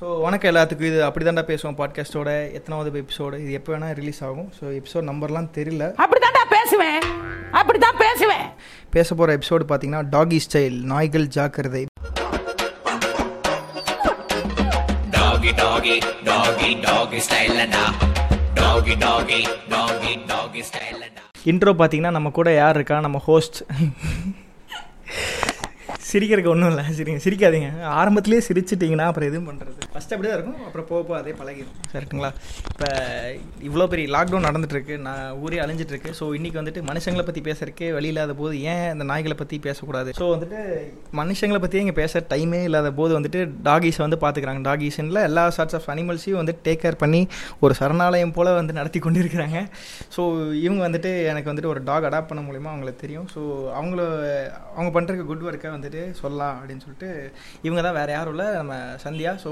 So வணக்கம் எல்லாத்துக்கும் இது அப்படிதான்டா பேசுவோம் பாட்காஸ்ட்டோட எத்தனாவது எபிசோடு இது எப்போ வேணால் ரிலீஸ் ஆகும் ஸோ எபிசோட் நம்பர்லாம் தெரியல அப்படித்தான்டா பேசுவேன் அப்படித்தான் பேசுவேன் பேச போகிற எபிசோடு பார்த்தீங்கன்னா டாகி ஸ்டைல் நாய்கள் ஜாக்கிரதை Doggy, doggy, doggy, doggy style and Doggy, doggy, doggy, doggy style and intro பார்த்தீங்கன்னா நம்ம கூட யார் இருக்கா நம்ம ஹோஸ்ட் சிரிக்கிறதுக்கு ஒன்றும் இல்லை சிரிங்க சிரிக்காதீங்க ஆரம்பத்திலேயே சிரிச்சிட்டிங்கன்னா அப்புறம் எதுவும் பண்ணுறது ஃபஸ்ட் அப்படியே இருக்கும் அப்புறம் போக போக அதே பழகிடும் சரிட்டுங்களா இப்போ இவ்வளோ பெரிய லாக்டவுன் நடந்துட்டுருக்கு நான் ஊரே அழிஞ்சிட்டு இருக்கு ஸோ இன்றைக்கி வந்துட்டு மனுஷங்களை பற்றி பேசுறதுக்கே வழி இல்லாத போது ஏன் இந்த நாய்களை பற்றி பேசக்கூடாது ஸோ வந்துட்டு மனுஷங்களை பற்றியே இங்கே பேச டைமே இல்லாத போது வந்துட்டு டாகிஸை வந்து பார்த்துக்கிறாங்க டாகிஸ்னில் எல்லா சார்ட்ஸ் ஆஃப் அனிமல்ஸையும் வந்து டேக் கேர் பண்ணி ஒரு சரணாலயம் போல் வந்து நடத்தி கொண்டிருக்கிறாங்க ஸோ இவங்க வந்துட்டு எனக்கு வந்துட்டு ஒரு டாக் அடாப்ட் பண்ண மூலிமா அவங்களுக்கு தெரியும் ஸோ அவங்கள அவங்க பண்ணுறக்கு குட் ஒர்க்கை வந்துட்டு சொல்லலாம் அப்படின்னு சொல்லிட்டு இவங்க தான் வேறு யாரும் இல்லை நம்ம சந்தியா ஸோ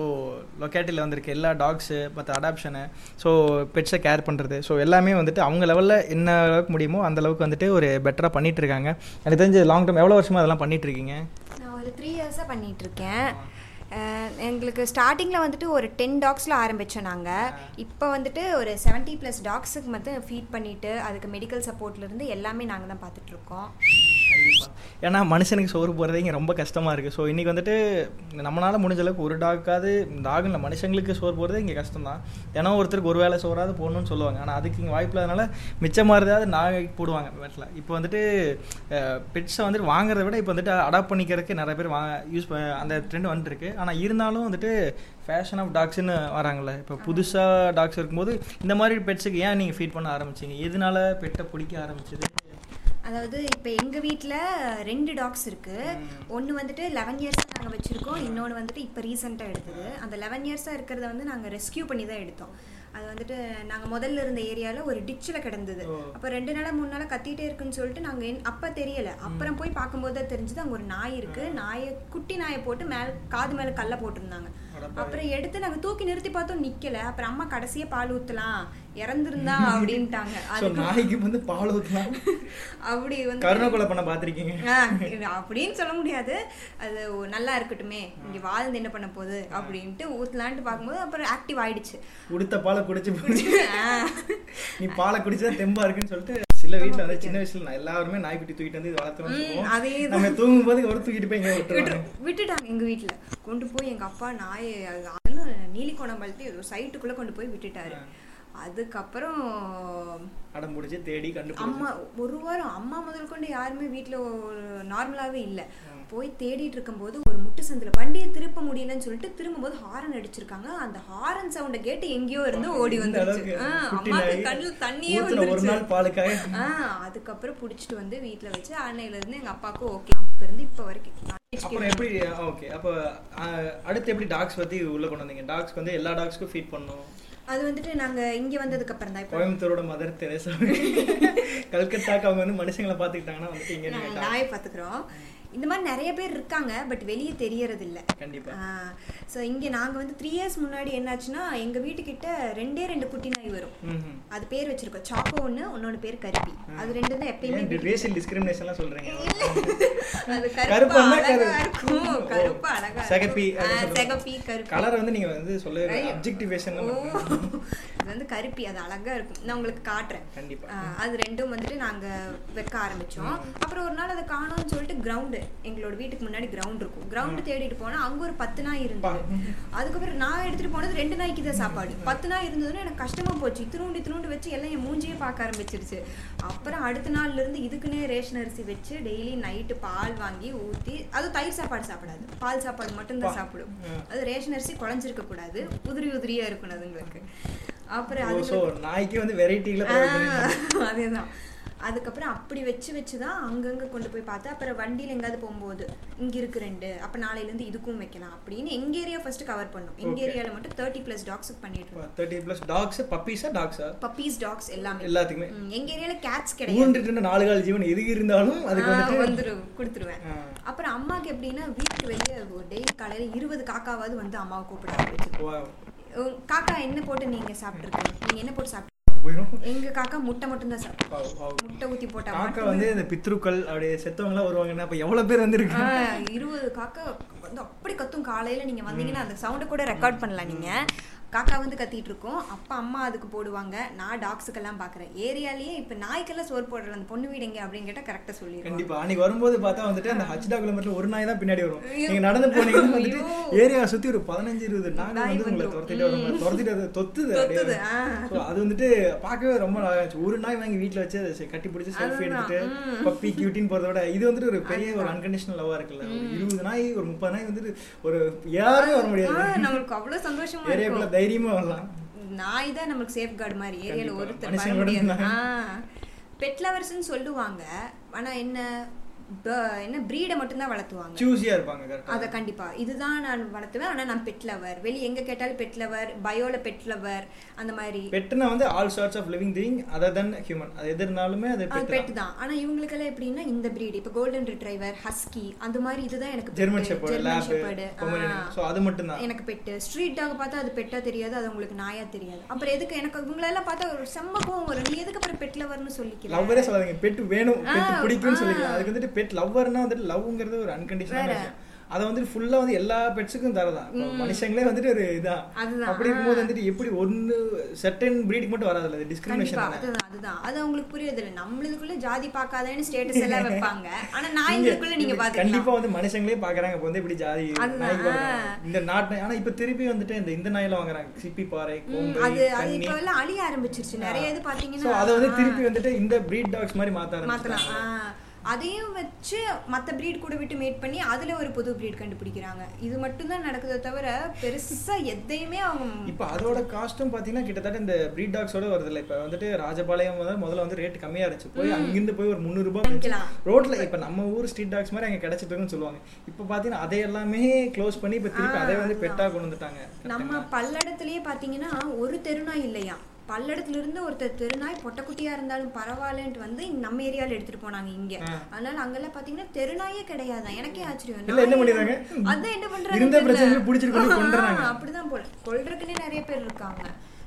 லொக்கேட்டியில் வந்திருக்க எல்லா டாக்ஸு மற்ற அடாப்ஷனு ஸோ பெட்ஸை கேர் பண்ணுறது ஸோ எல்லாமே வந்துட்டு அவங்க லெவலில் என்ன அளவுக்கு முடியுமோ அந்த அளவுக்கு வந்துட்டு ஒரு பெட்டராக பண்ணிட்டு இருக்காங்க எனக்கு தெரிஞ்சு லாங் டேர்ம் எவ்வளோ வருஷமாக அதெல்லாம் பண்ணிட்டு இருக்கீங்க நான் ஒரு த்ரீ இயர்ஸாக பண்ணிகிட்ருக்கேன் எங்களுக்கு ஸ்டார்டிங்கில் வந்துட்டு ஒரு டென் டாக்ஸில் ஆரம்பித்தோம் நாங்கள் இப்போ வந்துட்டு ஒரு 70 ப்ளஸ் டாக்ஸுக்கு மட்டும் ஃபீட் பண்ணிவிட்டு அதுக்கு மெடிக்கல் சப்போர்ட்லேருந்து எல்லாமே நாங்கள் தான் பார்த்துட்ருக்கோம் ஏன்னா மனுஷனுக்கு சோறு போடுறதே இங்கே ரொம்ப கஷ்டமாக இருக்குது ஸோ இன்றைக்கி வந்துட்டு நம்மளால் முடிஞ்ச அளவுக்கு ஒரு டாக்காவது டாக் இல்லை மனுஷங்களுக்கு சோறு போடுறது இங்கே கஷ்டம் தான் ஏன்னா ஒருத்தருக்கு ஒரு வேளை சோறாவது போடணும்னு சொல்லுவாங்க ஆனால் அதுக்கு இங்கே வாய்ப்பு இல்லாதனால மிச்சமாகிறதாவது நாய்க்கு போடுவாங்க வீட்டில் இப்போ வந்துட்டு பெட்ஸை வந்துட்டு வாங்குறதை விட இப்போ வந்துட்டு அடாப்ட் பண்ணிக்கிறதுக்கு நிறைய பேர் வாங்க யூஸ் அந்த ட்ரெண்ட் வந்துருக்கு ஆனால் இருந்தாலும் வந்துட்டு ஃபேஷன் ஆஃப் டாக்ஸ்னு வராங்கல்ல இப்போ புதுசாக டாக்ஸ் இருக்கும்போது இந்த மாதிரி பெட்ஸுக்கு ஏன் நீங்கள் ஃபீட் பண்ண ஆரம்பிச்சீங்க எதனால பெட்டை பிடிக்க ஆரம்பிச்சது அதாவது இப்போ எங்கள் வீட்டில் ரெண்டு டாக்ஸ் இருக்குது ஒன்று வந்துட்டு லெவன் இயர்ஸாக நாங்கள் வச்சுருக்கோம் இன்னொன்று வந்துட்டு இப்போ ரீசெண்டாக எடுத்தது அந்த லெவன் இயர்ஸாக இருக்கிறத வந்து நாங்கள் ரெஸ்க்யூ பண்ணி தான் எடுத்தோம் அது வந்துட்டு நாங்கள் முதல்ல இருந்த ஏரியாவில் ஒரு டிச்சில் கிடந்தது அப்போ ரெண்டு நாளாக மூணு நாளாக கத்திட்டே இருக்குன்னு சொல்லிட்டு நாங்கள் அப்போ தெரியலை அப்புறம் போய் பார்க்கும்போது தான் தெரிஞ்சது அங்கே ஒரு நாய் இருக்குது நாயை குட்டி நாயை போட்டு மேலே காது மேலே கல்லை போட்டிருந்தாங்க அப்புறம் எடுத்து நாங்கள் தூக்கி நிறுத்தி பார்த்தோம் நிற்கலை அப்புறம் அம்மா கடைசியாக பால் ஊற்றலாம் இறந்துருந்தா அப்படின்ட்டாங்க ஸோ அதுக்கு நாய்க்கு வந்து பால் ஊற்றலாம் அப்படி வந்து கருணை கொலை பண்ண பார்த்துருக்கீங்க ஆ, அப்படின்னு சொல்ல முடியாது அது ஒ- நல்லா இருக்கட்டுமே இங்க வாழ்ந்து என்ன பண்ண போகுது அப்படின்ட்டு ஊத்தலான்ட்டு பார்க்கும்போது அப்புறம் ஆக்டிவ் ஆயிடுச்சு உடுத்த பாலை குடிச்சு போச்சு ஆ. நீ பாலை குடிச்சா தெம்பா இருக்குன்னு சொல்லிட்டு சில வீட்டில் வந்து சின்ன வயசுல நான் எல்லாருமே நாய்க்குட்டி தூக்கிட்டு வந்து இது வளர்த்தோம்னு ம், சொல்லுவோம் அதேதான். நம்ம தூங்கும் போது ஒரு தூக்கிட்டு போய் இங்கே விட்டு- விட்டுருவாங்க விட்டுட்டாங்க எங்க வீட்டுல கொண்டு போய் எங்க அப்பா நாய் அதெல்லாம் நீலிக்கோணம் வளர்த்து ஏதோ சைட்டுக்குள்ள கொண்டு போய் விட்டுட்டாரு அதுக்கப்புறம் அடம் பிடிச்சி தேடி கண்டுபிடிச்சி அம்மா ஒரு வாரம் அம்மா முதல் கொண்டு யாருமே வீட்டில் நார்மலாகவே இல்லை போய் தேடிட்டு இருக்கும்போது ஒரு முட்டு சந்தில் வண்டியை திருப்ப முடியலன்னு சொல்லிட்டு திரும்பும்போது ஹாரன் அடிச்சிருக்காங்க அந்த ஹாரன் சவுண்டை கேட்டு எங்கேயோ இருந்து ஓடி இந்த வந்துருச்சு அளவுக்கு ஆ, குட்டி அம்மாக்கு நாய் கண்ணில் தண்ணியே ஊத்துன ஒரு வந்துருச்சு நாள் பாலுக்காக ஆ அதுக்கப்புறம் பிடிச்சிட்டு வந்து வீட்டில் வச்சு அன்னையிலேருந்து எங்கள் அப்பாவுக்கும் ஓகே அப்போ இருந்து இப்போ அப்புறம் வரைக்கும் எப்படி ஓகே அப்போ அஹ், அடுத்து எப்படி டாக்ஸ் பத்தி உள்ள கொண்டு வந்தீங்க டாக்ஸ் வந்து எல்லா டாக்ஸ்க்கும் ஃபீட் பண்ணும் அது வந்துட்டு நாங்கள் இங்கே வந்ததுக்கு அப்புறம் தான் இப்போ கோயம்புத்தூரோட மதர் தெரேசா கல்கத்தாக்கு அவங்க வந்து மனுஷங்களை பார்த்துக்கிட்டாங்கன்னா வந்துட்டு இங்கே நாங்கள் நீங்கள் நாயை பார்த்துக்குறோம் இந்த மாதிரி நிறைய பேர் இருக்காங்க பட் வெளியே தெரியறதில்ல கண்டிப்பா ஸோ இங்கே நாங்கள் வந்து த்ரீ இயர்ஸ் முன்னாடி என்னாச்சுன்னா எங்கள் வீட்டுக்கிட்ட ரெண்டே ரெண்டு குட்டி நாய் வரும் ம் அது பேர் வச்சிருக்கோம் சாக்கோ ஒன்று உன்னோட பேர் கருப்பி அது ரெண்டு தான் எப்பயுமே ஏன் ரேசியல் டிஸ்கிரிமினேஷன்லாம் சொல்றீங்க அது கருப்பா இருந்தா கருப்பா அழகா கரு- இருக்கும் கருப்பா அழகா சிகப்பி, இருக்கும். ஆ, அது சொல்லுவாங்க. சிகப்பி கருப்பி கலரை வந்து நீங்க வந்து சொல்ல Right. அப்ஜெக்டிவேஷன் ஓ இது வந்து கருப்பி அது அழகா இருக்கும் நான் உங்களுக்கு காட்டுறேன் கண்டிப்பா. ஆ, அது ரெண்டும் வந்துட்டு நாங்க வைக்க ஆரம்பிச்சோம் அப்புறம் ஒரு நாள் அதை காணோம்னு சொல்லிட்டு கிரவுண்டு எங்களோட வீட்டுக்கு முன்னாடி கிரவுண்ட் இருக்கும் கிரவுண்டு தேடிட்டு போனா அங்க ஒரு பத்து நாய் இருந்தது அதுக்கப்புறம் நான் எடுத்துட்டு போனது ரெண்டு நாய்க்கு தான் சாப்பாடு பத்து நாய் இருந்ததுன்னு எனக்கு கஷ்டமா போச்சு இத்தினூண்டு இத்தினூண்டு வச்சு எல்லாம் என் மூஞ்சியே பார்க்க ஆரம்பிச்சிருச்சு அப்புறம் அடுத்த நாள்ல இருந்து இதுக்குன்னே ரேஷன் அரிசி வச்சு டெய்லி நைட்டு பால் வாங்கி ஊத்தி அது தயிர் சாப்பாடு சாப்பிடாது பால் சாப்பாடு மட்டும்தான் சாப்பிடும் அது ரேஷன் அரிசி குழஞ்சிருக்க கூடாது உதிரி உதிரியா இருக்கணும் அதுங்களுக்கு அப்புறம் அது ஸோ நாய்க்கு வந்து வெரைட்டியில ஆ, அதேதான் அதுக்கப்புறம் அப்படி வச்சு வச்சு தான் அங்கங்கே கொண்டு போய் பார்த்தா அப்புறம் வண்டியில் எங்கேயாவது போகும்போது இங்கே இருக்கு ரெண்டு அப்போ நாளையிலேருந்து இதுக்கும் வைக்கலாம் அப்படின்னு எங்கள் ஏரியா ஃபர்ஸ்ட் கவர் பண்ணோம் எங்கள் Okay. ஏரியாவில் மட்டும் தேர்ட்டி ப்ளஸ் டாக்ஸுக்கு பண்ணிட்டு இருக்கோம் தேர்ட்டி பிளஸ் டாக்ஸ் பப்பீஸா டாக்ஸா பப்பீஸ் டாக்ஸ் எல்லாமே எல்லாத்துக்குமே ம், எங்க ஏரியால கேட்ஸ் கிடையாது மூன்று ரெண்டு நாலு கால் ஜீவன் எது இருந்தாலும் அதுக்கு ஆ, வந்துட்டு வந்துரும் கொடுத்துருவேன் ஆ. அப்புறம் அம்மாக்கு எப்படின்னா வீட்டுக்கு வெளியே டெய்லி காலையில இருபது காக்காவாவது வந்து அம்மாவை கூப்பிட ஆரம்பிச்சு wow, உம், காக்கா என்ன போட்டு நீங்க சாப்பிட்டுருக்கீங்க நீங்க என்ன போட்டு சாப்பிட்டு போயிடும் எங்க காக்கா முட்டை மட்டும்தான் சாப்பிடும் Wow, wow. முட்டை ஊத்தி போட்டா காக்கா மட்டும் வந்து இந்த பித்ருக்கள் அப்படியே செத்தவங்களாம் வருவாங்கன்னா அப்ப எவ்வளவு பேர் வந்திருக்கு ஆ, இருபது காக்கா வந்து அப்படி கத்தும் காலையில் நீங்கள் வந்தீங்கன்னா அந்த சவுண்டை கூட ரெக்கார்ட் பண்ணலாம் நீங்கள் காக்கா வந்து கத்திட்டு இருக்கோம் அப்பா அம்மா அதுக்கு போடுவாங்க நான் டாக்ஸுக்கெல்லாம் பார்க்குறேன் ஏரியாலேயே இப்போ நாய்க்கெல்லாம் சோறு போடுற அந்த பொண்ணு வீடு எங்க அப்படின்னு கேட்டால் கரெக்டாக சொல்லிடுவேன் கண்டிப்பா அன்னைக்கு வரும்போது பார்த்தா வந்துட்டு அந்த ஹச்டா கிலோமீட்டர் ஒரு நாய் தான் பின்னாடி வரும் நீங்க நடந்து போனீங்கன்னா வந்துட்டு ஏரியா சுத்தி ஒரு பதினஞ்சு இருபது நாய் நாய் வந்து உங்களை வந்துரும். துரத்திட்டு வரும் துரத்திட்டு அது தொத்துது அப்படியே. தொத்துது, ஆ. So, அது வந்துட்டு பார்க்கவே ரொம்ப நல்லா இருந்துச்சு ஒரு நாய் வாங்கி வீட்ல வச்சு அதை கட்டி பிடிச்சி செல்ஃபி எடுத்துட்டு பப்பி கியூட்டின்னு போறத விட இது வந்துட்டு ஒரு பெரிய ஒரு அன்கண்டிஷனல் லவ்வா இருக்குல்ல ஒரு இருபது நாய் ஒரு முப்பது நாய் வந்துட்டு ஒரு யாரும் வர ஆ, முடியாது நம்மளுக்கு அவ்வளோ சந்தோஷமா ஏரியாக்குள்ள இருக்கும் தைரியமா வரலாம் நாய் தான் நம்மளுக்கு சேஃப் கார்டு மாதிரி ஏரியால கண்டிப்பா. ஒருத்தர் வர மனுஷங்களோட முடியாது நாய். பெட் லவர்ஸ்னு சொல்லுவாங்க ஆனா என்ன ப- என்ன பிரீடை மட்டும்தான் வளர்த்துவாங்க சூஸியா இருப்பாங்க கரெக்டா அதை கண்டிப்பா இதுதான் நான் வளர்த்துவேன் ஆனா நான் பெட் லவர் வெளியே எங்க கேட்டாலும் பெட் லவர் பயோல பெட் லவர் அந்த மாதிரி பெட்னா வந்து all sorts of living thing other than human அது எது இருந்தாலுமே அது அது pet பெட் தான் தான் ஆனா இவங்களுக்கெல்லாம் எப்படின்னா இந்த பிரீடு இப்போ கோல்டன் ரிட்ரைவர் ஹஸ்கி அந்த மாதிரி இதுதான் எனக்கு pet. German shepherd German Shepherd. ah. ஆ. லேப் ஸோ அது மட்டும் தான் எனக்கு பெட்டு ஸ்ட்ரீட் டாக் பார்த்தா அது பெட்டா தெரியாது அது உங்களுக்கு நாயா தெரியாது அப்புறம் எதுக்கு எனக்கு இவங்களெல்லாம் பார்த்தா ஒரு செம்ம கோவம் வரும் நீ எதுக்கு அப்புறம் பெட் லவர்னு லவ்வரே சொல்லிக்கிறேன் சொல்லாதீங்க பெட் வேணும் பெட் ஆ, பிடிக்கும்னு ஆ. சொல்லிக்கலாம் அதுக்கு வந்துட்டு பெட் லவ்வர்னா வந்துட்டு லவ்ங்கிறது ஒரு அன்கண்டிஷனல் வேற. விஷயம் அதை வந்துட்டு ஃபுல்லா வந்து எல்லா பெட்ஸுக்கும் தரதான் இப்போ மனுஷங்களே வந்துட்டு ஒரு இதான் அதுதான். அப்படி இருக்கும்போது வந்துட்டு எப்படி ஒன்னு செட்டன் பிரீடுக்கு மட்டும் வராதுல்ல அது கண்டிப்பா டிஸ்கிரிமினேஷன் அதுதான் அதுதான் அது அவங்களுக்கு புரியுது இல்ல நம்மளுக்குள்ள ஜாதி பார்க்காதேன்னு ஸ்டேட்டஸ் எல்லாம் வைப்பாங்க ஆனா நாய்ங்களுக்குள்ள நீங்க கண்டிப்பா பாத்துக்கலாம் வந்து மனுஷங்களே பாக்குறாங்க இப்ப வந்து இப்படி ஜாதி அதுதான். நாய்க்கு பாக்குறாங்க. ஆ. இந்த நாட்டு ஆனா இப்ப திருப்பி வந்துட்டு இந்த இந்த நாயெல்லாம் வாங்குறாங்க சிப்பி பாறை கோம்பை, அது அது கன்னி. இப்ப எல்லாம் அழிய ஆரம்பிச்சிருச்சு நிறைய இது So, அதை வந்து பாத்தீங்கன்னா திருப்பி வந்துட்டு இந்த பிரீட் டாக்ஸ் மாதிரி மாத்த மாத்தலாம் ஆரம்பிச்சிட்டாங்க. ஆ. அதையும் வச்சு மத்த பிரீட் கூட விட்டு மேட் பண்ணி அதுல ஒரு புது பிரீட் கண்டுபிடிக்கிறாங்க இது மட்டும் தான் நடக்குதே தவிர பெருசா எதையுமே அவங்க இப்ப அதோட காஸ்ட்டும் பாத்தீங்கன்னா கிட்டத்தட்ட இந்த பிரீட் டாக்ஸோட வருது இல்ல இப்ப வந்துட்டு ராஜபாளையம் முதல்ல முதல்ல வந்து ரேட் கம்மியா இருந்துச்சு போய் அங்கிருந்து போய் ஒரு முந்நூறு ரூபாய் வாங்கிக்கலாம். ரோட்ல இப்ப நம்ம ஊர் ஸ்ட்ரீட் டாக்ஸ் மாதிரி அங்க கிடைச்சிட்டு இருக்குன்னு சொல்லுவாங்க இப்ப பாத்தீங்கன்னா அதை எல்லாமே க்ளோஸ் பண்ணி இப்ப திருப்பி ஆ, அதே வந்து அதுதான். பெட்டா கொண்டு வந்துட்டாங்க நம்ம பல்லடத்துலயே பாத்தீங்கன்னா ஒரு தெருநாய் இல்லையா பல்லடத்துல இருந்து ஒருத்தர் தெருநாய் பொட்டக்குட்டியா இருந்தாலும் பரவாயில்லன்ட்டு வந்து இங்க நம்ம ஏரியால எடுத்துட்டு போனாங்க இங்க ஆ. அதனால அங்கெல்லாம் பாத்தீங்கன்னா தெருநாயே கிடையாதான் எனக்கே ஆச்சரியம் இல்ல, என்ன நாய் பண்ணிடுறாங்க? அதான் என்ன பண்றாங்க இருந்த தெரியல. பிரச்சனையில புடிச்சிட்டு கொண்டு கொன்றுறாங்க. ஆ, அப்படிதான் போல கொல்றதுக்குன்னே நிறைய பேர் இருக்காங்க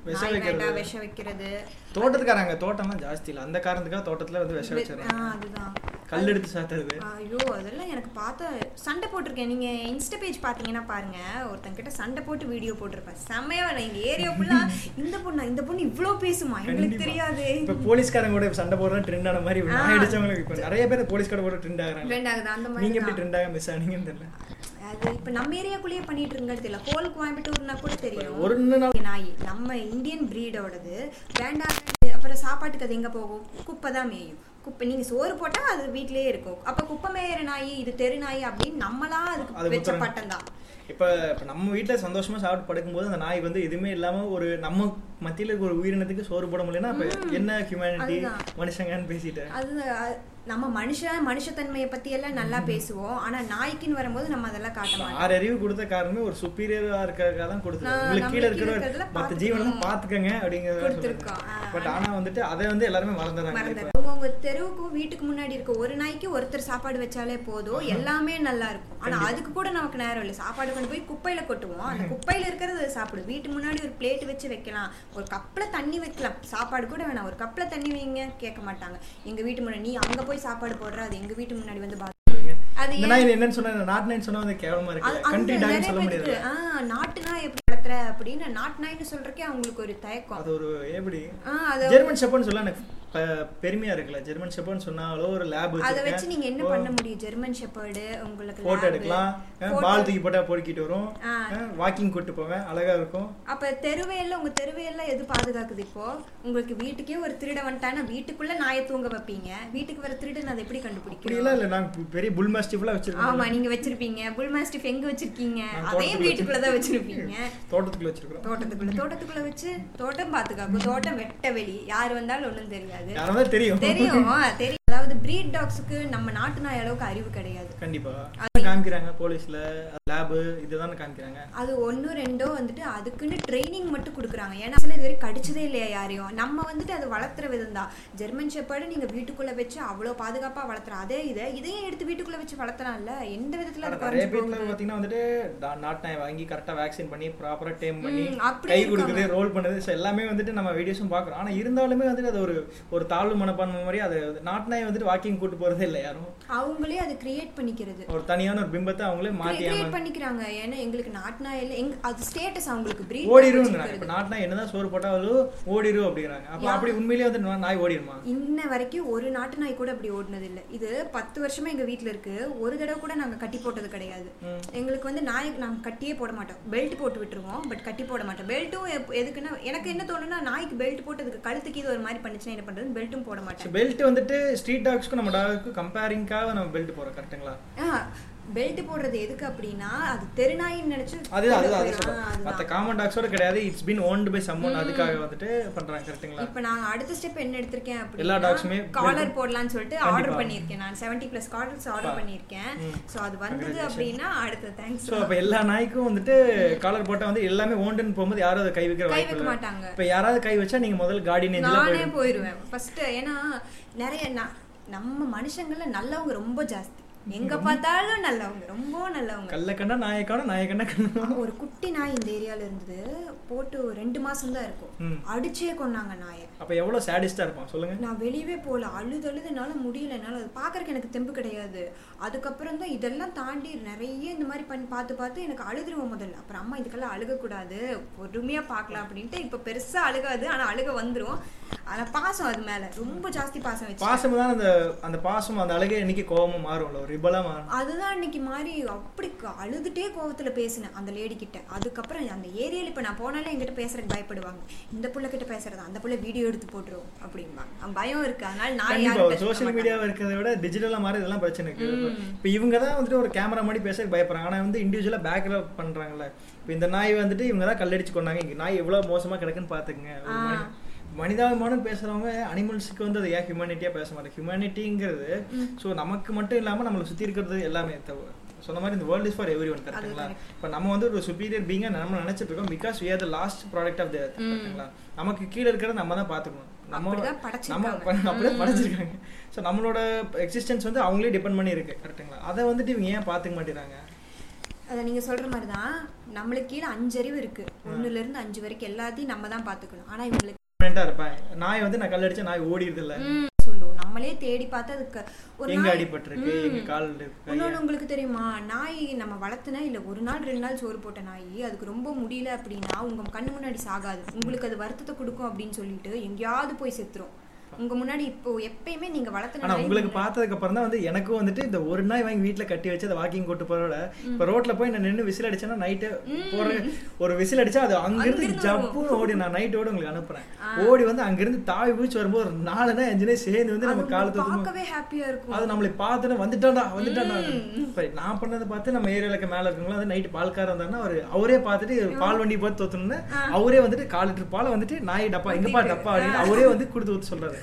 விஷம் நாய் வைக்கிறது. வேண்டாம், விஷம் வைக்கிறது தோட்டத்துக்காரங்க தோட்டம்லாம் ஜாஸ்தி இல்ல அந்த காரணத்துக்காக தோட்டத்துல வந்து விஷம் ஆ, வச்சிருக்காங்க அதுதான் கல் எடுத்து சாத்துறது ஐயோ அதெல்லாம் எனக்கு பார்த்தா சண்டை போட்டிருக்கேன் நீங்க இன்ஸ்டா பேஜ் பாத்தீங்கன்னா பாருங்க ஒருத்தங்க கிட்ட சண்டை போட்டு வீடியோ போட்டிருப்பேன் செம்மையா வரும். எங்க ஏரியா ஃபுல்லா இந்த பொண்ணு இந்த பொண்ணு இவ்ளோ பேசுமா எங்களுக்கு கண்டிப்பா. தெரியாது இப்ப போலீஸ்காரங்க கூட சண்டை போடுறது ட்ரெண்ட் ஆன மாதிரி இப்ப ஆ. நாய் அடிச்சவங்களுக்கு இப்ப நிறைய பேர் போலீஸ்கார போட ட்ரெண்ட் ஆகுறாங்க ட்ரெண்ட் ஆகுது அந்த நீங்க மாதிரி எப்படி தான். ட்ரெண்ட் ஆக மிஸ் ஆனீங்கன்னு தெரியல அது இப்ப நம்ம ஏரியாக்குள்ளேயே பண்ணிட்டு இருங்கிறது தெரியல ஹோல் கோயம்புத்தூர்னா கூட தெரியும் ஒரு நாள் நாய் நம்ம இந்தியன் பிரீடோடது வேண்டாம் அப்புறம் சாப்பாட்டுக்கு அது எங்க போகும் குப்பை தான் மேயும் குப்பை நீங்க சோறு போட்டா அது வீட்லயே இருக்கும் அப்ப குப்பை மேயிற நாய் இது தெரு நாய் அப்படின்னு நம்மளா அது அதுக்கு வச்ச முத்திரம். பட்டம் தான் இப்ப இப்ப நம்ம வீட்ல சந்தோஷமா சாப்பிட்டு படுக்கும்போது அந்த நாய் வந்து எதுவுமே இல்லாம ஒரு நம்ம மத்தியில ஒரு உயிரினத்துக்கு சோறு போட முடியலன்னா அப்ப என்ன ஹியூமனிட்டி அதுதான். மனுஷங்கன்னு பேசிட்டு அது அ- நம்ம மனுஷன் மனுஷத்தன்மையை பத்தி எல்லாம் நல்லா பேசுவோம் ஆனா நாய்க்குன்னு வரும்போது நம்ம அதெல்லாம் காட்ட இப்ப மாட்டோம் ஆறு அறிவு கொடுத்த காரணமே ஒரு சுப்பீரியரா இருக்கிறதுக்காக தான் கொடுத்தது நான் உங்களுக்கு நம்ம கீழே கீழ இருக்கிற இருக்கிறதுல மத்த ஜீவன் பார்த்துக்கணும். பாத்துக்கங்க அப்படிங்கறத கொடுத்திருக்கோம். ஆ, பட் ஆனா வந்துட்டு அதை வந்து எல்லாருமே மறந்துடுறாங்க இப்ப. மறந்துடுறோம் உங்க தெருவுக்கும் வீட்டுக்கு முன்னாடி இருக்க ஒரு நாய்க்கு ஒருத்தர் சாப்பாடு வச்சாலே போதும் எல்லாமே நல்லா இருக்கும் ஆனா அதுக்கு கூட நமக்கு நேரம் இல்லை சாப்பாடு கொண்டு போய் குப்பையில கொட்டுவோம் அந்த குப்பையில இருக்கிறது அது சாப்பிடும் வீட்டு முன்னாடி ஒரு பிளேட் வச்சு வைக்கலாம் ஒரு கப்ல தண்ணி வைக்கலாம் சாப்பாடு கூட வேணாம் ஒரு கப்ல தண்ணி வைங்க கேட்க மாட்டாங்க எங்க வீட்டு முன்னாடி நீ அங்க போய் சாப்பாடு போடுற அது எங்க வீட்டு முன்னாடி வந்து பாத்து அது இந்த ஏன் நாய் என்னன்னு சொன்னா இந்த நாட்டு நாய் சொன்னா வந்து கேவலமா அது- இருக்கு அது கண்ட்ரி நிறைய டாக்னு சொல்ல பேருக்கு, முடியாது ஆ, நாட்டு நாய் எப்படி வளர்த்துற அப்படின்னு நாட்டு நாய்னு சொல்றக்கே அவங்களுக்கு ஒரு தயக்கம் அது ஒரு எப்படி ஆ, அது- ஜெர்மன் ஷெப்பர்னு சொல்ல எனக்கு பெ- பெருமையா இருக்குல்ல ஜெர்மன் ஷெப்பர்னு சொன்னாலோ ஒரு லேப் அதை வச்சு நீங்க என்ன பண்ண முடியும் ஜெர்மன் ஷெப்பர்டு உங்களுக்கு போட்டோ lab. எடுக்கலாம் Photo- பால் தூக்கி போட்டா பொறுக்கிட்டு வரும் ஆ. வாக்கிங் கூட்டு போவேன் அழகா இருக்கும் அப்ப தெருவையெல்லாம் உங்க தெருவையெல்லாம் எது பாதுகாக்குது இப்போ உங்களுக்கு வீட்டுக்கே ஒரு திருட வந்துட்டானா வீட்டுக்குள்ள நாயை தூங்க வைப்பீங்க வீட்டுக்கு வர திருடன் அதை எப்படி இப்படி கண்டுபிடிக்கும் எல்லாம் இல்ல நாங்க பு- பெரிய புல் மாஸ்டிஃபுல்லா ஆமா வச்சிருக்கோம் நீங்க வச்சிருப்பீங்க புல் மாஸ்டிஃப் எங்க வச்சிருக்கீங்க நான் அதையும் தோட்டத்துக்குள்ள வீட்டுக்குள்ளதான் வச்சிருப்பீங்க தோட்டத்துக்குள்ள வச்சிருக்கோம் தோட்டத்துக்குள்ள தோட்டத்துக்குள்ள வச்சு தோட்டம் பாத்துக்காக்கும் தோட்டம் வெட்ட வெளி யார் வந்தாலும் ஒண்ணும் தெரியாது யாராவது தெரியும் தெரியும் தெரியும் அதாவது பிரீட் டாக்ஸுக்கு நம்ம நாட்டு நாய் அளவுக்கு அறிவு கிடையாது கண்டிப்பா அது- காமிக்கிறாங்க போலீஸ்ல லேபு இதுதான் காமிக்கிறாங்க அது ஒண்ணு ரெண்டோ வந்துட்டு அதுக்குன்னு ட்ரைனிங் மட்டும் கொடுக்குறாங்க ஏன்னா சில இது வரைக்கும் கடிச்சதே இல்லையா யாரையும் நம்ம வந்துட்டு அதை வளர்த்துற விதம் தான் ஜெர்மன் ஷெப்பர்டு நீங்க வீட்டுக்குள்ள வச்சு அவ்வளோ பாதுகாப்பா வளர்த்துற அதே இதை இதையும் எடுத்து வீட்டுக்குள்ள வச்சு வளர்த்தலாம்ல எந்த விதத்துல ஆனா அது நிறைய குறைஞ்சு பேர்ல போகுது? பாத்தீங்கன்னா வந்துட்டு டா- நாட்டு நாய் வாங்கி கரெக்டா வேக்சின் பண்ணி ப்ராப்பரா டேம் பண்ணி ம், அப்படி கை இருக்காங்க. கொடுக்குது ரோல் பண்ணுது so எல்லாமே வந்துட்டு நம்ம வீடியோஸும் பாக்குறோம் ஆனா இருந்தாலுமே வந்துட்டு அது ஒரு ஒரு தாழ்வு மனப்பான்மை மாதிரி அது நாட்டு நாய் வந்துட்டு எடுத்துட்டு வாக்கிங் கூட்டு போறதே இல்லை யாரும் அவங்களே அதை கிரியேட் பண்ணிக்கிறது ஒரு தனியான ஒரு பிம்பத்தை அவங்களே மாத்தியாம கிரியேட் பண்ணிக்கிறாங்க ஏன்னா எங்களுக்கு நாட்னா இல்லை எங்க அது ஸ்டேட்டஸ் அவங்களுக்கு breed ஓடிருங்கிறாங்க வச்சிருக்கிறது. இப்ப நாட்டினா என்னதான் சோறு போட்டாலும் ஓடிரு அப்படிங்கிறாங்க அப்ப அப்படி உண்மையிலேயே வந்து நா- நாய் ஓடிருமா இன்ன வரைக்கும் ஒரு நாட்டு நாய் கூட அப்படி ஓடினது இல்லை இது பத்து வருஷமா எங்க வீட்ல இருக்கு ஒரு தடவை கூட நாங்க கட்டி போட்டது கிடையாது எங்களுக்கு வந்து நாய் நாங்க கட்டியே போட மாட்டோம் பெல்ட் போட்டு விட்டுருவோம் பட் கட்டி போட மாட்டோம் பெல்ட்டும் எதுக்குன்னா எனக்கு என்ன தோணுன்னா நாய்க்கு பெல்ட் போட்டு அதுக்கு கழுத்துக்கு இது ஒரு மாதிரி பண்ணுச்சுன்னா என்ன பண்றது பெல்ட்டும் போட மாட்டேன் பெல்ட் வந்துட்டு ஸ்ட்ரீட் டாக்ஸ்க்கும் நம்ம டாக்ஸ்க்கும் கம்பேரிங்காக நம்ம பெல்ட் போறோம் கரெக்ட்டுங்களா பெல்ட் போடுறது எதுக்கு அப்படின்னா அது தெருநாயின்னு நினைச்சு அது அது அது ஆ, சொல்றேன் அதுதான். மற்ற காமன் டாக்ஸோட கிடையாது it's been owned by someone அதுக்காக வந்துட்டு பண்றாங்க கரெக்ட்டுங்களா இப்ப நான் அடுத்த ஸ்டெப் என்ன எடுத்திருக்கேன் எல்லா dogs-உமே அப்படின்னா காலர் போடலாம்னு சொல்லிட்டு ஆர்டர் கண்டிப்பா. பண்ணியிருக்கேன் நான் 70 பிளஸ் காலர்ஸ் ஆர்டர் பண்ணியிருக்கேன் சோ அது வந்தது அப்படின்னா அடுத்த தேங்க்ஸ் ஸோ அப்போ எல்லா நாய்க்கும் வந்துட்டு காலர் போட்டால் வந்து எல்லாமே ஓண்டுன்னு போகும்போது யாரும் அதை கை வைக்கிற கை வாய்ப்பு வைக்க இல்லை மாட்டாங்க இப்போ யாராவது கை வச்சா நீங்கள் முதல்ல கார்டியன் ஏஞ்சலாக நானே போயிடும் போயிருவேன் ஃபர்ஸ்ட் ஏன்னா நிறைய நா- நம்ம மனுஷங்கள்ல நல்லவங்க ரொம்ப ஜாஸ்தி எங்க பார்த்தாலும் நல்லவங்க ரொம்ப நல்லவங்க கல்ல கண்டா நாயக்கான நாயக்கண்டா கண்ணா ஒரு குட்டி நாய் இந்த ஏரியால இருந்தது போட்டு ஒரு ரெண்டு மாசம் தான் ம். இருக்கும் அடிச்சே கொண்டாங்க நாயை அப்போ எவ்வளோ சேடிஸ்டாக இருப்பான் சொல்லுங்க நான் வெளியவே போகல அழுது அழுது என்னால் முடியல என்னால் அது பார்க்கறக்கு எனக்கு தெம்பு கிடையாது அதுக்கப்புறம் தான் இதெல்லாம் தாண்டி நிறைய இந்த மாதிரி பண்ணி பார்த்து பார்த்து எனக்கு அழுதுருவோம் முதல்ல அப்புறம் அம்மா இதுக்கெல்லாம் அழுகக்கூடாது பொறுமையாக பார்க்கலாம் அப்படின்ட்டு இப்போ பெருசாக அழுகாது ஆனால் அழுக வந்துடும் ஆனால் பாசம் அது மேலே ரொம்ப ஜாஸ்தி பாசம் வச்சு பாசம் தான் அந்த அந்த பாசம் அந்த அழகே இன்னைக்கு கோபமும் மாறும்ல ஒரு ரிபலாக மாறும் அதுதான் இன்னைக்கு மாதிரி அப்படி க- அழுதுட்டே கோவத்துல பேசினேன் அந்த லேடி கிட்ட அதுக்கப்புறம் அந்த ஏரியால இப்ப நான் போனாலே என்கிட்ட பேசுறதுக்கு பயப்படுவாங்க இந்த புள்ள கிட்ட பேசுறது அந்த புள்ள வீடியோ எடுத்து போட்டுரும் அப்படிம்பாங்க பயம் இருக்கு அதனால நான் கண்டிப்பாக யார்கிட்ட சோஷியல் சொல்ல மாட்டேன். மீடியாவை இருக்கிறத விட டிஜிட்டலாக மாறி இதெல்லாம் பிரச்சனை இருக்கு இப்போ இவங்க தான் வந்துட்டு ஒரு கேமரா மாதிரி பேச பயப்படுறாங்க ஆனால் வந்து இண்டிவிஜுவலாக பேக்கில் பண்ணுறாங்கல்ல இப்போ இந்த நாய் வந்துட்டு இவங்க தான் கல்லடிச்சு கொண்டாங்க இங்கே நாய் எவ்வளோ மோசமாக கிடக்குன்னு பார்த்துக்குங்க ஒரு மனி- மனிதாபிமானம் பேசுகிறவங்க அனிமல்ஸுக்கு வந்து அது ஏன் ஹியூமனிட்டியாக பேச மாட்டாங்க ஹியூமனிட்டிங்கிறது ஸோ நமக்கு மட்டும் இல்லாமல் நம்மளை சுற்றி இருக்கிறது எல்லாமே தவ- சொன்ன மாதிரி இந்த world is for everyone கரெக்ட்டுங்களா இப்போ நம்ம வந்து ஒரு சுப்பீரியர் பீங்க நம்ம நினைச்சிட்டு இருக்கோம் because we are the last product of the கரெக்ட்டுங்களா நமக்கு கீழே இருக்கிறத நம்ம தான் பார்த்துக்கணும் நம்ம அப்படிதான் நம்ம படைச்சிருக்காங்க. அப்படியே படைச்சிருக்காங்க ஸோ நம்மளோட எக்ஸிஸ்டன்ஸ் வந்து அவங்களே டிபெண்ட் பண்ணி இருக்கு கரெக்ட்டுங்களா அதை வந்துட்டு இவங்க ஏன் பார்த்துக்க மாட்டேறாங்க அதை நீங்க சொல்ற மாதிரி தான் நம்மளுக்கு கீழே அஞ்சு அறிவு இருக்கு ஒண்ணுல இருந்து அஞ்சு வரைக்கும் எல்லாத்தையும் நம்ம தான் பாத்துக்கணும் ஆனா இவங்களுக்கு டிபெண்டாக இருப்பேன் நாய் வந்து நான் கல்லடிச்சா நாய் ஓடிடுது இல்லை சொல்லுவோம் நம்மளே தேடி பார்த்து அதுக்கு ஒரு எங்க நாய் அடிபட்டிருக்கு எங்க கால் இருக்கு இன்னொன்று உங்களுக்கு தெரியுமா நாய் நம்ம வளர்த்துனா இல்லை ஒரு நாள் ரெண்டு நாள் சோறு போட்ட நாய் அதுக்கு ரொம்ப முடியல அப்படின்னா உங்க கண்ணு முன்னாடி சாகாது உங்களுக்கு அது வருத்தத்தை கொடுக்கும் அப்படின்னு சொல்லிட்டு எங்கேயாவது போய் செத்துரும் உங்க முன்னாடி இப்போ எப்பயுமே நீங்க வளர்த்துன ஆனா நாய் உங்களுக்கு பார்த்ததுக்கு அப்புறம் தான் வந்து எனக்கும் வந்துட்டு இந்த ஒரு நாய் வாங்கி வீட்ல கட்டி வச்சு அதை வாக்கிங் கூட்டு போறோட இப்ப ரோட்ல போய் நான் நின்னு விசில் அடிச்சேன்னா நைட்டு போற ஒரு விசில் அடிச்சா அது அங்கிருந்து ஜப்புன்னு ஓடி நான் நைட் ஓடி உங்களுக்கு அனுப்புறேன் ஓடி வந்து அங்கிருந்து தாவி பூச்சி வரும்போது ஒரு நாலு நாய் அஞ்சு நாய் சேர்ந்து வந்து நம்ம உங்களுக்கு காலத்து வந்து- பார்க்கவே ஹாப்பியா இருக்கும் அது நம்மளை பார்த்துட்டு வந்துட்டான்டா வந்துட்டான்டா சரி நான் பண்ணதை பார்த்து நம்ம ஏரியாலுக்கு மேல இருக்கவங்களும் அது நைட் பால்கார வந்தாருன்னா அவர் அவரே பார்த்துட்டு பால் வண்டி பார்த்து தோத்தணும்னு அவரே வந்துட்டு கால் லிட்டர் பாலை வந்துட்டு நாய் டப்பா எங்கப்பா டப்பா அப்படின்னு அவரே வந்து கொடுத்து ஊத்து சொல்றாரு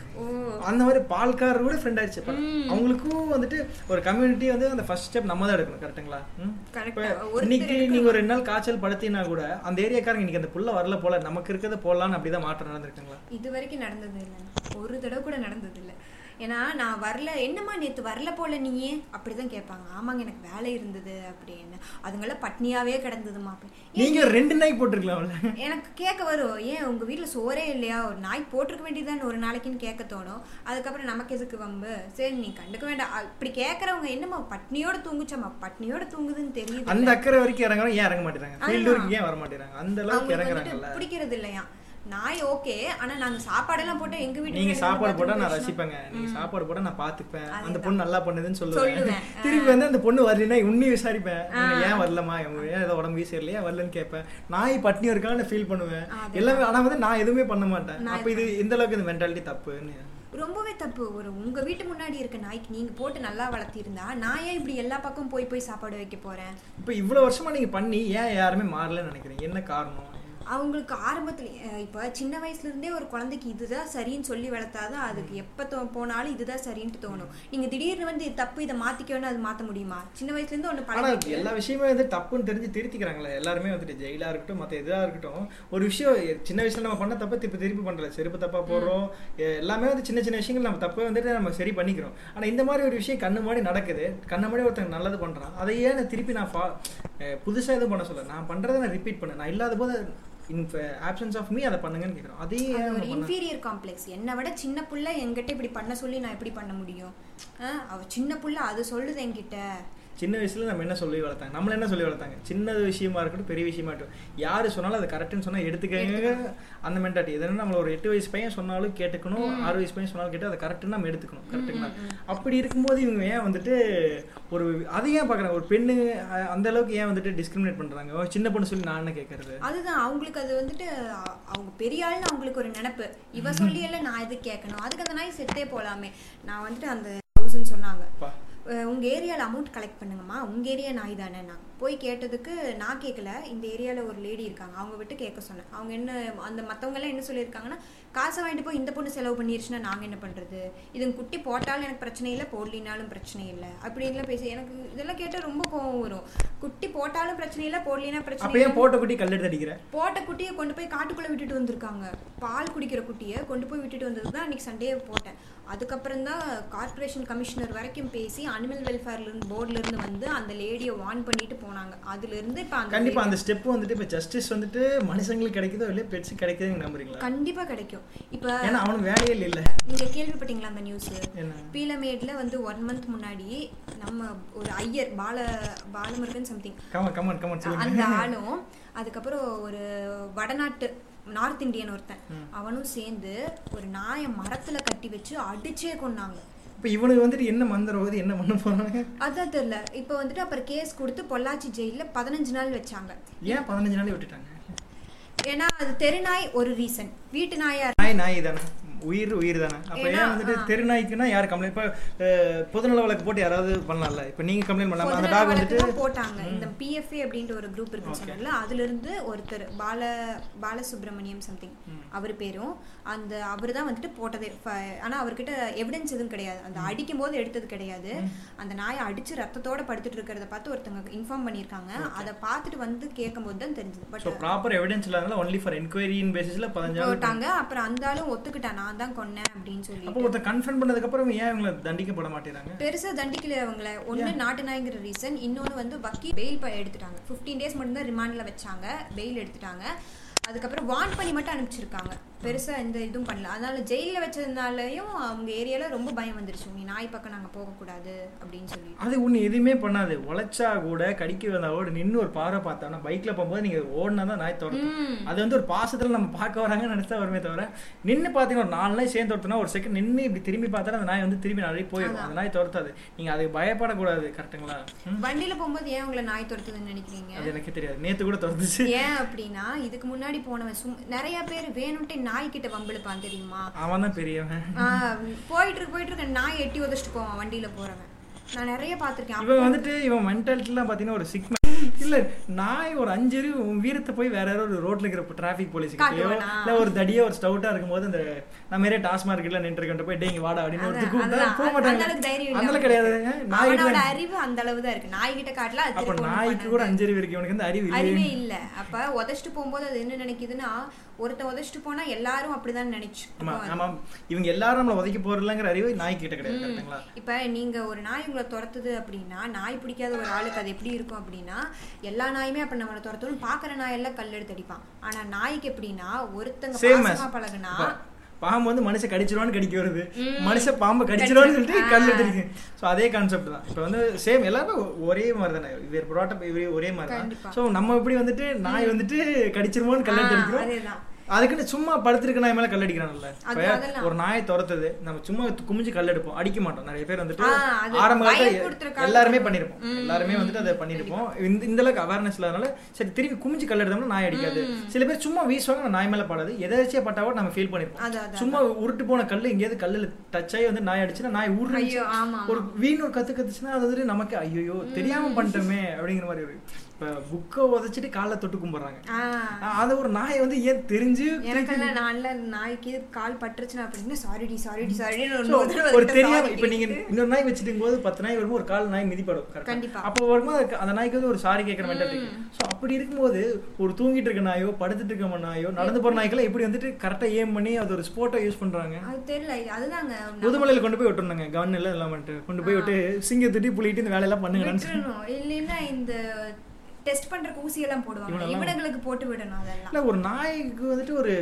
அந்த மாதிரி பால்காரர் கூட ஃப்ரெண்ட் ஆயிடுச்சு இப்ப. அவங்களுக்கும் வந்துட்டு ஒரு கம்யூனிட்டி வந்து அந்த ஃபர்ஸ்ட் ஸ்டெப் நம்ம தான் எடுக்கணும் கரெக்ட்டுங்களா ம்? கரெக்டா இப்ப ஒரு இன்னைக்கு நீங்க ஒரு ரெண்டு நாள் காய்ச்சல் படுத்தினா கூட அந்த ஏரியாக்காரங்க இன்னைக்கு அந்த புள்ள வரல போல நமக்கு இருக்கிறத போடலான்னு அப்படிதான் மாற்றம் நடந்திருக்குங்களா இது வரைக்கும் நடந்தது இல்லை ஒரு தடவை கூட நடந்தது இல்லை ஏன்னா நான் வரல என்னம்மா நேற்று வரல போல நீயே அப்படிதான் கேட்பாங்க ஆமாங்க எனக்கு வேலை இருந்தது அப்படின்னு அதுங்கள பட்னியாவே கிடந்ததுமா அப்படி நீங்க ஒரு ரெண்டு நாய் போட்டிருக்கலாம்ல எனக்கு கேட்க வரும் ஏன் உங்க வீட்ல சோறே இல்லையா ஒரு நாய் போட்டிருக்க வேண்டியதுதானே ஒரு நாளைக்குன்னு கேட்க தோணும் அதுக்கப்புறம் நமக்கு எதுக்கு வம்பு சரி நீ கண்டுக்க வேண்டாம் அப்படி கேட்கறவங்க என்னம்மா பட்னியோட தூங்குச்சம்மா பட்னியோட தூங்குதுன்னு தெரியுது அந்த அக்கறை வரைக்கும் இறங்குறோம் ஏன் இறங்க மாட்டேறாங்க ஃபீல்டு ஏன் வர மாட்டேறாங்க அந்த அளவுக்கு அவங்களுக்கு இறங்குறாங்கல்ல வந்துட்டு பிடிக்கிறது இல்லையா நாய் ஓகே ஆனா நாங்க சாப்பாடெல்லாம் போட்டு எங்க வீட்டுக்கு நீங்க ரெண்டு சாப்பாடு பாத்திரம் போட்டா நான் போட்டுருச்சுன்னா- ரசிப்பேங்க நீங்க சாப்பாடு போட்டா நான் பாத்துப்பேன் அந்த பொண்ணு நல்லா பண்ணுதுன்னு சொல்லுவேன் சொல்லுவேன். திருப்பி வந்து அந்த பொண்ணு வரலன்னா உன்னையும் விசாரிப்பேன் நீங்க ஏன் வரலமா இவங்க ஏன் ஏதோ உடம்பு சரியில்லையா வரலன்னு கேட்பேன் நாய் பட்னி இருக்கான்னு ஃபீல் பண்ணுவேன் எல்லாமே ஆனா வந்து நான் எதுவுமே பண்ண மாட்டேன் அப்ப இது இந்த அளவுக்கு இந்த மென்டாலிட்டி தப்புன்னு ரொம்பவே தப்பு ஒரு உங்க வீட்டு முன்னாடி இருக்க நாய்க்கு நீங்க போட்டு நல்லா வளர்த்திருந்தா நான் ஏன் இப்படி எல்லா பக்கம் போய் போய் சாப்பாடு வைக்க போறேன் இப்ப இவ்வளவு வருஷமா நீங்க பண்ணி ஏன் யாருமே மாறலன்னு நினைக்கிறீங்க என்ன காரணம் அவங்களுக்கு ஆரம்பத்துல அஹ் இப்ப சின்ன வயசுல இருந்தே ஒரு குழந்தைக்கு இதுதான் சரின்னு சொல்லி வளர்த்தாதான் அதுக்கு எப்ப தோ போனாலும் இதுதான் சரின்ட்டு தோணும் நீங்க திடீர்னு வந்து இது தப்பு இதை மாத்திக்கணும்னு அது மாத்த முடியுமா சின்ன வயசுல இருந்து ஒண்ணு ஆனா பழகிட்டு எல்லா விஷயமே வந்து தப்புன்னு தெரிஞ்சு திருத்திக்கிறாங்களே எல்லாருமே வந்துட்டு ஜெயிலா இருக்கட்டும் மற்ற இதாக இருக்கட்டும் ஒரு விஷயம் சின்ன வயசுல நம்ம பண்ண தப்ப திருப்பி திருப்பி பண்றல செருப்பு தப்பா போடுறோம் எ- எல்லாமே வந்து சின்ன சின்ன விஷயங்கள் நம்ம தப்பை வந்துட்டு நம்ம சரி பண்ணிக்கிறோம் ஆனா இந்த மாதிரி ஒரு விஷயம் கண்ணு முன்னாடி நடக்குது கண்ணு முன்னாடி ஒருத்தங்க நல்லது பண்றான் அதை ஏன் நான் திருப்பி நான் பா- எ, புதுசா எதுவும் பண்ண சொல்ல நான் பண்றதை நான் ரிப்பீட் பண்ணேன் நான் இல்லாத போது இன் ஆப்சன்ஸ் ஆஃப் மீ அதை பண்ணுங்கன்னு கேட்குறோம் அதே அது ஏன் ஒரு நம்ம பண்ண- இன்ஃபீரியர் காம்ப்ளெக்ஸ் என்னை விட சின்ன புள்ள என்கிட்ட இப்படி பண்ண சொல்லி நான் எப்படி பண்ண முடியும் ஆ, அவ சின்ன புள்ள அது சொல்லுது என்கிட்ட சின்ன வயசுல நம்ம என்ன சொல்லி வளர்த்தாங்க நம்மள என்ன சொல்லி வளர்த்தாங்க சின்னது விஷயமா இருக்கட்டும் பெரிய விஷயமா இருக்கட்டும் யாரு சொன்னாலும் அது கரெக்ட்னு சொன்னா எடுத்துக்கங்க அந்த மென்டாட்டி எதுனா நம்மள ஒரு எட்டு வயசு பையன் சொன்னாலும் கேட்டுக்கணும் ஆறு வயசு பையன் சொன்னாலும் கேட்டு அதை கரெக்ட்னு நம்ம எடுத்துக்கணும் கரெக்ட்டுங்களா அப்படி இருக்கும்போது இவங்க ஏன் வந்துட்டு ஒரு அதை ஏன் பார்க்குறாங்க ஒரு பெண்ணு அ- அந்த அளவுக்கு ஏன் வந்துட்டு டிஸ்கிரிமினேட் பண்றாங்க "ஓ, சின்ன பொண்ணு சொல்லி நான் என்ன கேட்கறது அதுதான் அவங்களுக்கு அது வந்துட்டு அ- அவங்க பெரிய ஆள்னு அவங்களுக்கு ஒரு நினப்பு இவ சொல்லியெல்லாம் நான் எது கேட்கணும் அதுக்கு அந்த நாய் செத்தே போலாமே நான் வந்துட்டு அந்த தௌசண்ட் சொன்னாங்க பா அஹ் உங்க ஏரியால அமௌண்ட் கலெக்ட் பண்ணுங்கம்மா உங்க ஏரியா நாய் தானே நான் போய் கேட்டதுக்கு நான் கேட்கல இந்த ஏரியால ஒரு லேடி இருக்காங்க அவங்க விட்டு கேட்க சொன்னேன் அவங்க என்ன அந்த மத்தவங்க எல்லாம் என்ன சொல்லியிருக்காங்கன்னா காசை வாங்கிட்டு போய் இந்த பொண்ணு செலவு பண்ணிருச்சுன்னா நாங்க என்ன பண்றது இதுங்க குட்டி போட்டாலும் எனக்கு பிரச்சனை இல்லை போடலினாலும் பிரச்சனை இல்லை அப்படின்லாம் பேசி எனக்கு இதெல்லாம் கேட்டா ரொம்ப கோவம் வரும் குட்டி போட்டாலும் பிரச்சனை இல்லை போடலினா அப்ப பிரச்சனை ஏன் இல்லை போட்ட குட்டி கல்லெடுத்து அடிக்கிற போட்ட குட்டியை கொண்டு போய் காட்டுக்குள்ள விட்டுட்டு வந்திருக்காங்க பால் குடிக்கிற குட்டியை கொண்டு போய் விட்டுட்டு வந்தது தான் அன்னைக்கு சண்டே போட்டேன் அதுக்கப்புறம் தான் கார்ப்பரேஷன் கமிஷனர் வரைக்கும் பேசி அனிமல் வெல்ஃபேர்ல இருந்து போர்டுல இருந்து வந்து அந்த லேடியை வார்ன் பண்ணிட்டு போனாங்க அதுல இருந்து இப்ப அந்த கண்டிப்பா lady- அந்த ஸ்டெப் வந்துட்டு இப்ப ஜஸ்டிஸ் வந்துட்டு மனுஷங்களுக்கு கிடைக்குதோ இல்லையோ பெட்ஸ் கிடைக்குதுன்னு நம்புறீங்களா கண்டிப்பா கிடைக்கும் இப்ப ஏன்னா அவனுக்கு வேலையே இல்லை நீங்க கேள்விப்பட்டீங்களா அந்த நியூஸ் என்ன பீலமேட்ல வந்து ஒன் மந்த் முன்னாடி நம்ம ஒரு ஐயர் பால Balamurugan something come on come on come on சொல்லுங்க அந்த ஆளும் அதுக்கப்புறம் ஒரு வடநாட்டு நார்த் இந்தியன் ஒருத்தன் அவனும் சேர்ந்து ஒரு நாயை மரத்துல கட்டி வச்சு அடிச்சே கொன்னாங்க இப்போ இவனுக்கு வந்துட்டு என்ன மந்திரவாதி என்ன பண்ண போறானுங்க அதான் தெரியல இப்போ வந்துட்டு அப்புறம் கேஸ் கொடுத்து பொள்ளாச்சி ஜெயில பதினஞ்சு நாள் வச்சாங்க ஏன் பதினஞ்சு நாளே விட்டுட்டாங்க ஏன்னா அது தெருநாய் ஒரு ரீசன் வீட்டு நாயா நாய் நாய் தானே உயிர் உயிர் தானே அப்போ ஏன்னா, ஏன் வந்துட்டு ஆ. தெருநாய்க்குன்னா யார் கம்ப்ளைண்ட் இப்போ பொதுநல வழக்கு போட்டு யாராவது பண்ணலாம்ல இப்போ நீங்க கம்ப்ளைண்ட் பண்ணலாம் அந்த டாக் பொதுநல வந்துட்டு தான் போட்டாங்க இந்த பிஎஃப்ஏ அப்படின்ற ஒரு குரூப் இருக்குன்னு Okay. சொன்னால அதுல இருந்து ஒருத்தர் பால பாலசுப்ரமணியம் சம்திங் அவர் பேரும் அந்த அவர் தான் வந்துட்டு போட்டதே ஃப- ஆனா அவர்கிட்ட எவிடன்ஸ் எதுவும் கிடையாது அந்த அடிக்கும் போது எடுத்தது கிடையாது அந்த நாயை அடிச்சு ரத்தத்தோட படுத்துட்டு இருக்கிறத பார்த்து ஒருத்தங்க இன்ஃபார்ம் பண்ணியிருக்காங்க அதை பார்த்துட்டு வந்து கேட்கும்போது தான் தெரிஞ்சது பட் ஸோ ப்ராப்பர் எவிடன்ஸ் இல்லாதனால ஒன்லி ஃபார் என்கொயரியின் பேசிஸில் பதினஞ்சு நாள் போட்டாங்க அப்புறம் அந்த ஆளும் ஒத்துக்கிட்டா நான் தான் கொன்னேன் அப்படின்னு சொல்லி அப்போ ஒருத்தன் கன்ஃபர்ம் பண்ணதுக்கப்புறம் ஏன் இவங்களை தண்டிக்கப்பட மாட்டேறாங்க பெருசா தண்டிக்கல அவங்கள ஒண்ணு நாட்டு நாய்ங்கிற ரீசன் இன்னொன்னு வந்து வக்கீல் பெயில் எடுத்துட்டாங்க 15 டேஸ் மட்டும்தான் ரிமாண்ட்ல வச்சாங்க பெயில் எடுத்துட்டாங்க அதுக்கப்புறம் வான் பண்ணி மட்டும் அனுப்பிச்சிருக்காங்க பெருசா எந்த இதுவும் பண்ணல அதனால ஜெயில வச்சதுனாலயும் அவங்க ஏரியால ரொம்ப பயம் வந்துருச்சு நீ நாய் பக்கம் நாங்க போக கூடாது அப்படின்னு சொல்லி அது ஒன்று எதுவுமே பண்ணாது உழைச்சா கூட கடிக்க வந்தா கூட நின்று ஒரு பாறை பார்த்தோம்னா பைக்ல போகும்போது நீங்க ஓடினா தான் நாய் துரத்தும் அது வந்து ஒரு பாசத்துல நம்ம பார்க்க வராங்கன்னு நினைச்சா வருமே தவிர நின்று பார்த்தீங்கன்னா ஒரு நாலு நாய் சேர்ந்து துரத்துனா ஒரு செகண்ட் நின்று இப்படி திரும்பி பார்த்தா அந்த நாய் வந்து திரும்பி நிறைய போயிடும் அந்த நாய் துரத்தாது நீங்க அதுக்கு பயப்படக்கூடாது கரெக்ட்டுங்களா ம், வண்டியில போகும்போது ஏன் உங்களை நாய் துரத்துதுன்னு நினைக்கிறீங்க அது எனக்கு தெரியாது நேத்து கூட துரத்துச்சு ஏன் அப்படின்னா இதுக்கு முன்னாடி போனவன் சும் நிறைய பேர் வேணும்ட்டு நாய்கிட்ட வம்பிழுப்பான் தெரியுமா அவன் தான் பெரியவன் ஆ, போயிட்டு இருக்கு போயிட்டு இருக்க நாய் எட்டி உதச்சிட்டு போவான் வண்டியில போறவன் நான் நிறைய பார்த்திருக்கேன் இவன் வந்துட்டு இவன் மென்டாலிட்டிலாம் பார்த்தீங்கன்னா ஒரு சிக்ம இல்ல நாய் ஒரு அஞ்சு அறிவு உன் வீரத்தை போய் வேற யாரோ ஒரு ரோட்ல இருக்கிற டிராஃபிக் போலீஸ்கிட்டயோ காட்டுவானா? இல்ல ஒரு தடியா ஒரு ஸ்டவுட்டா இருக்கும்போது அந்த நம்ம ஏரியா டாஸ்மாக் இல்ல நின்று இருக்கேன் போய் டேய் இங்க வாடா அப்படின்னு ஒரு அதான், கூப்பிட்டா அதான். போக அந்த மாட்டாங்க அளவுக்கு தைரியம் இல்ல அந்த அளவுக்கு அவனுக்கு. கிடையாது நாய் அவனோட அறிவு அந்த அளவு தான் இருக்கு நாய்கிட்ட காட்டல அது அப்ப திருப்பி ஒண்ணும் நாய்க்கு கூட பண்ணாது. அஞ்சு அறிவு இருக்கு இவனுக்கு வந்து அறிவு அறிவே இல்லையே இல்ல அப்ப உதைச்சிட்டு போகும்போது அது என்ன நினைக்குதுன்னா ஒருத்தன் உதைச்சிட்டு போனா எல்லாரும் அப்படிதான் நினைச்சு ஆமா ஆமா இவங்க எல்லாரும் நம்மள உதைக்க போறதுலங்கிற அறிவு நாய் கிட்ட கிடையாது கரெக்ட்டுங்களா இப்ப நீங்க ஒரு நாய் உங்களை துரத்துது அப்படின்னா நாய் பிடிக்காத ஒரு ஆளுக்கு அது எப்படி இருக்கும் அப்படின்னா எல்லா நாயுமே அப்ப நம்மளை துரத்தணும் பாக்குற நாயெல்லாம் கல் எடுத்து அடிப்பான் ஆனா நாய்க்கு எப்படின்னா ஒருத்தங்க சேம் பாசமா பழகுனா பாம்பு வந்து மனுஷ கடிச்சிருவான்னு கடிக்க வருது மனுஷ பாம்பு கடிச்சிருவான்னு சொல்லிட்டு கல் எடுத்துருக்கு ஸோ அதே கான்செப்ட் தான் இப்போ வந்து சேம் எல்லாரும் ஒ- ஒரே மாதிரி தானே இவர் புரோட்டப் இவரே ஒரே மாதிரி கண்டிப்பா. தான் ஸோ நம்ம எப்படி வந்துட்டு நாய் வந்துட்டு கடிச்சிருமோன்னு கல் ஆ, எடுத்துருக்கிறோம் அதேதான். அதுக்குன்னு சும்மா படுத்திருக்க நாய் மேல கல் அடிக்கிறான்ல அது இப்ப அதெல்லாம். ஒரு நாயை துரத்துது நம்ம சும்மா குமிஞ்சு கல் எடுப்போம் அடிக்க மாட்டோம் நிறைய பேர் ஆ, அது வந்துட்டு ஆரம்ப காலத்துல பயப்படுத்துறதுக்காக எல்லாருமே பண்ணுவோம். பண்ணிருப்போம் எல்லாருமே வந்துட்டு அதை பண்ணிருப்போம் இந்த இந்த அளவுக்கு அவேர்னஸ் இல்லாதனால சரி திருப்பி குமிஞ்சு கல் எடுத்தோம்னா நாய் அடிக்காது சில பேர் சும்மா வீசுவாங்க ஆனா நாய் மேல படாது எதாச்சும் பட்டாவோட நம்ம ஃபீல் பண்ணிருப்போம் அதான், அதான். சும்மா உருட்டு போன கல்லு எங்கேயாவது கல்லுல டச் ஆகி வந்து நாய் அடிச்சுன்னா நாய் ஐயோ, ஆமா, உருட்டு ஆமா. ஒரு வீண் ஒரு கத்து கத்துச்சுன்னா அது வந்து நமக்கு ஐயோ தெரியாம பண்ணிட்டோமே அப்படிங்கிற மாதிரி ஒரு இப்ப புக்கை உதைச்சிட்டு காலை தொட்டு கும்பிடுறாங்க ஆஹ் ஆனா, அது ஒரு நாயை வந்து ஏன் தெரிஞ்சு எனக்கெல்லாம் நல்ல நாய்க்கு கால் பட்டுருச்சுன்னா அப்படின்னா சாரிடி சாரிடி சாரிடி So, ஒரு தெரியாம இப்ப நீங்க இன்னொரு நாய் வச்சிருக்கும் போது பத்து நாய் வரும்போது ஒரு கால் நாய் மிதிப்படும் correct ஆ? கண்டிப்பா. அப்போ வரும்போது அதுக்கு- அந்த நாய்க்கு வந்து ஒரு சாரி கேட்கற மென்டல் இருக்கு ஸோ அப்படி இருக்கும்போது ஒரு தூங்கிட்டு இருக்க நாயோ படுத்துட்டு இருக்க நாயோ நடந்து போற நாய்க்கெல்லாம் எப்படி வந்துட்டு கரெக்டா ஏம் பண்ணி அது ஒரு ஸ்போர்ட்டா யூஸ் பண்றாங்க அது தெரியல இது அதுதாங்க நம்ம முதுமலையில கொண்டு போய் விட்டுருந்தாங்க கவர்ன் எல்லாம் எல்லாம் பண்ணிட்டு கொண்டு போய் விட்டு சிங்கத்துட்டி புள்ளிட்டு இந்த வேலையெல்லாம் பண்ணுங்கன்னு விட்டுறணும் இல்லைன்னா இந்த டெஸ்ட் பண்ற ஊசியெல்லாம் போடுவாங்க இவனெல்லாம் இவனுங்களுக்கு போட்டு விடணும் அதெல்லாம் இல்லை ஒரு நாய்க்கு வந்துட்டு ஒரு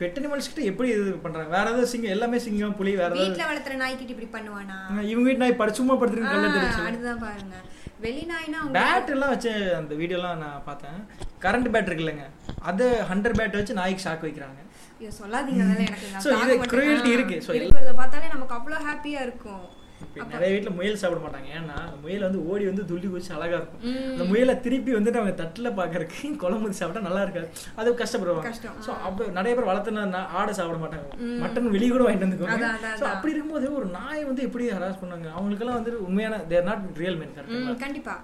பெட் அனிமல்ஸ் கிட்ட எப்படி இது பண்றாங்க வேற ஏதாவது சிங்கம் எல்லாமே சிங்கம் புலி வேற ஏதாவது வீட்ல வளர்த்துற நாய்க்கிட்ட இப்படி பண்ணுவானா ஆ, இவங்க வீட்டு நாய் படுச்சுமா படுத்துருக்கு கல்ல ஆஹ், தெரிச்சு அதுதான் பாருங்க வெளி நாய்னா பேட் எல்லாம் வச்சு அந்த வீடியோலாம் நான் பார்த்தேன் கரண்ட் பேட் இருக்குல்லங்க அது ஹண்ட்ரட் பேட் வச்சு நாய்க்கு ஷாக் வைக்கிறாங்க ஐயோ சொல்லாதீங்க அதெல்லாம் எனக்கு நான் So, இது பார்க்க மாட்டேன். cruelty ஆ, இருக்கு. So, இருக்கிறத பார்த்தாலே நமக்கு அவ்வளோ ஹாப்பியா இருக்கும் இப்ப நிறைய வீட்டில் முயல் சாப்பிட மாட்டாங்க ஏன்னா அந்த முயல் வந்து ஓடி வந்து துள்ளி குதிச்சு அழகா இருக்கும் அந்த முயலை திருப்பி வந்துட்டு அவங்க தட்டில் பார்க்கறதுக்கு குழம்பு ஊத்தி சாப்பிட்டா நல்லா இருக்காது அது கஷ்டப்படுவாங்க கஷ்டம். ஸோ அப்போ நிறைய பேர் வளர்த்துனா ஆடை சாப்பிட மாட்டாங்க மட்டன் வெளியே கூட வாங்கிட்டு அதான், வந்துக்குவாங்க அதான், ஸோ அதான். அப்படி இருக்கும்போது ஒரு நாய் வந்து எப்படி ஹராஸ் பண்ணாங்க அவங்களுக்கெல்லாம் வந்து உண்மையான they're not real man correct ம், கண்டிப்பா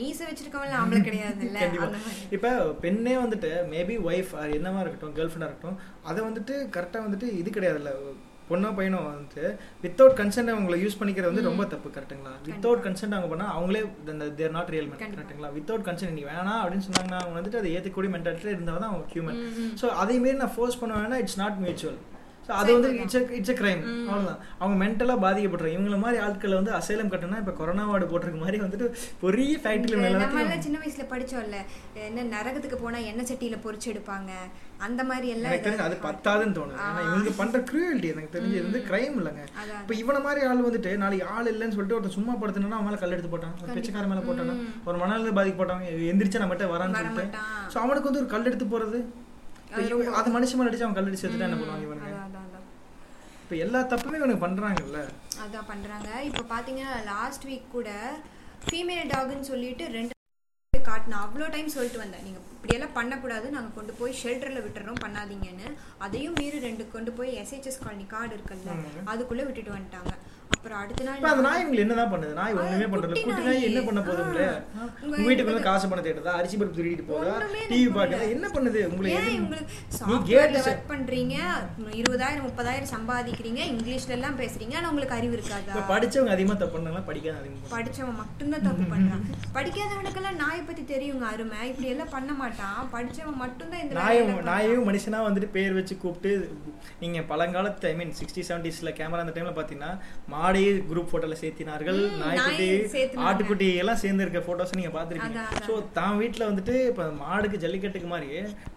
மீச வச்சிருக்கவங்க ஆம்பளை கிடையாது இல்ல கண்டிப்பா அந்த மாதிரி இப்போ பெண்ணே வந்துட்டு மேபி ஒய்ஃப் என்னவா இருக்கட்டும் கேர்ள் ஃப்ரெண்டாக இருக்கட்டும் அதை வந்துட்டு கரெக்டாக வந்துட்டு இது கிடையாதுல்ல பொண்ணோ பையனோ வந்துட்டு வித்தவுட் கன்சென்ட் அவங்கள யூஸ் பண்ணிக்கிறது வந்து ரொம்ப தப்பு கரெக்ட்டுங்களா வித்தவுட் கன்சென்ட் அவங்க பண்ணால் அவங்களே தேர் நாட் ரியல் மேன் கண்டிப்பா. கரெக்ட்டுங்களா வித்தவுட் கன்சென்ட் நீ வேணாம் அப்படின்னு சொன்னாங்கன்னா அவங்க வந்துட்டு அதை ஏற்றக்கூடிய மென்டாலிட்டியில் இருந்தால் தான் அவங்க ஹியூமன் ஸோ அதேமாரி நான் ஃபோர்ஸ் பண்ண வேணா இட்ஸ் நாட் மியூச்சுவல் ஸோ அது வந்து இட்ஸ் இட்ஸ் கிரைம் அவ்வளோதான் அவங்க மென்டலாக பாதிக்கப்படுறாங்க இவங்கள மாதிரி ஆட்களை வந்து அசைலம் கட்டணும்னா இப்போ கொரோனா வார்டு போட்டிருக்க மாதிரி வந்துட்டு பெரிய ஃபேக்ட்ரியில் நம்ம எல்லாத்தையும் எல்லாம் சின்ன வயசுல படிச்சோம்ல என்ன நரகத்துக்கு போனா எண்ணெய் சட்டியில பொரிச்சு எடுப்பாங்க அந்த மாதிரி எல்லாம் எனக்கு தெரிஞ்சு அது ஏதாவது பத்தாதுன்னு தோணுது ஏன்னா இவங்க பண்ற கிரியல்ட்டி எனக்கு தெரிஞ்சு இது வந்து கிரைம் இல்லைங்க அதான். இப்போ இவனை மாதிரி ஆள் வந்துட்டு நாளைக்கு ஆள் இல்லைன்னு சொல்லிட்டு ஒருத்தன் சும்மா படுத்துனா அவன் மேல கல் எடுத்து போட்டான் ஒரு பிச்சைக்காரன் மேல போட்டான் ஒரு மணல பாதிக்கு போட்டான் எந்திரிச்சா நம்மகிட்ட வரான்னு வர சொல்லிட்டு மாட்டான். ஸோ அவனுக்கு வந்து ஒரு கல் எடுத்து போறது இப்ப இவன் அது மனுஷன் மேல அடிச்சு அவன் கல் அடிச்சு எடுத்துட்டா என்ன பண்ணுவாங்க இவனுக்கு அதான், அதான், அதான். இப்போ எல்லா தப்புமே இவனுக்கு பண்றாங்கல்ல அதான் பண்றாங்க இப்போ பாத்தீங்கன்னா லாஸ்ட் வீக் கூட ஃபீமேல் டாக்னு சொல்லிட்டு ரெண்டு காட்டினேன் அவ்வளோ டைம் சொல்லிட்டு வந்தேன் நீங்கள் இப்படியெல்லாம் பண்ணக்கூடாது நாங்கள் கொண்டு போய் ஷெல்டரில் விட்டுறோம் பண்ணாதீங்கன்னு அதையும் மீறி ரெண்டு கொண்டு போய் எஸ்ஹெச்எஸ் காலனி கார்டு இருக்குல்ல அதுக்குள்ளே விட்டுட்டு வந்துட்டாங்க அப்புறம் அடுத்த இப்போ அந்த நாள் நாய் இவங்களுக்கு என்னதான் பண்ணுது நாய் ஒண்ணுமே அது பண்றது குட்டி குட்டி நாய் நாய். என்ன பண்ண போதுங்களே ஆ. உங்க வீட்டுக்குள்ள காசு பணம் தேடுதா அரிசி பருப்பு திருடிட்டு போதா ஒண்ணுமே எனக்கு டிவி புரியல. பாக்குறதா என்ன பண்ணுது உங்களுக்கு ஏன் எது- இவங்களுக்கு நீ சாஃப்ட்வேர்ல கேட்டு ஒர்க் பண்றீங்க இருபதாயிரம் முப்பதாயிரம் சம்பாதிக்கிறீங்க இங்கிலீஷ்ல எல்லாம் பேசுறீங்க ஆனா உங்களுக்கு அறிவு இருக்காதா இப்போ படிச்சவங்க அதிகமா தப்பு பண்ணாங்களா படிக்காத அதிகமா பண்ணாங்களா? படிச்சவன் மட்டும்தான் தப்பு பண்றான் படிக்காதவனுக்கெல்லாம் நாயை பத்தி தெரியுங்க அருமை இப்படி எல்லாம் பண்ண மாட்டான் படிச்சவன் மட்டும்தான் இந்த நாயும் வேலையெல்லாம் நாயும் மனுஷனா வந்துட்டு பேர் வச்சு கூப்பிட்டு நீங்க பழங்காலத்து ஐ மீன் சிக்ஸ்டி செவன்டிஸ்ல கேமரா அந்த டைம்ல பாத்தீங்கன்னா மாடே குரூப் போட்டோல சேர்த்தினார்கள் ம், நாய்க்குட்டி நாயை சேர்த்துனாங்க. ஆட்டுக்குட்டி எல்லாம் சேர்ந்து இருக்க போட்டோஸ் நீங்க பாத்திருக்கீங்க அதான், அதான். சோ தான் வீட்டுல வந்துட்டு இப்ப மாடுக்கு ஜல்லிக்கட்டுக்கு மாதிரி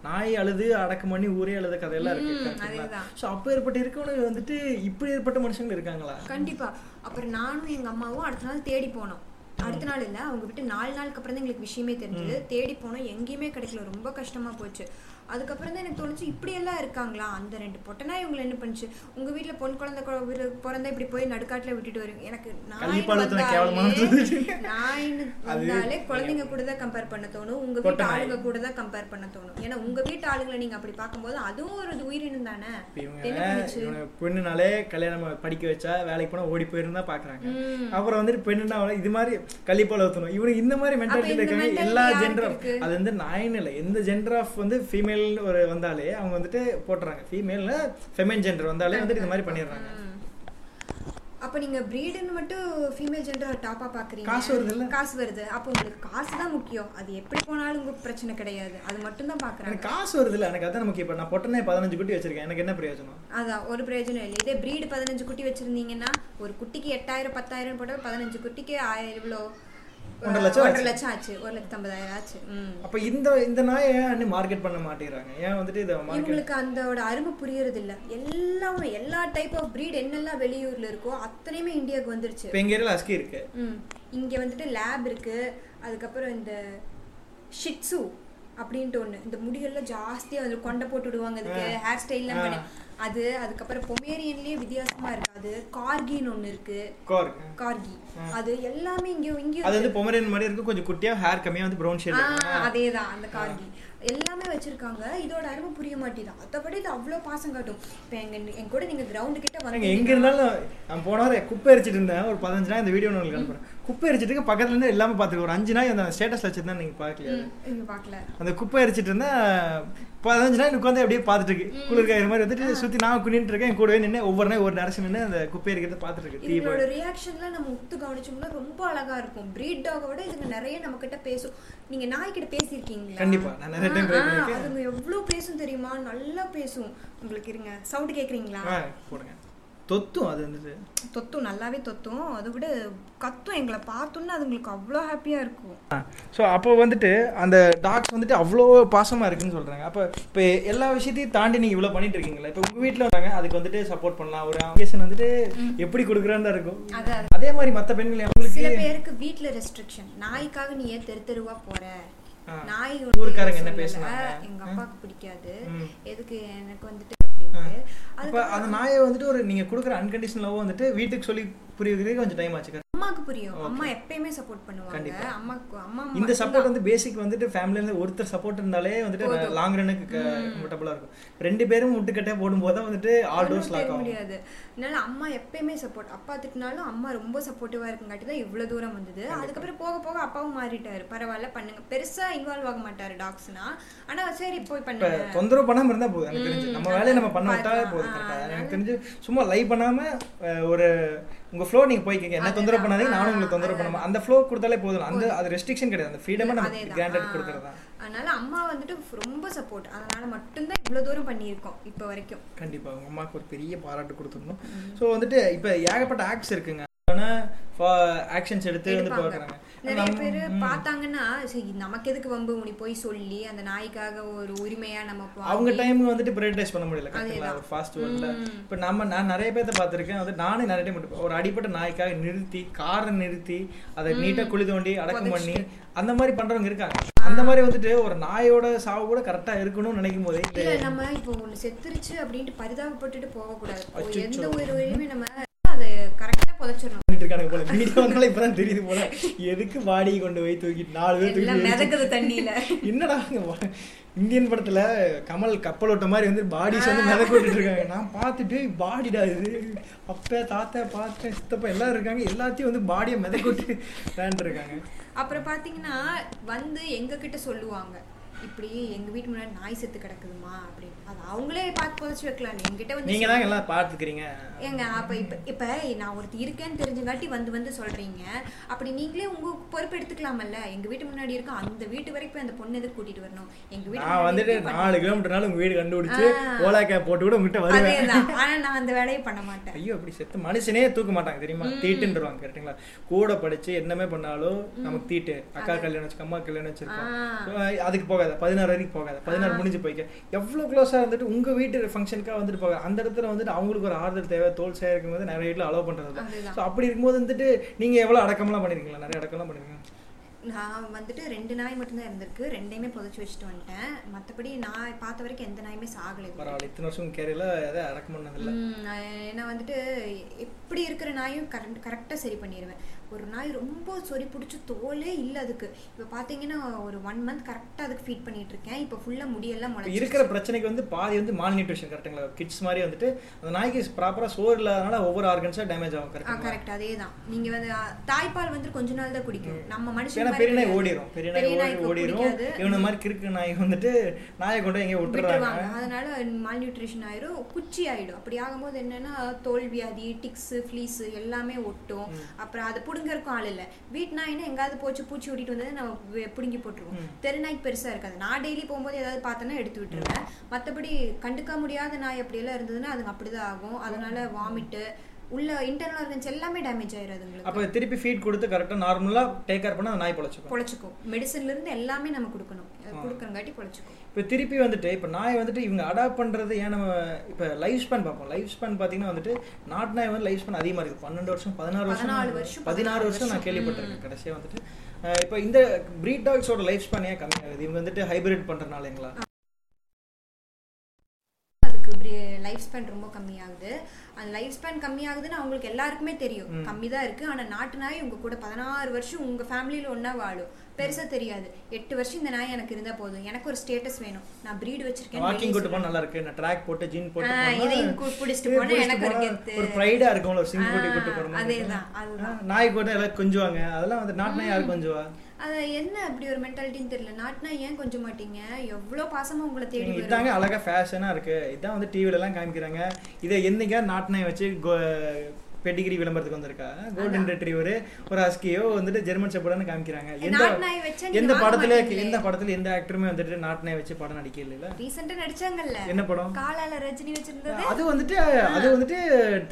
நாய் அழுது அடக்கம் பண்ணி ஊரே அழுத கதையெல்லாம் ம், இருக்கு அதேதான். சோ அப்ப ஏற்பட்டு இருக்கவனுக்கு வந்துட்டு இப்படி ஏற்பட்ட மனுஷங்க இருக்காங்களா கண்டிப்பா அப்புறம் நானும் எங்க அம்மாவும் அடுத்த நாள் தேடி போனோம் அடுத்த நாள் இல்ல அவங்க விட்டு நாலு நாளுக்கு அப்புறம் தான் எங்களுக்கு விஷயமே தெரிஞ்சது தேடி போனோம் எங்கேயுமே கிடைக்கல ரொம்ப கஷ்டமா போச்சு அதுக்கப்புறம் தான் எனக்கு தோணுச்சு இப்படி எல்லாம் இருக்காங்களா அந்த ரெண்டு பொட்டனா இவங்களை என்ன பண்ணுச்சு உங்க வீட்ல பொன் குழந்தை கொ- விரு- பிறந்தா இப்படி போய் நடுக்காட்டுல விட்டுட்டு வருவீங்க எனக்கு நாயின்னு கள்ளிப்பாலத்துல கேவலமான வந்தாலே- நாயின்னு அது வந்தாலே குழந்தைங்க கூட தான் கம்பேர் பண்ண தோணும் உங்க கொட்டை வீட்டு நாய். ஆளுங்க கூட தான் கம்பேர் பண்ண தோணும் ஏன்னா உங்க வீட்டு ஆளுங்களை நீங்க அப்படி பார்க்கும்போது அதுவும் ஒரு உயிரினம் தானே இப்ப என்ன பண்ணுச்சு இவங்க பெண்ணுனாலே கல்யாணம் படிக்க வச்சா வேலைக்கு போனா ஓடி போயிருந்தா பாக்குறாங்க அப்புறம் வந்துட்டு பெண்ணுனா அவளை இது மாதிரி கள்ளிப்பால ஊத்தணும் இவனுக்கு இந்த மாதிரி மென்டாலிட்டி இந்த இருக்காங்க mentality எல்லா யாருக்கு ஜென்டர் ஆஃப் இருக்கு? அது வந்து நாயின் இல்லை எந்த ஜென்டர் ஆஃப் வந்து ஃபீமேல் ஒரு வந்தாலே அவங்க வந்துட்டு போட்டுறாங்க ஃபீமேல்ல ஃபெமின் ஜென்டர் வந்தாலே வந்துட்டு இது மாதிரி பண்ணிடுறாங்க அப்ப நீங்க பிரீடுன்னு மட்டும் ஃபீமேல் ஜெண்டர் டாப்பா பாக்குறீங்க காசு வருதுல்ல? காசு வருது அப்ப உங்களுக்கு காசு தான் முக்கியம் அது எப்படி போனாலும் உங்களுக்கு பிரச்சனை கிடையாது அது மட்டும் தான் பாக்குறாங்க எனக்கு காசு வருது இல்லை எனக்கு அதான் நமக்கு இப்போ நான் பொட்டனே பதினஞ்சு குட்டி வச்சிருக்கேன் எனக்கு என்ன பிரயோஜனம் அதான் ஒரு பிரயோஜனம் இல்லை இதே பிரீடு பதினஞ்சு குட்டி வச்சிருந்தீங்கன்னா ஒரு குட்டிக்கு எட்டாயிரம் பத்தாயிரம் போட்டால் பதினஞ்சு குட்டிக்கு ஆயிரம் இவ்வளோ ஒன்றரை லட்சம் ஆச்சு. லட்சம் ஆச்சு ஒரு லட்சத்து ஐம்பதாயிரம் ஆச்சு ம் அப்போ இந்த இந்த நாயை ஏன் மார்க்கெட் பண்ண மாட்டேங்கிறாங்க ஏன் வந்துட்டு இதை மார்க்கெட் இவங்களுக்கு அந்தோட அருமை புரியறது இல்ல எல்லாமே எல்லா டைப் ஆஃப் பிரீட் என்னெல்லாம் வெளியூர்ல இருக்கோ அத்தனையுமே இந்தியாவுக்கு வந்துருச்சு இப்போ எங்கள் ஏரியாவில் அஸ்கி இருக்கு ம் இங்கே வந்துட்டு லேப் இருக்கு அதுக்கப்புறம் இந்த ஷிட்ஸு அப்படின்ட்டு ஒன்று இந்த முடியெல்லாம் ஜாஸ்தியாக அதில் கொண்டை போட்டு விடுவாங்க அதுக்கு ஹேர் ஸ்டைல்லாம் பண்ண அது அதுக்கப்புறம் பொமேரியன்லேயே வித்தியாசமாக இருக்கு அது கார்கின்னு ஒன்று இருக்கு கோருக்கு கார்கி அது எல்லாமே இங்கேயும் இங்கேயும் அது வந்து பொமரேன் மாதிரி இருக்கும் கொஞ்சம் குட்டியா ஹேர் கம்மியா வந்து ப்ரௌன் ஷேட் அதே தான் அந்த கார்கி எல்லாமே வச்சிருக்காங்க இதோட அருமை புரிய மாட்டேதான் அதபடி இது அவ்வளோ பாசம் காட்டும் இப்போ எங்க எங்க கூட நீங்கள் கிரவுண்டு கிட்ட நாங்க வந்து எங்க இருந்தாலும் நான் போன வாரம் குப்பை எரிச்சிட்டு இருந்தேன் ஒரு பதினஞ்சு நாள் இந்த வீடியோ நான் உங்களுக்கு அனுப்புறேன் குப்பை எரிச்சிட்டு இருக்கு, பக்கத்துல இருந்து எல்லாமே பாத்துருக்கோம் ஒரு அஞ்சு நாள் அந்த ஸ்டேட்டஸ் வச்சிருந்தா நீங்க பாக்கல இங்கே பார்க்கல அந்த குப்பை எரிச்சிட்டு இருந்தேன் பதினஞ்சு நாள் உட்காந்து அப்படியே பார்த்துட்டு இருக்கு குளிர்காயிற மாதிரி வந்துட்டு சுத்தி நான் குனின்ட்டு இருக்கேன் என் கூடவே நின்று ஒவ்வொரு நாள் ஒரு நேரம் நின்று அந்த குப்பை எரிக்கிறத பார்த்துட்டு இருக்கு தீபம் இவங்களோட ரியாக்ஷன்லாம் நம்ம உத்து கவனிச்சோம்னா ரொம்ப அழகா இருக்கும் பிரீட் டாகை விட இதுங்க நிறைய நம்ம கிட்ட பேசும் நீங்க நாய்கிட்ட பேசியிருக்கீங்களா கண்டிப்பா. நான் நிறைய time try ஆ, ஆ, பண்ணிருக்கேன். அதுங்க எவ்வளவு பேசும் தெரியுமா நல்லா பேசும் உங்களுக்கு இருங்க சவுண்ட் கேக்குறீங்களா ஆ, போடுங்க தொத்தும் அது வந்துட்டு தொத்தும் நல்லாவே தொத்தும் அதை விட கத்தும் எங்களை பார்த்தோன்னா அதுங்களுக்கு அவ்வளோ ஹாப்பியாக இருக்கும் ஸோ அப்போ வந்துட்டு அந்த டாக்ஸ் வந்துட்டு அவ்வளோ பாசமாக இருக்குன்னு சொல்கிறாங்க அப்போ இப்போ எல்லா விஷயத்தையும் தாண்டி நீங்கள் இவ்வளோ பண்ணிட்டு இருக்கீங்களா இப்போ உங்கள் வீட்டில் வராங்க அதுக்கு வந்துட்டு சப்போர்ட் பண்ணலாம் ஒரு அங்கேஷன் வந்துட்டு எப்படி கொடுக்குறான்னு இருக்கும் அது அது. அதே மாதிரி மற்ற பெண்கள் சில அவங்களுக்கு பேருக்கு வீட்ல ரெஸ்ட்ரிக்ஷன் நாய்க்காக நீ ஏன் தெரு தெருவா போற ஆ. நாய் ஊர்க்காரங்க என்ன சொல்லல, பேசுனாங்க? எங்க அப்பாவுக்கு பிடிக்காது ம். எதுக்கு எனக்கு வந்துட்டு அப்படின்ட்டு அப்போ அதுக்கு அந்த நாயை வந்துட்டு ஒரு நீங்கள் கொடுக்குற அன்கண்டிஷனலாகவும் வந்துட்டு வீட்டுக்கு சொல்லி புரிய வைக்கிறதுக்கு கொஞ்சம் டைம் ஆச்சு அம்மாக்கு புரியும் அம்மா எப்பயுமே சப்போர்ட் பண்ணுவாங்க கண்டிப்பா. அம்மாக்கு அம்மா இந்த மட்டும்தான். சப்போர்ட் வந்து பேசிக் வந்துட்டு ஃபேமிலியில ஒருத்தர் சப்போர்ட் இருந்தாலே வந்துட்டு லாங் ரனுக்கு கம்ஃபர்டபுளா இருக்கும் ரெண்டு பேரும் முட்டுக்கட்டே போடும்போது தான் வந்துட்டு ஆல் டோர்ஸ் ஒண்ணும் லாக் தெரிய ஆகும் முடியாது அதனால அம்மா எப்பயுமே சப்போர்ட் அப்பா திட்டினாலும் அம்மா ரொம்ப சப்போர்ட்டிவா இருக்குங்காட்டி தான் இவ்வளவு தூரம் வந்தது அதுக்கப்புறம் போக போக அப்பாவும் மாறிட்டாரு பரவாயில்ல பண்ணுங்க பெருசா இன்வால்வ் ஆக மாட்டாரு டாக்ஸ்னா ஆனா சரி போய் இப்ப பண்ணுங்க தொந்தரவு பண்ணாம இருந்தா போதும் எனக்கு தெரிஞ்சு நம்ம வேலையை நம்ம பண்ண விட்டாலே போதும் ஆ, கரெக்டா எனக்கு தெரிஞ்சு சும்மா லை பண்ணாம அஹ், ஒரு உங்க ஃப்ளோ நீங்க போய்க்கீங்க என்ன தொந்தரவு பண்ணாதீங்க நானும் உங்களுக்கு தொந்தரவு பண்ணாம அந்த ஃப்ளோ கொடுத்தாலே போதும் அந்த அது ரெஸ்ட்ரிக்ஷன் கிடையாது அந்த ஃப்ரீடமா நம்ம அதேதான். கிராண்டட் ஆ. கொடுக்கறதா அதனால அம்மா வந்துட்டு ரொம்ப சப்போர்ட் அதனால மட்டும்தான் இவ்வளவு தூரம் பண்ணியிருக்கோம் இப்போ வரைக்கும் கண்டிப்பா உங்க அம்மாவுக்கு ஒரு பெரிய பாராட்டு கொடுத்துடணும் ஸோ வந்துட்டு இப்ப ஏகப்பட்ட ஆக்ட்ஸ் இருக்குங்க ஆனா ஆக்ஷன்ஸ் எடுத்து வந்து எடுப்பாங்க. பாக்குறாங்க நிறைய பேர் பார்த்தாங்கன்னா சரி நமக்கு எதுக்கு வம்பு உனி போய் சொல்லி அந்த நாய்க்காக ஒரு உரிமையா நம்ம வாங்கி- அவங்க டைம் வந்துட்டு prioritize பண்ண முடியல கரெக்டுங்களா அதேதான். ஒரு ஃபாஸ்ட் வேர்ல்டில் இப்போ நம்ம நான் நிறைய பேர்த்த பார்த்துருக்கேன் வந்து நானே நிறைய டைம் மட்டும் ஒரு அடிப்பட்ட நாய்க்காக நிறுத்தி காரை நிறுத்தி அதை நீட்டாக குழி தோண்டி அடக்கம் பண்ணி அந்த மாதிரி பண்ணுறவங்க இருக்காங்க அந்த மாதிரி வந்துட்டு ஒரு நாயோட சாவு கூட கரெக்டாக இருக்கணும்னு நினைக்கும் போதே இல்ல நம்ம இப்போ ஒண்ணு செத்துருச்சு அப்படின்ட்டு பரிதாபப்பட்டுட்டு போகக்கூடாது இப்போ அச்சச்சோ. எந்த ஒரு உரிமை நம்ம அதை கரெக்டா புதைச்சிடணும் பண்ணிட்டு இருக்காங்க போல வீடியோ வந்தாலும் இப்போ தான் தெரியுது போல எதுக்கு வாடியை கொண்டு போய் தூக்கிட்டு நாலு பேர் எல்லாம் தூக்கி மிதக்குது தண்ணியில என்னடா இங்க வா- இந்தியன் படத்துல கமல் கப்பல் ஓட்ட மாதிரி வந்து பாடிஸ் வந்து மிதக்க விட்டுட்டு இருக்காங்க நான் பார்த்துட்டு பாடிடா இது அப்பா தாத்தா பாத்தா சித்தப்பா எல்லாரும் இருக்காங்க எல்லாத்தையும் வந்து பாடியை மிதக்க விட்டு விளையாண்டு இருக்காங்க அப்புறம் பாத்தீங்கன்னா வந்து எங்க கிட்ட சொல்லுவாங்க இப்படி எங்க வீட்டு முன்னாடி நாய் செத்து கிடக்குதுமா அப்படின்னு அது அவங்களே பார்த்து புதைச்சு வைக்கலாம் என்கிட்ட வந்து நீங்க தான் எல்லாம் பார்த்துக்கிறீங்க ஏங்க அப்ப இப்ப இப்ப நான் ஒருத்தர் இருக்கேன்னு தெரிஞ்சங்காட்டி வந்து வந்து சொல்றீங்க அப்படி நீங்களே உங்க பொறுப்பு எடுத்துக்கலாம்ல எங்க வீட்டு முன்னாடி இருக்க அந்த வீட்டு வரைக்கும் அந்த பொண்ணு எதுக்கு கூட்டிட்டு வரணும் எங்க வீட்டு நான் முன்னாடி வந்துட்டு இருக்க நாலு கிலோமீட்டர்னால உங்க வீடு கண்டுபிடிச்சு ஓலா கேப் போட்டு கூட உங்ககிட்ட பண்- வருவேன் அதேதான் ஆனா நான் அந்த வேலையை பண்ண மாட்டேன் ஐயோ அப்படி செத்து மனுஷனே தூக்க மாட்டாங்க தெரியுமா தீட்டுன்றவாங்க கரெக்டுங்களா கூட படிச்சு என்னமே பண்ணாலும் நமக்கு தீட்டு அக்கா கல்யாணம் வச்சு அம்மா கல்யாணம் வச்சிருக்கோம் அஹ் அதுக்கு போகாத பதினாறு வரைக்கும் போகாத பதினாறு முடிஞ்சு போய்க்க எவ்வளவு க்ளோஸா இருந்துட்டு உங்க வீட்டு ஃபங்க்ஷனுக்காக வந்துட்டு போகாது அந்த இடத்துல வந்துட்டு அவங்களுக்கு ஒரு ஆறுதல் தேவை தோல் சேர் இருக்கும்போது நிறைய வீட்டில் அலோவ் பண்றது அதுதான். ஸோ அப்படி இருக்கும்போது வந்துட்டு நீங்க எவ்வளவு அடக்கம்லாம் பண்ணிருக்கீங்களா நிறைய அடக்கம்லாம் பண்ணிருக்கீங்க நான் வந்துட்டு ரெண்டு நாய் மட்டும்தான் இருந்திருக்கு ரெண்டையுமே புதைச்சு வச்சுட்டு வந்துட்டேன் மத்தபடி நான் பார்த்த வரைக்கும் எந்த நாயுமே சாகலை இது பரவாயில்ல இத்தனை வருஷம் கேரியல எதை அடக்கம் பண்ணதில்ல ம், நான் ஏன்னா வந்துட்டு எப்படி இருக்கிற நாயும் கரெக்ட் கரெக்டாக சரி பண்ணிடுவேன் ஒரு நாய் ரொம்ப சொறி பிடிச்சி தோலே இல்லை அதுக்கு இப்போ பார்த்தீங்கன்னா ஒரு ஒன் மந்த் கரெக்டாக அதுக்கு ஃபீட் பண்ணிட்டு இருக்கேன் இப்போ ஃபுல்லாக முடியெல்லாம் இப்ப முளைச்சி இருக்கிற பிரச்சனைக்கு வந்து பாதி வந்து மால் நியூட்ரிஷன் கரெக்டுங்களா கிட்ஸ் மாதிரி வந்துட்டு அந்த நாய்க்கு ப்ராப்பரா சோறு இல்லாதனால ஒவ்வொரு ஆர்கன்ஸாக டேமேஜ் ஆகும் ஆ கரெக்ட் கரெக்ட் அதே தான் நீங்கள் வந்து ஆ, தாய்ப்பால் வந்து கொஞ்ச நாள் தான் குடிக்கும் நம்ம மனுஷன் ஏன்னா மாதிரி பெரிய நாய் கிடையாது. ஓடிரும் பெரிய நாய் ஓடி நாய்க்கு ஓடிரும் பிடிக்காது. இவன மாதிரி கிறுக்கு நாய் வந்துட்டு நாயை கொண்டு எங்கேயோ விட்டுருவாங்க விட்டுறாங்க அதனால மால் நியூட்ரிஷன் ஆயிரும் குச்சி ஆயிடும் அப்படி ஆகும்போது என்னன்னா தோல் வியாதி டிக்ஸ் ஃப்ளீஸ் எல்லாமே ஒட்டும் அப்புறம் அதை புடுங்கறக்கும் ஆள் இல்லை வீட்டு நாயினா எங்காவது போச்சு பூச்சி ஓட்டிட்டு வந்தது நம்ம வே- புடுங்கி போட்டுருவோம் தெரு நாய்க்கு பெருசா இருக்காது நான் டெய்லி போகும்போது ஏதாவது பார்த்தேன்னா எடுத்து விட்டுருவேன் மத்தபடி கண்டுக்க முடியாத நாய் அப்படியெல்லாம் இருந்ததுன்னா அதுங்க அப்படிதான் ஆகும் அதனால வாமிட்டு உள்ள இன்டர்னல் ஆர்கன்ஸ் எல்லாமே டேமேஜ் ஆயிரும் அதுங்களுக்கு அப்ப திருப்பி ஃபீட் கொடுத்து கரெக்டா நார்மலா டேக் கேர் பண்ணா அந்த நாய் பொழைச்சிக்கும் பொழைச்சிக்கும் மெடிசன்ல இருந்து எல்லாமே நம்ம கொடுக்கணும் கொடுக்கறங்காட்டி பொழைச்சிக்கும் இப்போ திருப்பி வந்துட்டு இப்போ நாய் வந்துட்டு இவங்க அடாப்ட் பண்ணுறது ஏன் நம்ம இப்போ லைஃப் ஸ்பேன் பார்ப்போம் லைஃப் ஸ்பேன் பார்த்தீங்கன்னா வந்துட்டு நாட் நாய் வந்து லைஃப் ஸ்பேன் அதிகமாக இருக்குது பன்னெண்டு வருஷம் பதினாறு பதினாலு வருஷம் வருஷம், பதினாறு வருஷம் நான் கேள்விப்பட்டிருக்கேன் கடைசியாக வந்துட்டு அஹ் இப்போ இந்த பிரீட் டாக்ஸோட லைஃப் ஸ்பேன் ஏன் கம்மியாகுது இவங்க வந்துட்டு ஹைபிரிட் பண்ணுறனாலங்களா அதுக்கு லைஃப் ஸ்பேன் ரொம்ப கம்மியாகுது அந்த லைஃப் ஸ்பேன் கம்மியாகுதுன்னு அவங்களுக்கு எல்லாருக்குமே தெரியும் கம்மி தான் இருக்கு ஆனா நாட்டு நாய் உங்க கூட பதினாறு வருஷம் உங்க ஃபேமிலியில ஒண்ணா வாழும் பெருசா தெரியாது எட்டு வருஷம் இந்த நாய் எனக்கு இருந்தா போதும் எனக்கு ஒரு ஸ்டேட்டஸ் வேணும் நான் ப்ரீடு வச்சிருக்கேன் வாக்கிங் கூட்டு போனால் நல்லா இருக்கு நான் ட்ராக் போட்டு ஜீன் போட்டு ஆ, போனா, இதையும் கூ- பிடிச்சிட்டு இது போனா எனக்கு ஒரு கெத்து. ஒரு ப்ரைடாக இருக்கும் ஒரு சிங்க் கூட்டி கூட்டு ஆ, போகணும் அதேதான் அதுதான் நாய் கூட எல்லாம் கொஞ்சுவாங்க அதெல்லாம் வந்து நாட்டு நாய் யார் கொஞ்சுவா அது என்ன அப்படி ஒரு மென்டாலிட்டின்னு தெரியல நாட்டுனா ஏன் கொஞ்சம் மாட்டீங்க எவ்வளவு பாசமா உங்களை தேடி நீங்க வரும் இதாங்க அழகா ஃபேஷனா இருக்கு இதான் வந்து டிவில எல்லாம் காமிக்கிறாங்க இதை என்னைக்கா நாட்டினை வச்சு பெடிகிரி விளம்பரத்துக்கு வந்திருக்கா கோல்டன் ரெட்ரிவர் ஒரு அஸ்கியோ வந்துட்டு ஜெர்மன் செப்படான்னு காமிக்கிறாங்க நாட்டு நாய் வச்சா எந்த நீங்க எந்த வாங்க படத்துல மாட்டீங்களே. எந்த படத்துல எந்த ஆக்டருமே வந்துட்டு நாட்டு நாய் வச்சு படம் நடிக்கல ரீசெண்டா நடிச்சாங்கல்ல என்ன படம் காலால ரஜினி வச்சிருந்தது அது வந்துட்டு அது வந்துட்டு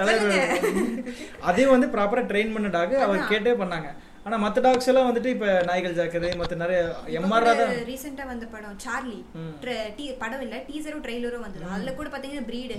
தலைவர் அதே வந்து ப்ராப்பரா ட்ரெயின் பண்ண டாக் அவர் கேட்டே பண்ணாங்க ஆனா மத்த டாக்ஸ் எல்லாம் வந்துட்டு இப்ப நாய்கள் ஜாக்கிரதை மத்த நிறைய எம்ஆர் ராதா ரீசெண்டா வந்த படம் சார்லி tra- tea- படம் இல்ல டீசரும் ட்ரெய்லரும் வந்தது அதுல கூட பாத்தீங்கன்னா பிரீடு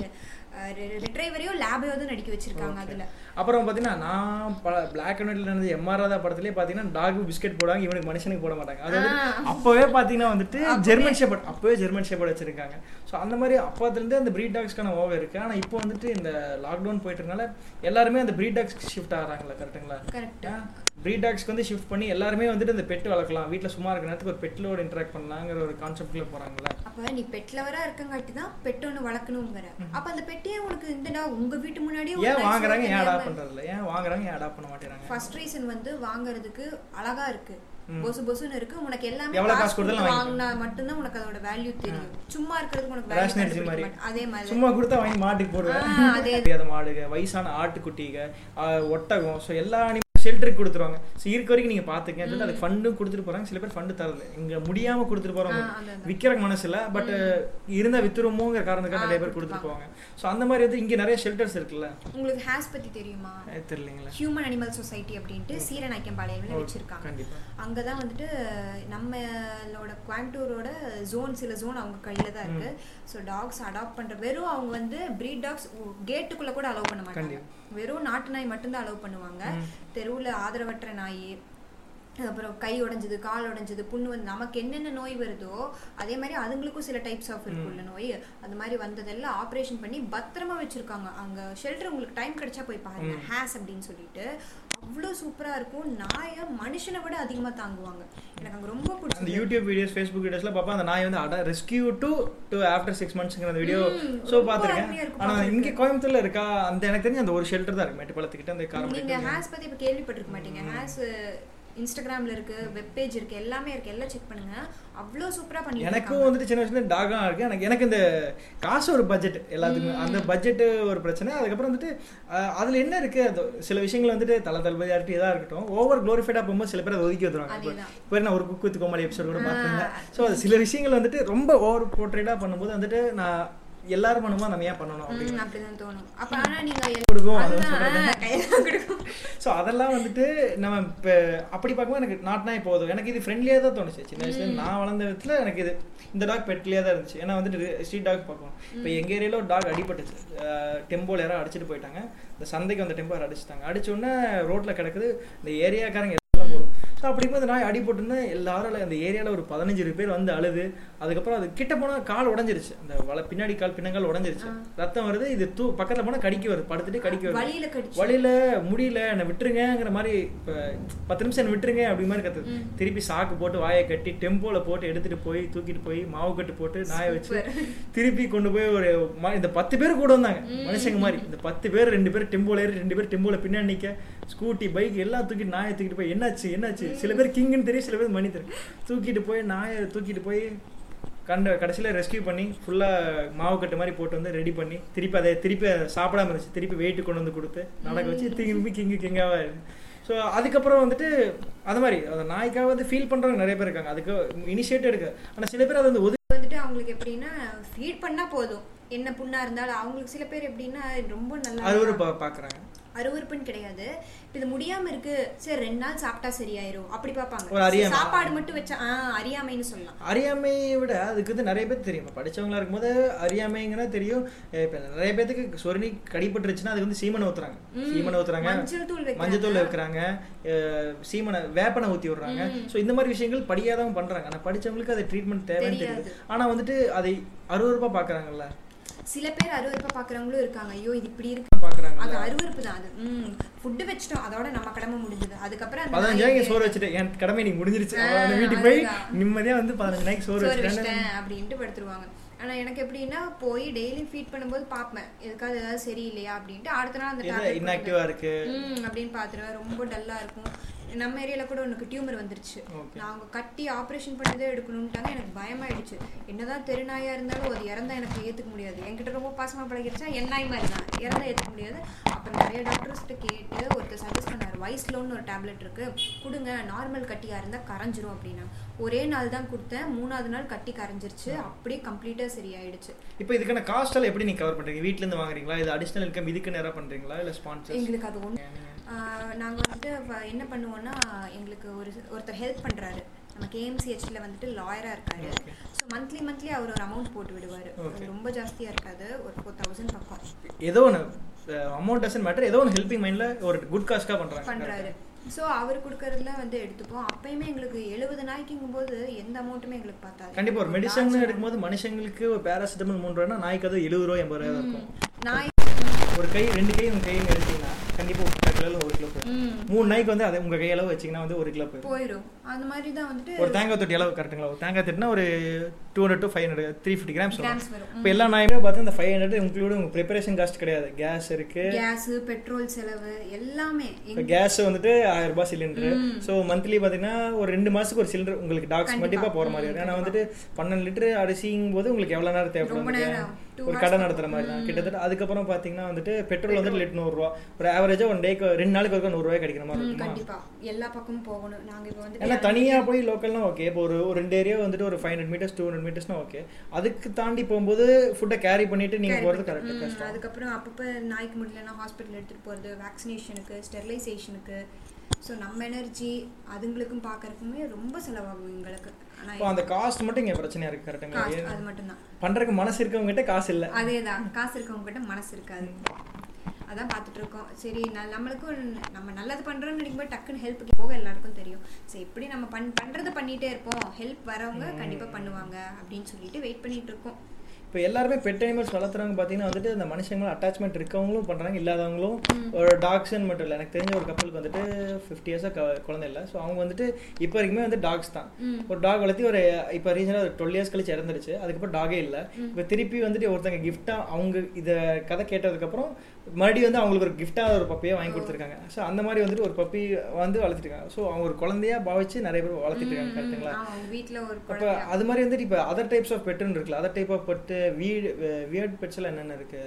ரிட்ரைவரையும் லேபையோ தான் நடிக்க வச்சிருக்காங்க அதுல அப்புறம் பாத்தீங்கன்னா நான் பல பிளாக் அண்ட் ஒயிட்ல நடந்த எம்ஆர் ராதா படத்துலயே பாத்தீங்கன்னா டாக் பிஸ்கெட் போடுவாங்க இவனுக்கு மனுஷனுக்கு போட மாட்டாங்க அது வந்து அப்பவே பாத்தீங்கன்னா வந்துட்டு ஜெர்மன் ஷெப்பர்ட் அப்பவே ஜெர்மன் ஷெப்பர்ட் வச்சிருக்காங்க ஸோ அந்த மாதிரி அப்பத்துல இருந்து அந்த breed டாக்ஸ்க்கான ஓவர் இருக்கு ஆனா இப்போ வந்துட்டு இந்த லாக்டவுன் போயிட்டு இருக்கனால எல்லாருமே அந்த breed டாக்ஸ்க்கு ஷிஃப்ட் ஆகிறாங்களா கரெக்ட்டுங்களா கரெக்ட் ப்ரீ டாக்ஸ்க்கு வந்து ஷிஃப்ட் பண்ணி எல்லாருமே வந்துட்டு இந்த பெட் வளர்க்கலாம் வீட்டில் சும்மா இருக்கிற நேரத்துக்கு ஒரு பெட்டோட இன்டராக்ட் பண்ணலாங்கிற ஒரு கான்செப்ட்ல போறாங்கல்ல அப்ப நீ பெட் லவரா இருக்கங்காட்டி தான் பெட் ஒன்று வளர்க்கணுங்கிற அப்ப அந்த பெட்டியே உனக்கு இந்த dog உங்க வீட்டு முன்னாடியே ஒரு ஏன் nice வாங்குறாங்க ஏன் dog அடாப்ட் பண்றதில்ல ஏன் வாங்குறாங்க ஏன் அடாப்ட் பண்ண மாட்டேறாங்க ஃபர்ஸ்ட் ரீசன் வந்து வாங்குறதுக்கு அழகா இருக்கு பொசு பொசுன்னு இருக்கு உனக்கு எல்லாமே எவ்வளவு காசு காசு கொடுத்தாலும் கொடுத்து வாங்கிக்கலாம். வாங்கினா மட்டும்தான் உனக்கு அதோட வேல்யூ தெரியும் சும்மா இருக்கிறதுக்கு உனக்கு Rationalism வேல்யூ மாதிரி. அதே மாதிரி சும்மா கொடுத்தா வாங்கி மாட்டுக்கு ஆ, போடுவேன் அதே. தெரியாத மாடுக வயசான ஆட்டுக்குட்டிக ஆ, ஒட்டகம் ஸோ எல்லா அனிமல் ஷெல்டருக்கு கொடுத்துருவாங்க ஸோ இருக்க வரைக்கும் நீங்க பாத்துக்கங்க சொல்லிட்டு அதுக்கு ஃபண்டும் கொடுத்துட்டு போறாங்க சில பேர் ஃபண்டு தரல இங்க முடியாம கொடுத்துட்டு போறாங்க விற்கிற மனசுல பட் இருந்தா வித்துருமோங்கிற காரணத்துக்காக நிறைய பேர் கொடுத்துட்டு போவாங்க ஸோ அந்த மாதிரி வந்து இங்க நிறைய ஷெல்டர்ஸ் இருக்குல்ல உங்களுக்கு ஹேஸ் பத்தி தெரியுமா அது தெரியலைங்களா ஹியூமன் அனிமல் சொசைட்டி அப்படின்ட்டு சீரநாய்க்கம்பாளையம்ல வச்சிருக்காங்க கண்டிப்பா அங்கதான் வந்துட்டு நம்மளோட கோயம்புத்தூரோட ஜோன் சில ஜோன் அவங்க கையில தான் இருக்கு ஸோ டாக்ஸ் அடாப்ட் பண்ற வெறும் அவங்க வந்து breed டாக்ஸ் கேட்டுக்குள்ள கூட அலோவ் பண்ண மாட்டாங்க வெறும் நாட்டு நாய் மட்டும்தான் அலோவ் பண்ணுவாங்க தெருவுல ஆதரவற்ற நாய் அப்புறம் கை உடைஞ்சது கால் உடைஞ்சது புண்ணு வந்து நமக்கு என்னென்ன நோய் வருதோ அதே மாதிரி அதுங்களுக்கும் சில டைப்ஸ் ஆஃப் இருக்குல்ல நோய் அது மாதிரி வந்ததெல்லாம் ஆப்ரேஷன் பண்ணி பத்திரமா வச்சிருக்காங்க அங்க ஷெல்டர் உங்களுக்கு டைம் கிடைச்சா போய் பாருங்க ஹேஸ் அப்படின்னு சொல்லிட்டு அவ்வளோ சூப்பரா இருக்கும் நாயை மனுஷனை விட அதிகமா தாங்குவாங்க எனக்கு அங்க ரொம்ப அந்த பிடிச்சது யூடியூப் வீடியோஸ் ஃபேஸ்புக் வீடியோஸ்ல பாப்பா அந்த நாய் வந்து அட rescue to to after six மந்த்ஸ்ங்கிற அந்த வீடியோ ம், ஸோ ரொம்ப அருமையா பார்த்துருக்கேன் இருக்கும் ஆனால் பார்க்கறதுக்கு. இங்கே கோயம்புத்தூர்ல இருக்கா அந்த எனக்கு தெரிஞ்ச அந்த ஒரு ஷெல்டர் தான் இருக்கு மேட்டுப்பாளத்துக்கிட்ட அந்த நீங்க காரம் ஹேஸ் பத்தி இப்ப கேள்விப்பட்டிருக்க மாட்டீங்க ஹேஸ் இன்ஸ்டாகிராம்ல இருக்கு வெப் பேஜ் இருக்கு எல்லாமே இருக்கு எல்லாம் செக் பண்ணுங்க அவ்வளோ சூப்பரா பண்ணிட்டு எனக்கும் இருக்காங்க. வந்துட்டு சின்ன வயசுல டாகா இருக்கு எனக்கு எனக்கு இந்த காசு ஒரு பட்ஜெட் எல்லாத்துக்குமே அந்த பட்ஜெட் ஒரு பிரச்சனை அதுக்கப்புறம் வந்துட்டு அஹ், அதுல என்ன இருக்கு அது சில விஷயங்கள் வந்துட்டு தலை தளபதி ஆர்ட்டி இதாக இருக்கட்டும் ஓவர் க்ளோரிஃபைடாக போகும்போது சில பேர் அதை ஒதுக்கி வந்துருவாங்க இப்போ அதேதான். இப்போ நான் ஒரு குக்கு வித் கோமாளி எபிசோட் கூட பார்த்தேன் ஸோ அது சில விஷயங்கள் வந்துட்டு ரொம்ப ஓவர் போர்ட்ரேட்டாக பண்ணும்போது வந்துட்டு நான் எல்லாரும் பண்ணும்போது நம்ம ஏன் பண்ணணும் அப்படின்னு ம், அப்படிதான் தோணும் அப்ப ஆனா நீங்க எல்- கொடுக்கும், அதான் அதுதான், ஆ, கையெல்லாம் கொடுக்கும் ஸோ அதெல்லாம் வந்துட்டு நம்ம இப்போ அப்படி பார்க்கும்போது எனக்கு நாட்னாய் போதும் எனக்கு இது ஃப்ரெண்ட்லியாக தான் தோணுச்சு சின்ன வயசுல நான் வளர்ந்த விதத்தில் எனக்கு இது இந்த டாக் பெட்லியாக தான் இருந்துச்சு ஏன்னா வந்துட்டு ஸ்ட்ரீட் டாக் பார்ப்போம் இப்போ எங்கள் ஏரியாவில் ஒரு டாக் அடிபட்டுச்சு டெம்போல யாரோ அடிச்சிட்டு போயிட்டாங்க இந்த சந்தைக்கு அந்த டெம்போ அடிச்சிட்டாங்க அடிச்ச உடனே ரோட்டில் கிடக்குது இந்த ஏரியாக்காரங்க எல்லாம் போடும் ஸோ அப்படிங்கும்போது நாய் அடிபட்டுன்னு எல்லாரும் இல்ல, அந்த ஏரியாவில் ஒரு பதினஞ்சு பேர் வந்து அழுது அதுக்கப்புறம் அது கிட்ட போனால் கால் உடஞ்சிருச்சு அந்த வல பின்னாடி கால் பின்னங்கால் உடஞ்சிருச்சு ரத்தம் வருது இது தூ பக்கத்தில் போனால் கடிக்க வருது படுத்துட்டு கடிக்க வருது வழியில கடிச்சு வழியில முடியல என்னை விட்டுருங்கங்கிற மாதிரி இப்போ பத்து நிமிஷம் என்னை விட்டுருங்க அப்படி மாதிரி கத்துது திருப்பி சாக்கு போட்டு வாயை கட்டி டெம்போல போட்டு எடுத்துட்டு போய் தூக்கிட்டு போய் மாவு கட்டு போட்டு நாயை வச்சு திருப்பி கொண்டு போய் ஒரு ம- இந்த பத்து பேர் கூட வந்தாங்க மனுஷங்க மாதிரி இந்த பத்து பேர் ரெண்டு பேர் டெம்போல ஏறி ரெண்டு பேர் டெம்போல பின்னாடி நிக்க ஸ்கூட்டி பைக் எல்லாம் தூக்கிட்டு நாயை தூக்கிட்டு போய் என்னாச்சு என்னாச்சு சில பேர் கிங்குன்னு தெரியும் சில பேர் மணி தெரியும் தூக்கிட்டு போய் நாயை தூக்கிட்டு போய் கண்ட கடைசியில் ரெஸ்க்யூ பண்ணி ஃபுல்லாக மாவு கட்டு மாதிரி போட்டு வந்து ரெடி பண்ணி திருப்பி அதை திருப்பி அதை சாப்பிடாம இருந்துச்சு திருப்பி வெயிட்டு கொண்டு வந்து கொடுத்து நடக்க வச்சு திருப்பி கிங்கு கிங்காக ஸோ அதுக்கப்புறம் வந்துட்டு அது மாதிரி அந்த நாய்க்காக வந்து ஃபீல் பண்ணுறவங்க நிறைய பேர் இருக்காங்க அதுக்கு இனிஷியேட் எடுக்க ஆனால் சில பேர் அதை வந்து ஒதுக்க வந்துட்டு அவங்களுக்கு எப்படின்னா ஃபீட் பண்ணா போதும் என்ன புண்ணா இருந்தாலும் அவங்களுக்கு சில பேர் எப்படின்னா ரொம்ப நல்லா அறுவரு பா பார்க்குறாங்க அருவருப்புன்னு கிடையாது இப்ப இது முடியாம இருக்கு சரி ரெண்டு நாள் சாப்பிட்டா சரியாயிரும் அப்படி பார்ப்பாங்க ஒரு அறியாமை. சரி, சாப்பாடு மட்டும் வச்சா ஆ, அறியாமைன்னு சொல்லலாம் அறியாமையை விட அதுக்கு வந்து நிறைய பேர் தெரியும் இப்போ படிச்சவங்களா இருக்கும்போது அறியாமைங்கிறத தெரியும் இப்போ நிறைய பேத்துக்கு சொரணி கடிபட்டுருச்சுன்னா அதுக்கு வந்து சீமனை ஊத்துறாங்க சீமனை ஊத்துறாங்க மஞ்சள் தூள் வைக்கிறாங்க. மஞ்சள் தூள் வைக்கிறாங்க அஹ் சீமனை வேப்பனை ஊற்றி விடுறாங்க ஸோ இந்த மாதிரி விஷயங்கள் படியாதவங்க பண்றாங்க ஆனால் படிச்சவங்களுக்கு அது ட்ரீட்மெண்ட் தேவைன்னு தெரியுது ஆனால் வந்துட்டு அதை அறுவறுப்பாக பார்க்குறாங்கல்ல சில பேர் அருவருப்பா பாக்குறவங்களும் இருக்காங்க ஐயோ இது இப்படி இருக்கு பார்க்குறாங்க அது அருவருப்பு தான் அது ம் ஃபுட்டு வச்சிட்டோம் அதோட நம்ம கடமை முடிஞ்சது அதுக்கப்புறம் அந்த பதினஞ்சு நாய்க்கு நாளைக்கு சோறு வச்சுட்டு என் கடமை நீ முடிஞ்சிருச்சு அவ்வளவுதான். வீட்டுக்கு போய் அதுதான். நிம்மதியாக வந்து பதினஞ்சு நாளைக்கு சோறு சோறு வச்சுட்டேன்னு வச்சிட்டேன் அப்படின்ட்டு படுத்துருவாங்க ஆனா எனக்கு எப்படின்னா போய் டெய்லி ஃபீட் பண்ணும்போது பார்ப்பேன் எதுக்காவது ஏதாவது சரியில்லையா அப்படின்ட்டு அடுத்த நாள் அந்த இது tablet inactive ஆ இருக்கு ம் அப்படின்னு பார்த்துருவேன் ரொம்ப டல்லா இருக்கும் நம்ம ஏரியால கூட உனக்கு டியூமர் வந்துருச்சு Okay. நான் அவங்க கட்டி ஆப்ரேஷன் பண்ணிதான் எடுக்கணும்ட்டாங்க எனக்கு பயமாயிடுச்சு என்னதான் தெருநாயா இருந்தாலும் அது இறந்தா எனக்கு ஏத்துக்க முடியாது என்கிட்ட ரொம்ப பாசமா பழகிடுச்சா என் நாய் மாதிரி தான் இறந்தா ஏத்துக்க முடியாது அப்புறம் நிறைய டாக்டர்ஸ்கிட்ட கேட்டு ஒருத்தர் சஜஸ்ட் பண்ணார் வைஸ்லோன்னு ஒரு டேப்லெட் இருக்கு கொடுங்க நார்மல் கட்டியா இருந்தா கரைஞ்சிரும் அப்படின்னா ஒரே நாள் தான் கொடுத்தேன் மூணாவது நாள் கட்டி கரைஞ்சிருச்சு அப்படியே கம்ப்ளீட்டா சரியாயிடுச்சு இப்போ இதுக்கான காஸ்ட் எல்லாம் எப்படி நீங்க கவர் பண்றீங்க வீட்ல இருந்து வாங்குறீங்களா இது அடிஷனல் இன்கம் இதுக்கு நேரா பண்றீங்களா இல்ல ஸ்பான்சர் எங்களுக்கு அது ஒன்று நாங்கள் வந்துட்டு வ- என்ன பண்ணுவோம்னா எங்களுக்கு ஒரு ஒருத்தர் ஹெல்ப் பண்ணுறாரு நம்ம கேஎம்சிஹெச்சில் வந்துட்டு லாயராக இருக்காரு ஸோ மந்த்லி மந்த்லி அவர் ஒரு அமௌண்ட் போட்டு விடுவார் Okay. ரொம்ப ஜாஸ்தியாக இருக்காது ஒரு ஃபோர் தௌசண்ட் பக்கம் ஏதோ ஒன்று அமௌண்ட் டசன் மேட்டர் ஏதோ ஒன்று ஹெல்பிங் மைண்ட்ல ஒரு குட் காஸ்ட்காக பண்றாங்க பண்ணுறாரு ஸோ அவர் கொடுக்கறதுலாம் வந்து எடுத்துப்போம் அப்பயுமே எங்களுக்கு எழுபது நாய்க்குங்கும் போது எந்த அமௌண்ட்டுமே எங்களுக்கு பார்த்தாது கண்டிப்பா ஒரு மெடிசன் எடுக்கும்போது மனுஷங்களுக்கு ஒரு பேராசிட்டமல் மூணு ரூபாய்னா நாய்க்கு அது எழுபது ரூபா எண்பது ரூபாய் இருக்கும் நாய் ஒரு கை ரெண்டு கை உங்க கையை எடுத்தீங்கன்னா கண்டிப்பா ஒரு கால் கிலோல ஒரு கிலோ போயிடும் ம், மூணு நாய்க்கு வந்து அதை உங்க கையளவு வச்சீங்கன்னா வந்து ஒரு கிலோ போயிடும் போயிடும் அந்த மாதிரி தான் வந்துட்டு ஒரு தேங்காய் தொட்டி அளவு கரெக்ட்டுங்களா ஒரு தேங்காய் தொட்டினா ஒரு two hundred to five hundred three fifty grams Grams வரும். இப்போ எல்லா நாயுமே பார்த்து இந்த ஃபைவ் ஹண்ட்ரட் உங்களோட உங்க ப்ரிப்பரேஷன் காஸ்ட் கிடையாது கேஸ் இருக்கு கேஸு பெட்ரோல் செலவு எல்லாமே இப்போ எங்க- கேஸ் வந்துட்டு ஆயிரம் ரூபாய் சிலிண்டர் ஸோ மந்த்லி பார்த்தீங்கன்னா ஒரு ரெண்டு மாசத்துக்கு ஒரு சிலிண்டர் உங்களுக்கு டாக்ஸ் கண்டிப்பாக போகிற மாதிரி இருக்கும் ஏன்னா வந்துட்டு பன்னெண்டு லிட்டர் அரிசிங்கும் போது உங்களுக்கு எவ்வளோ நேரம் ரொம்ப தேவைப்படும் நேரம். Two ஒரு hours கடை நடத்துகிற மாதிரி தான் கிட்டத்தட்ட அதுக்கப்புறம் பார்த்தீங்கன்னா வந்துட்டு பெட்ரோல் வந்துட்டு லிட்டர் நூறுரூவா ஒரு ஆவரேஜாக ஒன் டேக்கு ரெண்டு நாளுக்கு ஒருக்கா நூறுரூவா கிடைக்கிற மாதிரி ம், இருக்குமா கண்டிப்பா எல்லா பக்கமும் போகணும் நாங்க இப்போ ஏன்னா வந்துட்டு தனியாக போய் லோக்கல்னா ஓகே இப்போ ஒரு ஒரு ரெண்டு ஏரியா வந்துட்டு ஒரு five hundred meters two hundred மீட்டர்ஸ்னா ஓகே அதுக்கு தாண்டி போகும்போது ஃபுட்டை கேரி பண்ணிட்டு நீங்கள் Correct. போகிறது கரெக்டாக ம், கஷ்டம் அதுக்கப்புறம் அப்பப்போ நாய்க்கு முடியலன்னா ஹாஸ்பிட்டல் எடுத்துகிட்டு போகிறது வேக்சினேஷனுக்கு ஸ்டெர்லைசேஷனுக்கு ஸோ நம்ம எனர்ஜி அதுங்களுக்கும் பார்க்கறதுக்குமே ரொம்ப செலவாகும் எங்களுக்கு இப்போ ஆனால் அந்த காஸ்ட் மட்டும் இங்கே பிரச்சனையாக இருக்குது காசு அது கரெக்டுங்களா மட்டும்தான் பண்ணுறதுக்கு மனசு இருக்கவங்ககிட்ட காசு இல்லை அதே தான் காசு இருக்கவங்ககிட்ட மனசு இருக்காது அதான் பார்த்துட்டு இருக்கோம் சரி ந- நம்மளுக்கும் நம்ம நல்லது பண்ணுறோம்னு நினைக்கும்போது டக்குன்னு ஹெல்ப்புக்கு போக எல்லாருக்கும் தெரியும் சரி எப்படி நம்ம பண் பண்ணுறது பண்ணிகிட்டே இருப்போம் ஹெல்ப் வரவங்க கண்டிப்பாக பண்ணுவாங்க அப்படின்னு சொல்லிட்டு வெயிட் பண்ணிட்டு இருக்கோம் இப்போ எல்லாருமே பெட் அனிமல்ஸ் வளர்த்துறவங்க பார்த்தீங்கன்னா வந்துட்டு அந்த மனுஷங்கள அட்டாச்மெண்ட் இருக்கவங்களும் பண்ணுறாங்க இல்லாதவங்களும் ஒரு டாக்ஸ்ன்னு மட்டும் இல்லை எனக்கு தெரிஞ்ச ஒரு கப்பலுக்கு வந்துட்டு ஃபிஃப்டி இயர்ஸாக குழந்தை இல்லை ஸோ அவங்க வந்துட்டு இப்போ வரைக்குமே வந்து டாக்ஸ் தான் ஒரு டாக் வளர்த்தி ஒரு இப்போ ரீசெண்டாக ஒரு டுவெல் இயர்ஸ் கழிச்சு இறந்துருச்சு அதுக்கப்புறம் டாகே இல்லை இப்போ திருப்பி வந்துட்டு ஒருத்தங்க கிஃப்டாக அவங்க இதை கதை கேட்டதுக்கப்புறம் மறுபடியும் வந்து அவங்களுக்கு ஒரு கிஃப்டாக ஒரு பப்பியை வாங்கி கொடுத்துருக்காங்க ஸோ அந்த மாதிரி வந்துட்டு ஒரு பப்பி வந்து வளர்த்துருக்காங்க ஸோ அவங்க ஒரு குழந்தையா பாவிச்சு நிறைய பேர் வளர்த்துட்டு இருக்காங்க கரெக்ட்டுங்களா அவங்க வீட்டில் ஒரு அப்போ குழந்தை அது மாதிரி வந்துட்டு இப்போ அதர் டைப்ஸ் ஆஃப் பெட்டுன்னு இருக்குல்ல அதர் டைப் ஆஃப் பெட்டு வீடு வியர்ட் பெட்ஸ் எல்லாம் என்னென்ன இருக்கு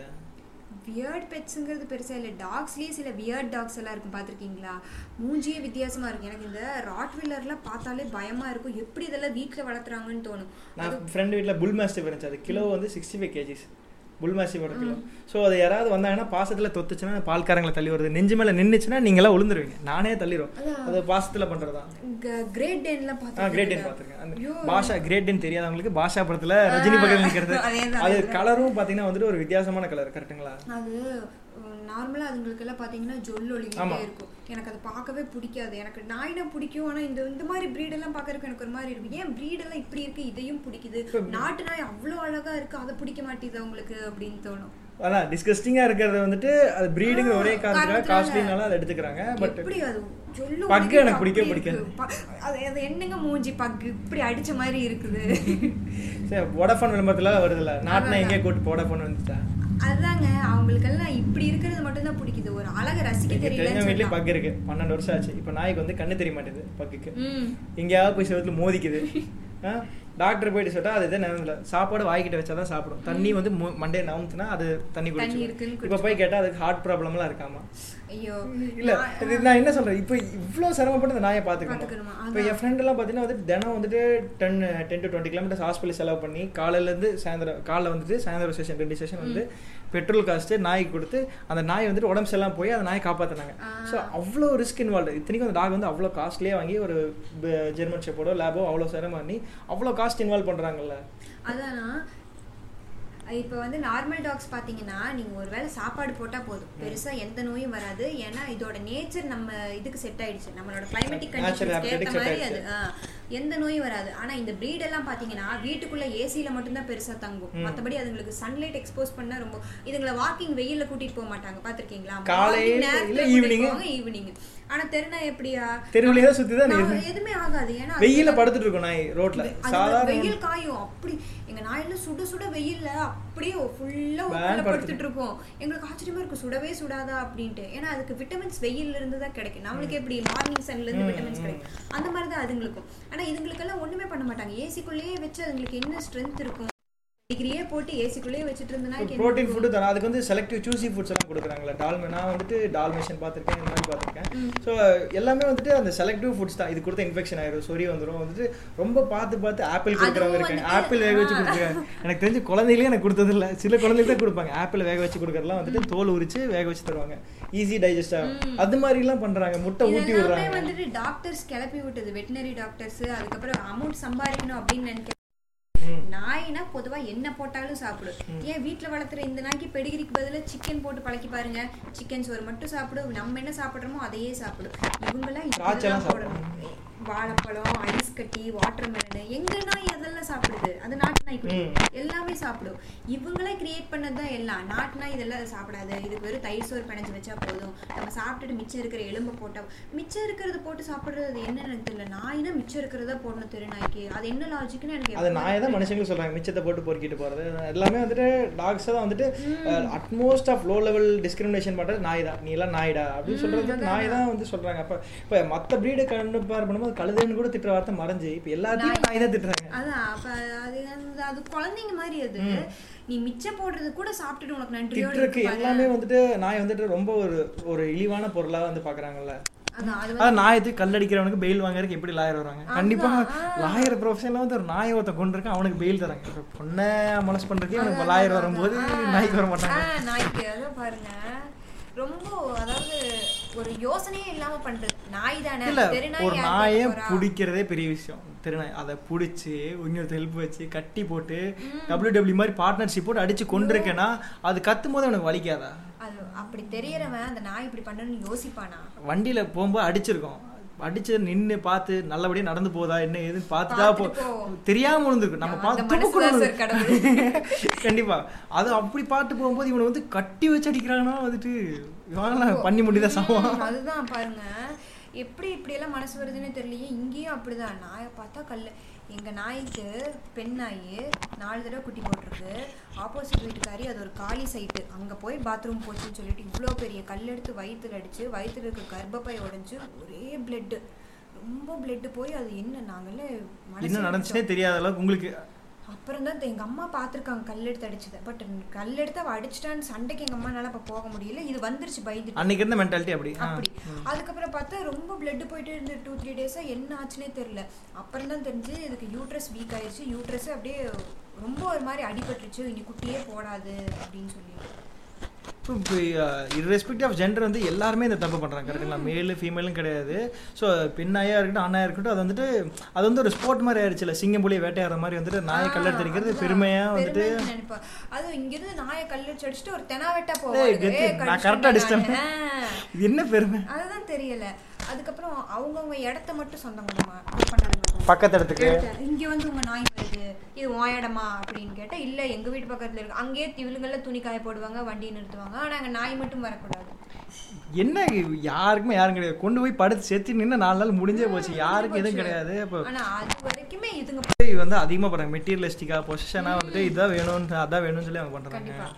வியர்ட் பெட்ஸுங்கிறது பெருசா இல்லை டாக்ஸ்லேயே சில வியர்ட் டாக்ஸ் எல்லாம் இருக்கும் பார்த்துருக்கீங்களா மூஞ்சியே வித்தியாசமா இருக்கும் எனக்கு இந்த ராட்வீலர்லாம் பார்த்தாலே பயமா இருக்கும் எப்படி இதெல்லாம் வீட்டில் வளர்த்துறாங்கன்னு தோணும் நான் ஃப்ரெண்டு வீட்டில் புல் மாஸ்டிவ் இருந்துச்சு அது கிலோ வந்து சிக்ஸ்டி ஃபைவ் கேஜிஸ் புல் மாஸ்டிவோட கிலோ ஸோ அது யாராவது வந்தாங்கன்னா பாசத்தில் தொத்துச்சுன்னா பால்காரங்களை தள்ளி வருது நெஞ்சு மேலே நின்றுச்சுன்னா நீங்களாம் விழுந்துருவீங்க நானே தள்ளிரும் அது பாசத்தில் பண்ணுறது தான் கிரேட் டென்லாம் ஆ கிரேட் டென் பார்த்துருக்கீங்களா பார்த்துருக்கேன் ஐயோ. அந்த பாஷா கிரேட் டென் தெரியாதவங்களுக்கு பாஷா படத்தில் ரஜினி பக்கம் நிற்கிறது அதேதான், அது அதேதான். கலரும் பார்த்தீங்கன்னா வந்துட்டு ஒரு வித்தியாசமான கலர் கரெக்ட்டுங்களா அது நார்மலாக அதுங்களுக்கெல்லாம் பார்த்தீங்கன்னா ஜொல் ஆமா. ஒளிகிட்டே இருக்கும் எனக்கு அது பார்க்கவே பிடிக்காது எனக்கு நாயினா பிடிக்கும் ஆனால் இந்த இந்த மாதிரி பிரீடெல்லாம் பார்க்கறதுக்கு எனக்கு ஒரு மாதிரி இருக்கு ஏன் பிரீடெல்லாம் இப்படி இருக்கு இதையும் பிடிக்குது நாட்டு நாய் அவ்வளோ அழகா இருக்கு அதை பிடிக்க மாட்டேங்குது அவங்களுக்கு அப்படின்னு தோணும் அதான் டிஸ்கஸ்டிங்காக இருக்கிறது வந்துட்டு அது ப்ரீடுங்கிற ஒரே ஆ, காரணத்துக்காக காரணத்துனால. காஸ்ட்லினால அதை எடுத்துக்கிறாங்க பட் எப்படி அது சொல்லு பக்கு உனக்கு எனக்கு பிடிக்கவே அப்படி பிடிக்காது. இருக்கு. ப- அது அது என்னங்க மூஞ்சி பக்கு இப்படி அடிச்ச மாதிரி இருக்குது சரி வோடாஃபோன் விளம்பரத்துல வருதுல்ல நாட்டினா எங்கே கூட்டு வோடாஃபோன் வந்துச்சா அதுதாங்க அவங்களுக்கெல்லாம் இப்படி இருக்கிறது மட்டும் தான் பிடிக்குது ஒரு அழகை ரசிக்க எனக்கு தெரிஞ்ச தெரியலன்னு வீட்லயே சொல்லலாம். பக்கு இருக்கு பன்னெண்டு வருஷம் ஆச்சு இப்போ நாய்க்கு வந்து கண்ணு தெரிய மாட்டேது பக்குக்கு ம் எங்கேயாவது போய் செவத்துல மோதிக்குது டாக்டர் போயிட்டு சொல்லிட்டா அது எதுவும் நினைக்கல சாப்பாடு வாய்க்கிட்ட வச்சா தான் சாப்பிடும் தண்ணி வந்து மு- மண்டே நவுந்துனா அது தண்ணி குடிச்சு இருக்குன்னு இப்போ போய் கேட்டால் அதுக்கு ஹார்ட் ப்ராப்ளம்லாம் இருக்காமா ஐயோ இல்ல நான்- இது நான் என்ன சொல்றேன் இப்போ இவ்ளோ சிரமப்பட்டு இந்த நாயை பாத்துக்கணுமா? பாத்துக்கணுமா இப்போ அதான். என் ஃப்ரெண்ட் எல்லாம் பாத்தீங்கன்னா வந்துட்டு தினம் வந்துட்டு ten ten to twenty kilometers hospital செலவு பண்ணி காலையில இருந்து சாயந்தரம் காலைல வந்துட்டு சாயந்தரம் செஷன் ரெண்டு செஷன் வந்து பெட்ரோல் காஸ்ட் நாய்க்கு கொடுத்து அந்த நாய் வந்துட்டு உடம்பு சரியில்லாம போய் அந்த நாயை காப்பாத்துனாங்க ஸோ அவ்வளோ ரிஸ்க் இன்வால்வ் இத்தனைக்கும் அந்த டாக் வந்து அவ்வளோ காஸ்ட்லியே வாங்கி ஒரு ப- ஜெர்மன் ஷெப்போடோ லேபோ அவ்வளோ சிரமம் பண்ணி அவ்வளோ காஸ்ட் இன்வால்வ் பண்றாங்கல்ல அதானா இப்போ வந்து நார்மல் டாக்ஸ் பார்த்தீங்கன்னா நீங்கள் ஒருவேளை சாப்பாடு போட்டால் போதும் பெருசாக எந்த நோயும் வராது ஏன்னா இதோட நேச்சர் நம்ம இதுக்கு செட் ஆயிடுச்சு நம்மளோட Natural கிளைமேட்டிக் habitat ஏற்ற set மாதிரி அது ஆயிடுச்சு. ஆ. எந்த நோயும் வராது ஆனா இந்த breed எல்லாம் பாத்தீங்கன்னா வீட்டுக்குள்ள ஏசியில மட்டும்தான் பெருசா தங்கும் மத்தபடி அதுங்களுக்கு சன்லைட் எக்ஸ்போஸ் பண்ணா ரொம்ப இதுங்களை வாக்கிங் வெயில்ல கூட்டிட்டு போக மாட்டாங்க காலையில இல்ல evening. பாத்திருக்கீங்களா ஈவினிங் ஆனா தெருனா எப்படியா தெருவுலயே தான் சுத்திதான் நான் எது- எதுவுமே ஆகாது ஏன்னா வெயில படுத்துட்டு இருக்கும் நாய் ரோட்ல அது சாதாரண வெயில் காயும் அப்படி எங்க நாயில சுட சுட வெயில்ல அப்படியே ஃபுல்லா வேன் உள்ள படுத்துட்டு படுத்துட்டு இருக்கும் எங்களுக்கு ஆச்சரியமா இருக்கும் சுடவே சுடாதா அப்படின்ட்டு ஏன்னா அதுக்கு விட்டமின்ஸ் வெயில்ல இருந்து தான் கிடைக்கும் நம்மளுக்கு எப்படி மார்னிங் சன்ல இருந்து விட்டமின்ஸ் கிடைக்கும் அந்த மாதிரி தான் அதுங்களுக்கும் ஆனா இதுங்களுக்கெல்லாம் ஒண்ணுமே பண்ண மாட்டாங்க ஏசிக்குள்ளேயே வச்சு அதுங்களுக்கு என்ன ஸ்ட்ரென்த் இருக்கும் டிகிரியே போட்டு ஏசிக்குள்ளேயே வச்சுட்டு இருந்தனா ப்ரோட்டீன் ஃபுட்டு தரேன் அதுக்கு வந்து செலக்டிவ் சூசி ஃபுட்ஸ் எல்லாம் கொடுக்குறாங்களே டால்மே நான் வந்துட்டு டால்மேஷன் பார்த்துருக்கேன் இந்த மாதிரி பார்த்துருக்கேன் ஸோ எல்லாமே வந்துட்டு அந்த செலக்டிவ் ஃபுட்ஸ் தான் இது கொடுத்த இன்ஃபெக்ஷன் ஆயிரும் சொறி வந்துரும் வந்துட்டு ரொம்ப பார்த்து பார்த்து ஆப்பிள் கொடுக்குறவங்க இருக்காங்க ஆப்பிள் வேக வச்சு கொடுக்குறாங்க எனக்கு தெரிஞ்சு குழந்தைகளே எனக்கு கொடுத்தது இல்லை சில குழந்தைகள் தான் கொடுப்பாங்க ஆப்பிள் வேக வச்சு கொடுக்குறதுலாம் வந்துட்டு தோல் உரிச்சு வேக வச்சு தருவாங்க ஈஸி டைஜஸ்ட் ஆகும் அது மாதிரிலாம் பண்ணுறாங்க முட்டை ஊட்டி இதெல்லாமே விடுறாங்க வந்துட்டு டாக்டர்ஸ் கிளப்பி விட்டது வெட்டினரி டாக்டர்ஸ் அதுக்கப்புறம் அமௌண்ட் சம்பாதிக்கணும் அப்படின்னு நினைக்க ம். நாய்னா பொதுவா என்ன போட்டாலும் சாப்பிடும் ஏன் வீட்ல வளர்த்துற இந்த நாய்க்கு பெடிகிரிக்கு பதிலா சிக்கன் போட்டு பழக்கி பாருங்க சிக்கன் சோறு மட்டும் சாப்பிடும் நம்ம என்ன சாப்பிடுறோமோ அதையே சாப்பிடும் இவங்கெல்லாம் திராட்சைலாம் இதெல்லாம் போடணும் வாழைப்பழம் ஐஸ் கட்டி வாட்டர் மெலன் எங்க நாய் அதெல்லாம் சாப்பிடுது அது நாட்டு நாய்க்குட்டி ம். எல்லாமே சாப்பிடும் இவங்களே கிரியேட் பண்ணதுதான் எல்லாம் நாட்டுனா இதெல்லாம் அது சாப்பிடாது இதுக்கு வெறும் தயிர் சோறு பிணைஞ்சு வச்சா போதும் நம்ம சாப்பிட்டுட்டு மிச்சம் இருக்கிற எலும்பு போட்டா மிச்சம் இருக்கிறது போட்டு சாப்பிடுறது அது என்னன்னு தெரியல நாயினா மிச்சம் இருக்கிறதா போடணும் தெரு நாய்க்கு அது என்ன லாஜிக்னு எனக்கு அது நாயை தான் மனுஷங்களும் சொல்றாங்க மிச்சத்தை போட்டு பொறுக்கிட்டு போறது எல்லாமே வந்துட்டு டாக்ஸ் தான் வந்துட்டு utmost of low level discrimination பண்றது நாய் தான் நீ எல்லாம் நாய்டா அப்படின்னு சொல்றது வந்து நாய் தான் வந்து சொல்றாங்க அப்ப இப்ப மத்த பிரீடு கம்பேர் பண்ணும்போது கழுதைன்னு கூட திட்டுற வார்த்தை மறைஞ்சு இப்ப எல்லாத்தையும் நாய் தான் திட்டுறாங்க அதான் அப்ப அது அந்த- அது குழந்தைங்க மாதிரி அது நீ மிச்சம் போடுறது கூட சாப்பிட்டுட்டு உனக்கு நன்றியோட திட்டுறதுக்கு இருக்கு பாரு. எல்லாமே வந்துட்டு நாய் வந்துட்டு ரொம்ப ஒரு ஒரு இழிவான பொருளா வந்து பாக்குறாங்கல்ல அதான் அது அதான் நாயத்துக்கு கல்லடிக்கிறவனுக்கு பெயில் வாங்குறதுக்கு எப்படி லாயர் வராங்க கண்டிப்பா லாயர் ப்ரொஃபஷன்ல வந்து ஒரு நாயை ஒருத்த கொண்டு இருக்கான் அவனுக்கு பெயில் தராங்க இப்ப பொண்ணை மொலஸ் பண்றதுக்கு அவனுக்கு லாயர் வரும்போது நாய்க்கு வர மாட்டாங்க ஆ, நாய்க்கு அதான் பாருங்க ரொம்ப அதாவது ஒரு யோசனையே இல்லாம பண்றது நாய் தானே இல்ல தெருநாய் ஒரு யார் நாயை கேட்க போறா? பிடிக்கிறதே பெரிய விஷயம் திருநாய் அதை பிடிச்சி இன்னொரு ஹெல்ப் வச்சு கட்டி போட்டு டபிள்யூ டபிள்யூ மாதிரி பார்ட்னர்ஷிப் போட்டு அடிச்சு கொண்டிருக்கேன்னா அது கத்தும் போது எனக்கு வலிக்காதா அது அப்படி தெரியறவன் அந்த நாய் இப்படி பண்ணணும்னு யோசிப்பானா வண்டியில போகும்போது அடிச்சிருக்கோம் அடிச்சு நின்னு பார்த்து நல்லபடியா நடந்து போதா என்ன ஏதுன்னு பார்த்துட்டா போ பார்த்துட்டு போ. தெரியாம விழுந்துருக்கு நம்ம அந்த பார்த்து மனசு துப்புக்குள்ள தான் சார் விழுந்திருக்கு. கண்டிப்பா அது அப்படி பார்த்து போகும்போது இவனை வந்து கட்டி வச்சு அடிக்கிறாங்கன்னா வந்துட்டு இவங்களாம் பண்ணி முடி தான் சாவான் ம், அதுதான் பாருங்க எப்படி இப்படி எல்லாம் மனசு வருதுன்னு தெரியலையே இங்கேயும் அப்படிதான் நாயை பார்த்தா கல்லு எங்க நாய்க்கு பெண் நாய் நாலு தடவை குட்டி போட்டிருக்கு ஆப்போசிட் வீட்டுக்காரி அது ஒரு காலி சைட்டு அங்க போய் பாத்ரூம் போச்சுன்னு சொல்லிட்டு இவ்வளோ பெரிய கல் எடுத்து வயித்துல அடிச்சு வயித்துல இருக்க கர்ப்பப்பை உடைஞ்சு ஒரே blood ரொம்ப blood போய் அது என்ன நாங்களே மனசு என்ன நடந்துச்சுன்னே தெரியாத அளவுக்கு உங்களுக்கு அப்புறம் தான் எங்க அம்மா பார்த்துருக்காங்க கல் எடுத்து அடிச்சதை பட் கல் எடுத்து அவ அடிச்சிட்டான்னு சண்டைக்கு எங்க அம்மானால அப்ப போக முடியல இது வந்துருச்சு பயந்துட்டு அன்னைக்கு இருந்த மென்டாலிட்டி அப்படி ஆ. அப்படி அதுக்கப்புறம் பார்த்தா ரொம்ப blood போயிட்டே இருந்து டூ த்ரீ டேஸா என்ன ஆச்சுன்னே தெரியல அப்புறம் தான் தெரிஞ்சு இதுக்கு யூட்ரஸ் வீக் ஆயிடுச்சு யூட்ரஸ் அப்படியே ரொம்ப ஒரு மாதிரி அடிபட்டுருச்சு இனி குட்டியே போடாது அப்படின்னு சொல்லி இப்போ இர்ரெஸ்பெக்ட் ஆஃப் ஜெண்டர் வந்து எல்லாருமே இந்த தப்பு பண்ணுறாங்க கரெக்டுங்களா மேலு ஃபீமேலும் கிடையாது ஸோ பெண்ணாயா இருக்கட்டும் ஆணாயா இருக்கட்டும் அது வந்துட்டு அது வந்து ஒரு ஸ்போர்ட் மாதிரி ஆயிடுச்சுல சிங்கம் புலியை வேட்டையாடுற மாதிரி வந்துட்டு நாயை கல்லெடுத்து அடிக்கிறது பெருமையாக வந்துட்டு நினைப்பா அது இங்க இருந்து நாயை கல்லடிச்சு அடிச்சுட்டு ஒரு தெனாவெட்டா ஏய், கெத்து, நான் correct ஆ அடிச்சிட்டேன். போவோம் இது என்ன பெருமை அதுதான் தெரியல அதுக்கப்புறம் அவங்கவுங்க இடத்த மட்டும் சொந்தம் பண்ணாம பண்ணாங்க பக்கத்து இடத்துக்கு கேட்டேன், இங்க வந்து உங்க நாய் வருது இது உன் இடமா அப்படின்னு கேட்டா இல்ல எங்க வீட்டு பக்கத்துல இருக்கு அங்கேயே இவளுங்கெல்லாம் துணி காய போடுவாங்க வண்டி நிறுத்துவாங்க ஆனா அங்க நாய் மட்டும் வரக்கூடாது என்ன இது? யாருக்குமே யாரும் கிடையாது கொண்டு போய் படுத்து செத்து நின்று நாலு நாள் முடிஞ்சே போச்சு யாருக்கும் எதுவும் கிடையாது இப்போ ஆனா அது வரைக்குமே இதுங்க இது வந்து அதிகமாக பண்ணுறாங்க மெட்டீரியலிஸ்டிக்காக பொசிஷனாக வந்துட்டு இதான் வேணும்னு அதான் வேணும்னு சொல்லி அவங்க பண்ணுறாங்க கண்டிப்பா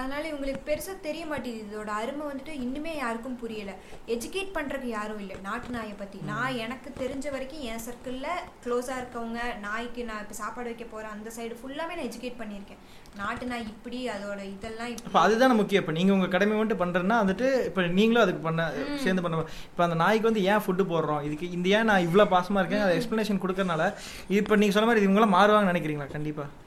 அதனால இவங்களுக்கு பெருசா தெரிய மாட்டேங்குது இதோட அருமை வந்துட்டு இன்னுமே யாருக்கும் புரியல எஜுகேட் பண்றதுக்கு யாரும் இல்ல நாட்டு நாயை பத்தி நான் எனக்கு தெரிஞ்ச வரைக்கும் என் சர்க்கிள்ல க்ளோஸா இருக்கவங்க நாய்க்கு நான் இப்ப சாப்பாடு வைக்க போறேன் அந்த சைடு ஃபுல்லாமே நான் எஜுகேட் பண்ணியிருக்கேன் நாட்டு நாய் இப்படி அதோட இதெல்லாம் இப்படி இப்போ அதுதான் முக்கியம் இப்போ நீங்கள் உங்கள் கடமை மட்டும் பண்ணுறேன்னா வந்துட்டு இப்போ நீங்களும் அதுக்கு பண்ண சேர்ந்து பண்ண இப்போ அந்த நாய்க்கு வந்து ஏன் ஃபுட்டு போடுறோம் இதுக்கு இந்த ஏன் நான் இவ்வளோ பாசமாக இருக்கேன் அதை எக்ஸ்ப்ளனேஷன் கொடுக்கறனால இப்போ நீங்கள் சொன்ன மாதிரி இவங்களாம் மாறுவாங்கன்னு நினைக்கிறீங்களா கண்டிப்பாக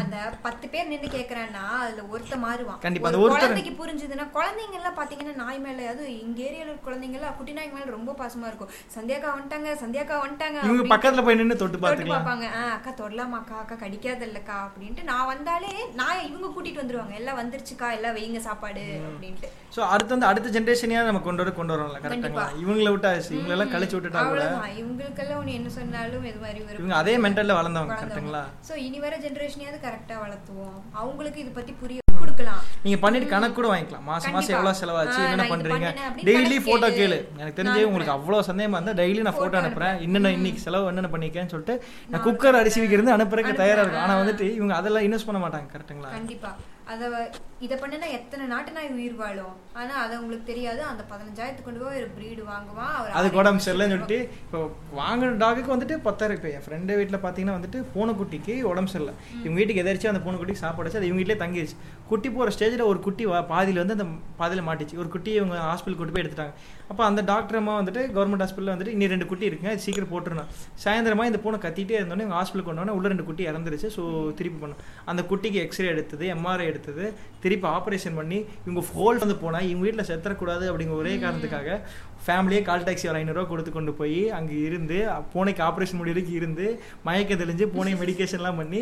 அந்த பத்து பேர் நின்னு கேக்குறான்னா அதுல ஒருத்த மாறுவான் கண்டிப்பா, ஒரு அந்த ஒருத்தர் குழந்தைக்கு புரிஞ்சுதுன்னா குழந்தைங்க எல்லாம் பாத்தீங்கன்னா நாய் மேல அது எங்க ஏரியால இருக்க குழந்தைங்க எல்லாம் குட்டி நாய்க்கு மேல ரொம்ப பாசமா இருக்கும் சந்தியாக்கா வந்துட்டாங்க சந்தியாக்கா வந்துட்டாங்க இவங்க அப்படின்னு பக்கத்துல போய் நின்று தொட்டு தொட்டு பார்த்துக்கலாம் பார்ப்பாங்க ஆ, அக்கா தொடலாமாக்கா அக்கா கடிக்காது இல்லக்கா அப்படின்ட்டு நான் வந்தாலே நான் இவங்க கூட்டிட்டு வந்துருவாங்க எல்லாம் வந்துருச்சுக்கா எல்லாம் வைங்க சாப்பாடு அப்படின்ட்டு ஸோ அடுத்து வந்து அடுத்த ஜென்ரேஷனையா நம்ம கொண்டு வர கொண்டு வரோம்ல கரெக்டாங்களா கண்டிப்பா. இவங்கள விட்டாச்சு இவங்களெல்லாம் கழிச்சு விட்டுட்டா கூட அவ்வளவுதான் இவங்களுக்கெல்லாம் நீ என்ன சொன்னாலும் இது மாதிரி ஒரு இவங்க அதே மென்டல்ல வளர்ந்தவங்க வளர்ந்தவங்க கரெக்ட்டுங்களா சோ இனி வர ஜெனரேஷனையாவது கரெக்டா வளர்த்துவோம் அவங்களுக்கு இது பத்தி புரிய கொடுக்கலாம் நீங்க பண்ணிட்டு கணக்கு கூட வாங்கிக்கலாம் மாசம் மாசம் கண்டிப்பா. எவ்வளவு செலவாச்சு ஆ, என்னென்ன நான் இது பண்றீங்க பண்ணினேன் அப்படின்னு டெய்லி கணக்கு போட்டோ கேளு கேளு. எனக்கு தெரிஞ்சு நான் உங்களுக்கு அனுப்புறேன். அவ்வளவு சந்தேகமா இருந்தா டெய்லி நான் போட்டோ photo அனுப்புறேன் அனுப்புறேன். இன்னென்ன இன்னைக்கு செலவு என்னென்ன பண்ணிருக்கேன்னு சொல்லிட்டு நான் நான் குக்கர் அரிசி வைக்கிறது அனுப்புறதுக்கு அனுப்புறேன். தயாரா இருக்கும் ஆனா ஆ. வந்துட்டு இவங்க அதெல்லாம் இன்வெஸ்ட் பண்ண மாட்டாங்க கரெக்ட்டுங்களா கண்டிப்பா அத வ- இத பண்ணுனா எத்தனை நாட்டு நாய் உயிர் வாழும் ஆனா அது உங்களுக்கு தெரியாது அந்த பதினஞ்சாயிரத்துக்கு கொண்டு போய் ஒரு breed வாங்குவான் அவர் அது ஆயிரம் உடம்பு சரியில்லைன்னு வருஷத்துக்கு சொல்லிட்டு இப்போ வாங்கின டாகுக்கு வந்துட்டு பத்தாயிரம் இப்போ என் ஃப்ரெண்டு வீட்டில் பார்த்தீங்கன்னா வந்துட்டு பூனைக்குட்டிக்கு உடம்பு சரியில்லை இவங்க வீட்டுக்கு எதிர்த்து அந்த பூனைக்குட்டிக்கு சாப்பாடு வச்சு அது இவங்க வீட்டிலே தங்கிடுச்சு குட்டி போகிற ஸ்டேஜில் ஒரு குட்டி வா பாதியில் வந்து அந்த பாதியில் மாட்டிச்சு ஒரு குட்டியை இவங்க ஹாஸ்பிட்டல் கூட்டு போய் எடுத்துட்டாங்க அப்போ அந்த டாக்டர் அம்மா வந்துட்டு கவர்மெண்ட் ஹாஸ்பிட்டலில் வந்துட்டு இன்னும் ரெண்டு குட்டி இருக்குங்க அது சீக்கிரம் போட்டுருணும் சாயந்தரமாக இந்த பூனை கத்திட்டே இருந்தோடனே இவங்க ஹாஸ்பிட்டல் கொண்டு வந்தோடனே உள்ள ரெண்டு குட்டி இறந்துருச்சு ஸோ திருப்பி பண்ணோம் அந்த குட்டிக்கு எக்ஸ்ரே எடுத்தது எம்ஆர்ஐ எடுத்தது திருப்பி ஆப்ரேஷன் பண்ணி இவங்க ஹோல் வந்து போனால் இவங்க வீட்டில் செத்துறக்கூடாது அப்படிங்கிற ஒரே காரணத்துக்காக ஃபேமிலியே கால் டாக்ஸி ஒரு ஐநூறுரூவா கொடுத்து கொண்டு போய் அங்கே இருந்து பூனைக்கு ஆப்ரேஷன் முடியறதுக்கு இருந்து மயக்க தெளிஞ்சு பூனை மெடிக்கேஷன்லாம் பண்ணி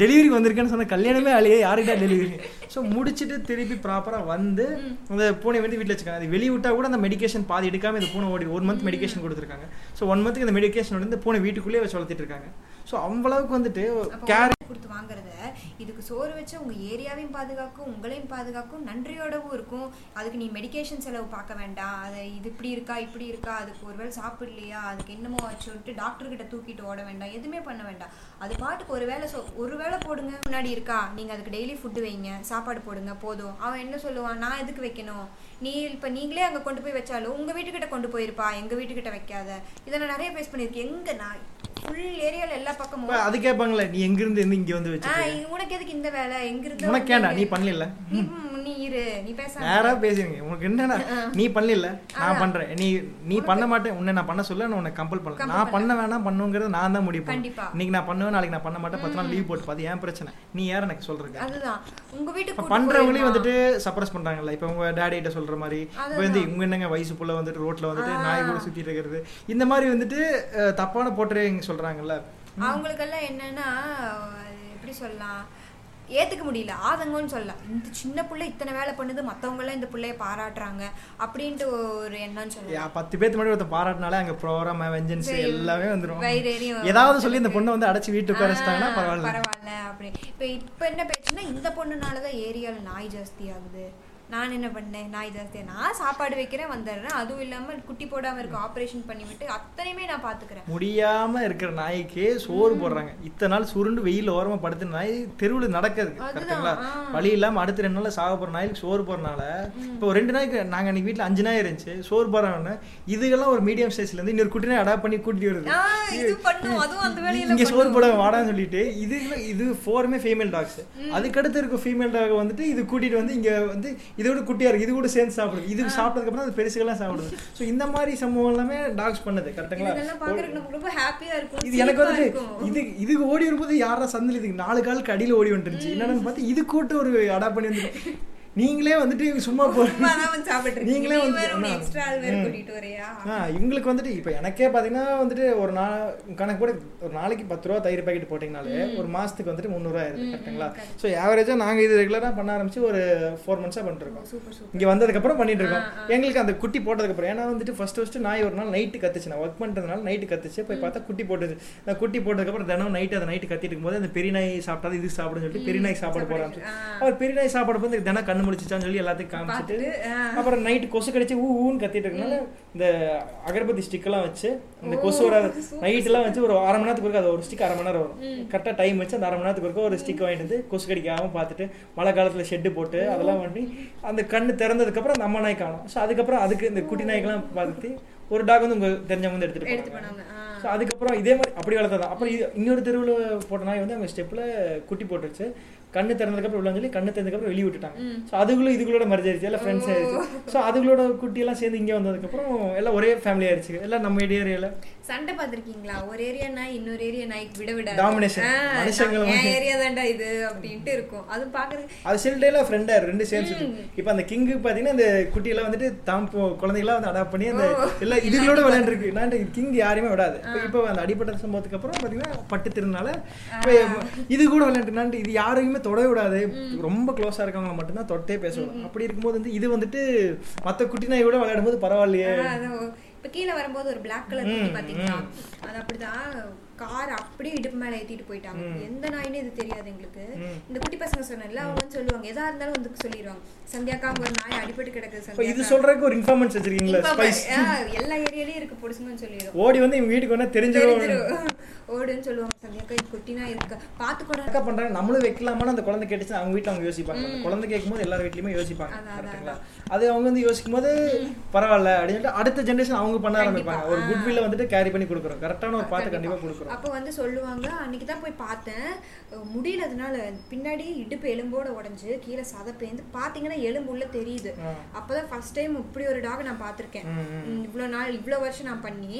டெலிவரி வந்திருக்கேன்னு சொன்ன கல்யாணமே அழியே யாருக்கிட்ட டெலிவரி ஸோ முடிச்சுட்டு திருப்பி ப்ராப்பராக வந்து அந்த பூனை வந்து வீட்டில் வச்சுக்காங்க அது வெளியே விட்டா கூட அந்த மெடிக்கேஷன் பாதி எடுக்காமல் இந்த பூனை ஓடி ஒரு மந்த் மெடிக்கேஷன் கொடுத்துருக்காங்க ஸோ ஒன் மந்த்துக்கு இந்த மெடிக்கேஷன் வந்து இந்த பூனை வீட்டுக்குள்ளேயே வச்சு வளர்த்துட்டு இருக்காங்க ஸோ அவ்வளவுக்கு வந்துட்டு அப்ப கேர் உங்களுக்கு கொடுத்து வாங்குறத இதுக்கு சோறு வச்சு உங்க ஏரியாவையும் பாதுகாக்கும் உங்களையும் பாதுகாக்கும் நன்றியோடவும் இருக்கும் அதுக்கு நீ மெடிகேஷன் செலவு பார்க்க வேண்டாம் அது இது இப்படி இருக்கா இப்படி இருக்கா அதுக்கு ஒருவேளை சாப்பிடலையா அதுக்கு என்னமோ வச்சுட்டு டாக்டர் கிட்ட தூக்கிட்டு ஓட வேண்டாம் எதுவுமே பண்ண வேண்டாம் அது பாட்டுக்கு ஒரு வேளை சொ- ஒரு வேளை போடுங்க முன்னாடி இருக்கா நீங்க அதுக்கு டெய்லி ஃபுட்டு வைங்க சாப்பாடு போடுங்க போதும் அவன் என்ன சொல்லுவான் நான் எதுக்கு வைக்கணும் நீ இப்ப நீங்களே அங்க கொண்டு போய் வச்சாலும் உங்க வீட்டுக்கிட்ட கொண்டு போயிருப்பா எங்க வீட்டுக்கிட்ட வைக்காத இதை நான் நிறைய பேஸ் பண்ணியிருக்கேன் எங்க நான் ஃபுல் ஏரியால எல்லா இப்ப பக்கமும் அது கேட்பாங்களே நீ எங்கிருந்து இருந்து இங்கே வந்து ஆ, வச்சு இ- உனக்கு எதுக்கு இந்த வேலை எங்க இருந்து உனக்கு வந்து ஏன்டா நீ இங்க- பண்ணல நீ ம், நீ இரு நீ பேசாம நேரா பேசுறீங்க உனக்கு என்னடா நீ பண்ணல நான் பண்றேன் நீ நீ பண்ண மாட்டேன் உன்னை நான் பண்ண சொல்ல நான் உன்னை கம்பல் பண்ணல நான் பண்ண வேணாம் பண்ணுங்கிறத நான் தான் முடிவு கண்டிப்பா. பண்ணுவேன் இன்னைக்கு நான் பண்ணுவேன் நாளைக்கு நான் பண்ண மாட்டேன் பத்து நாள் லீவ் போட்டு பார்த்து ஏன் பிரச்சனை நீ யார் எனக்கு சொல்றீங்க அதுதான் உங்க வீட்டுக்கு இப்போ கூட்டு பண்றவங்களையும் போயிருமா? வந்துட்டு சப்ரஸ் பண்றாங்கல்ல இப்போ உங்க டேடி கிட்ட சொல்ற மாதிரி இப்போ வந்து இவங்க என்னங்க வயசு புள்ள வந்துட்டு ரோட்ல வந்துட்டு நாய் கூட சுத்திட்டு இருக்கிறது இந்த மாதிரி வந்துட்டு அஹ், தப்பான போட்டே சொல்றாங்கல்ல அவங்களுக்கெல்லாம் என்னன்னா அது எப்படி சொல்லலாம் ஏத்துக்க முடியல ஆதங்கம்னு சொல்லலாம் இந்த சின்ன புள்ள இத்தனை வேலை பண்ணுது மத்தவங்க எல்லாம் இந்த புள்ளைய பாராட்டுறாங்க அப்படின்ட்டு ஒரு எண்ணம்னு சொல்லலாம் யா, பத்து பேத்து முன்னாடி ஒருத்தன் பாராட்டினாலே அங்க ப்ரோக்ராம் வெஞ்சன்ஸ் எல்லாமே வந்துரும் வயிறு எரியும். ஏதாவது சொல்லி இந்த பொண்ணை வந்து அடைச்சு வீட்டு உட்கார வச்சுட்டாங்கன்னா ஆ, பரவாயில்ல பரவாயில்ல அப்படி இப்போ இப்போ என்ன பேச்சுன்னா இந்த பொண்ணுனாலதான் ஏரியால நாய் ஜாஸ்தி ஆகுது நான் என்ன பண்ணேன் நாய் ஜாஸ்தி நான் சாப்பாடு வைக்கிறேன் வந்துடுறேன் அதுவும் இல்லாம குட்டி போடாம இருக்க ஆபரேஷன் பண்ணி விட்டு அத்தனையுமே நான் பாத்துக்கிறேன் முடியாம இருக்கிற நாய்க்கே சோறு போடுறாங்க இத்தனை நாள் சுருண்டு வெயில் ஓரமா படுத்த நாய் தெருவுல நடக்குது அதுதான், கரெக்டுங்களா ஆ. வழி இல்லாம அடுத்த ரெண்டு நாள்ல சாக போற நாய்க்கு சோறு போறனால இப்போ ஒரு ரெண்டு நாய்க்கு நாங்க அன்னைக்கு வீட்டுல அஞ்சு நாய் இருந்துச்சு சோறு போறாங்கன்னா இதுக்கெல்லாம் ஒரு மீடியம் சைஸ்ல இருந்து இன்னொரு குட்டி நாய் அடாப்ட் பண்ணி கூட்டிட்டு வருது ஆ, இது பண்ணும் அதுவும் அந்த வேலையில இங்க சோறு பண்ணும். போட வாடான்னு சொல்லிட்டு இது இது ஃபோருமே ஃபீமேல் டாக்ஸ் அதுக்கடுத்து இருக்க ஃபீமேல் டாக் வந்துட்டு இது கூட்டிட்டு வந்து இங்க வந்து இதோட குட்டியா இருக்கு இது கூட சேர்ந்து சாப்பிடுது இது சாப்பிட்டதுக்கு அப்புறம் அது பெருசுகள்லாம் சாப்பிடுது ஸோ இந்த மாதிரி சம்பவம் எல்லாமே டாக்ஸ் பண்ணுது இதெல்லாம் கரெக்டுங்களா பாக்குறதுக்கு நமக்கு ரொம்ப ஹாப்பியா இருக்கும் இது எனக்கு சிரிப்பா வந்துட்டு இருக்கும். இது இதுக்கு ஓடி வரும்போது யாரா சந்தில் இதுக்கு நாலு காலுக்கு அடியில் ஓடி வந்துருச்சு என்னன்னு பார்த்து இது கூட்ட ஒரு அடா பண்ணி வந்துருக்கு நீங்களே வந்துட்டு இவங்க சும்மா போ சும்மா தான் வந்து சாப்பிட்டு இருக்கீங்க. நீங்களே நீ வந்து- வேற உன்னை ஆமா. extra ஆள் வேற ம். கூட்டிட்டு வர்றியா? ஆ இவங்களுக்கு வந்துட்டு இப்போ எனக்கே பார்த்தீங்கன்னா வந்துட்டு ஒரு நா கணக்கு கூட ஒரு நாளைக்கு பத்து ரூபா தயிர் பாக்கெட் போட்டிங்கனாலே ஒரு மாதத்துக்கு வந்துட்டு முந்நூறுவா ஆயிருது கரெக்ட்டுங்களா ஸோ ஆவரேஜாக நாங்கள் இது ரெகுலராக பண்ண ஆரம்பிச்சு ஒரு ஃபோர் மந்த்ஸாக பண்ணிட்டுருக்கோம் சூப்பர் சூப்பர் இங்கே வந்ததுக்கப்புறம் பண்ணிட்டு இருக்கோம் எங்களுக்கு அந்த குட்டி போட்டதுக்கப்புறம் ஏன்னா வந்துட்டு ஃபர்ஸ்ட் ஃபர்ஸ்ட் நாய் ஒரு நாள் நைட்டு கத்துச்சு நான் ஒர்க் பண்ணுறதுனால நைட்டு கத்துச்சு போய் பார்த்தா குட்டி போட்டுச்சு அந்த குட்டி போட்டதுக்கப்புறம் தினம் நைட்டு அதை நைட்டு கத்திட்டு இருக்கும்போது அந்த பெரிய நாய் சாப்பிட்டாது இது சாப்பிடுன்னு சொல்லிட்டு பெரிய நாய் சாப்பாடு போறாங்க அவர் பெரிய நாய் சாப்பாடு போது தினம் கண்ணு முடிச்சுச்சான்னு சொல்லி எல்லாத்தையும் காமிச்சிட்டு அப்புறம் நைட்டு கொசு கடிச்சு ஊ ஊன்னு கத்திட்டு இருக்கனால இந்த அகர்பத்தி ஸ்டிக்கெல்லாம் வச்சு இந்த கொசு வர நைட்டெல்லாம் வச்சு ஒரு அரை மணி நேரத்துக்கு ஒருக்கா அது ஒரு ஸ்டிக் அரை மணி நேரம் வரும் கரெக்டாக டைம் வச்சு அந்த அரை மணி நேரத்துக்கு ஒருக்கா ஒரு ஸ்டிக் வாங்கிட்டு வந்து கொசு கடிக்காம பார்த்துட்டு மழை காலத்தில் ஷெட்டு போட்டு அதெல்லாம் பண்ணி அந்த கண்ணு திறந்ததுக்கப்புறம் அந்த அம்மா நாய் காணும் ஸோ அதுக்கப்புறம் அதுக்கு இந்த குட்டி நாய்க்கெல்லாம் பார்த்து ஒரு டாக் வந்து உங்கள் தெரிஞ்சவங்க வந்து எடுத்துகிட்டு எடுத்து போனாங்க பண்ணாங்க ஆ. ஸோ அதுக்கப்புறம் இதே மாதிரி அப்படி வளர்த்தது அப்புறம் இது- இன்னொரு தெருவில் போட்ட நாய் வந்து அவங்க ஸ்டெப்பில் குட்டி போட்டுருச்சு கண்ணு திறந்ததுக்கப்புறம் உள்ள சொல்லி கண்ணு திறந்ததுக்கப்புறம் வெளியே விட்டுட்டாங்க ஸோ அதுகளும் இதுகளோட மரியாதை ஆயிடுச்சு எல்லாம் ஃப்ரெண்ட்ஸ் ஆயிடுச்சு ஸோ அதுகளோட குட்டியெல்லாம் சேர்ந்து இங்கே வந்ததுக்கப்புறம் எல்லாம் ஒரே ஃபேமிலி ஆயிடுச்சு எல்லாம் நம்ம ஏரியாவில் சண்டை பார்த்திருக்கீங்களா ஒரு ஏரியானா இன்னொரு ஏரியா நாய்க்கு விட விட Domination. மனுஷங்களும் என் ஏரியா தான்டா இது அப்படின்ட்டு இருக்கும் அது பாக்குறது அது சில டேலாம் ஃப்ரெண்டாக ரெண்டு சேர்ந்து சுத்தும். இப்போ அந்த கிங்கு பார்த்தீங்கன்னா அந்த குட்டியெல்லாம் வந்துட்டு தாம் பொ- குழந்தைகளா வந்து அடாப்ட் பண்ணி அந்த எல்லாம் இதுகளோட விளையாண்டுருக்கு நான் கிங் யாரையுமே விடாது இப்ப- இப்போ அந்த அடிப்பட்ட சம்பவத்துக்கு அப்புறம் பார்த்தீங்கன்னா பட்டு திருநாள இது கூட விளையாண்டுனான்ட்டு இது யாரையுமே தொடவே விடாது ரொம்ப க்ளோஸாக இருக்கவங்க மட்டும்தான் தொட்டே பேசணும் அப்படி இருக்கும்போது வந்து இது வந்துட்டு மற்ற குட்டி நாய் கூட விளையாடும் போது பரவாயில்லையே ஆனா, அது இப்ப கீழே வரும்போது ஒரு பிளாக் கலர் குட்டி பாத்தீங்களா அது அப்படிதான் கார் அப்படியே இடுப்பு மேல ஏத்திட்டு போயிட்டாங்க எந்த நாயினே இது தெரியாது எங்களுக்கு இந்த குட்டி பசங்க சொன்னல அவங்க வந்து சொல்லுவாங்க எதா இருந்தாலும் வந்து சொல்லிடுவாங்க சந்தியாக்கா அங்க ஒரு நாய் அடிபட்டு கிடக்குது இப்போ இது சந்தியாக்கா சொல்றதுக்கு ஒரு இன்ஃபார்மன்ஸ் வச்சிருக்கீங்களா இப்ப ஸ்பைஸ் ஆ, எல்லா ஏரியாலயும் இருக்கு பொடிசுங்கன்னு சொல்லிடுவோம் ஓடி வந்து இவங்க வீட்டுக்கு வந்தா தெரிஞ்சிடும் தெரிஞ்சிரும். ஓடுன்னு சொல்லுவாங்க சந்தியாக்கா இது குட்டினா இருக்க பாத்துக்கூட அக்கா பண்றாங்க நம்மளும் வைக்கலாமான்னு அந்த குழந்தை கேட்டுச்சு அவங்க வீட்ல அவங்க யோசிப்பாங்க அந்த குழந்தை கேட்கும்போது எல்லார் வீட்லயுமே யோசிப்பாங்க கரெக்ட்டுங்களா அது அவங்க வந்து யோசிக்கும் போது பரவாயில்ல அப்படின்னு சொல்லிட்டு அடுத்த ஜென்ரேஷன் அவங்க பண்ண ஆரம்பிப்பாங்க ஒரு குட் வில்ல வந்துட்டு கேரி பண்ணி கொடுக்குறோம் கரெக்டான ஒரு பாத்தை கண்டிப்பா கொடுக்குறோம் அப்போ வந்து சொல்லுவாங்க அன்னைக்கு தான் போய் பார்த்தேன் அஹ் முடியலதுனால பின்னாடி இடுப்பு எலும்போட உடைஞ்சு கீழே சதப்பேந்து பார்த்தீங்கன்னா எலும்பு உள்ள தெரியுது அப்பதான் ஃபர்ஸ்ட் டைம் இப்படி ஒரு டாக் நான் பார்த்துருக்கேன் இவ்வளோ நாள் இவ்வளோ வருஷம் நான் பண்ணி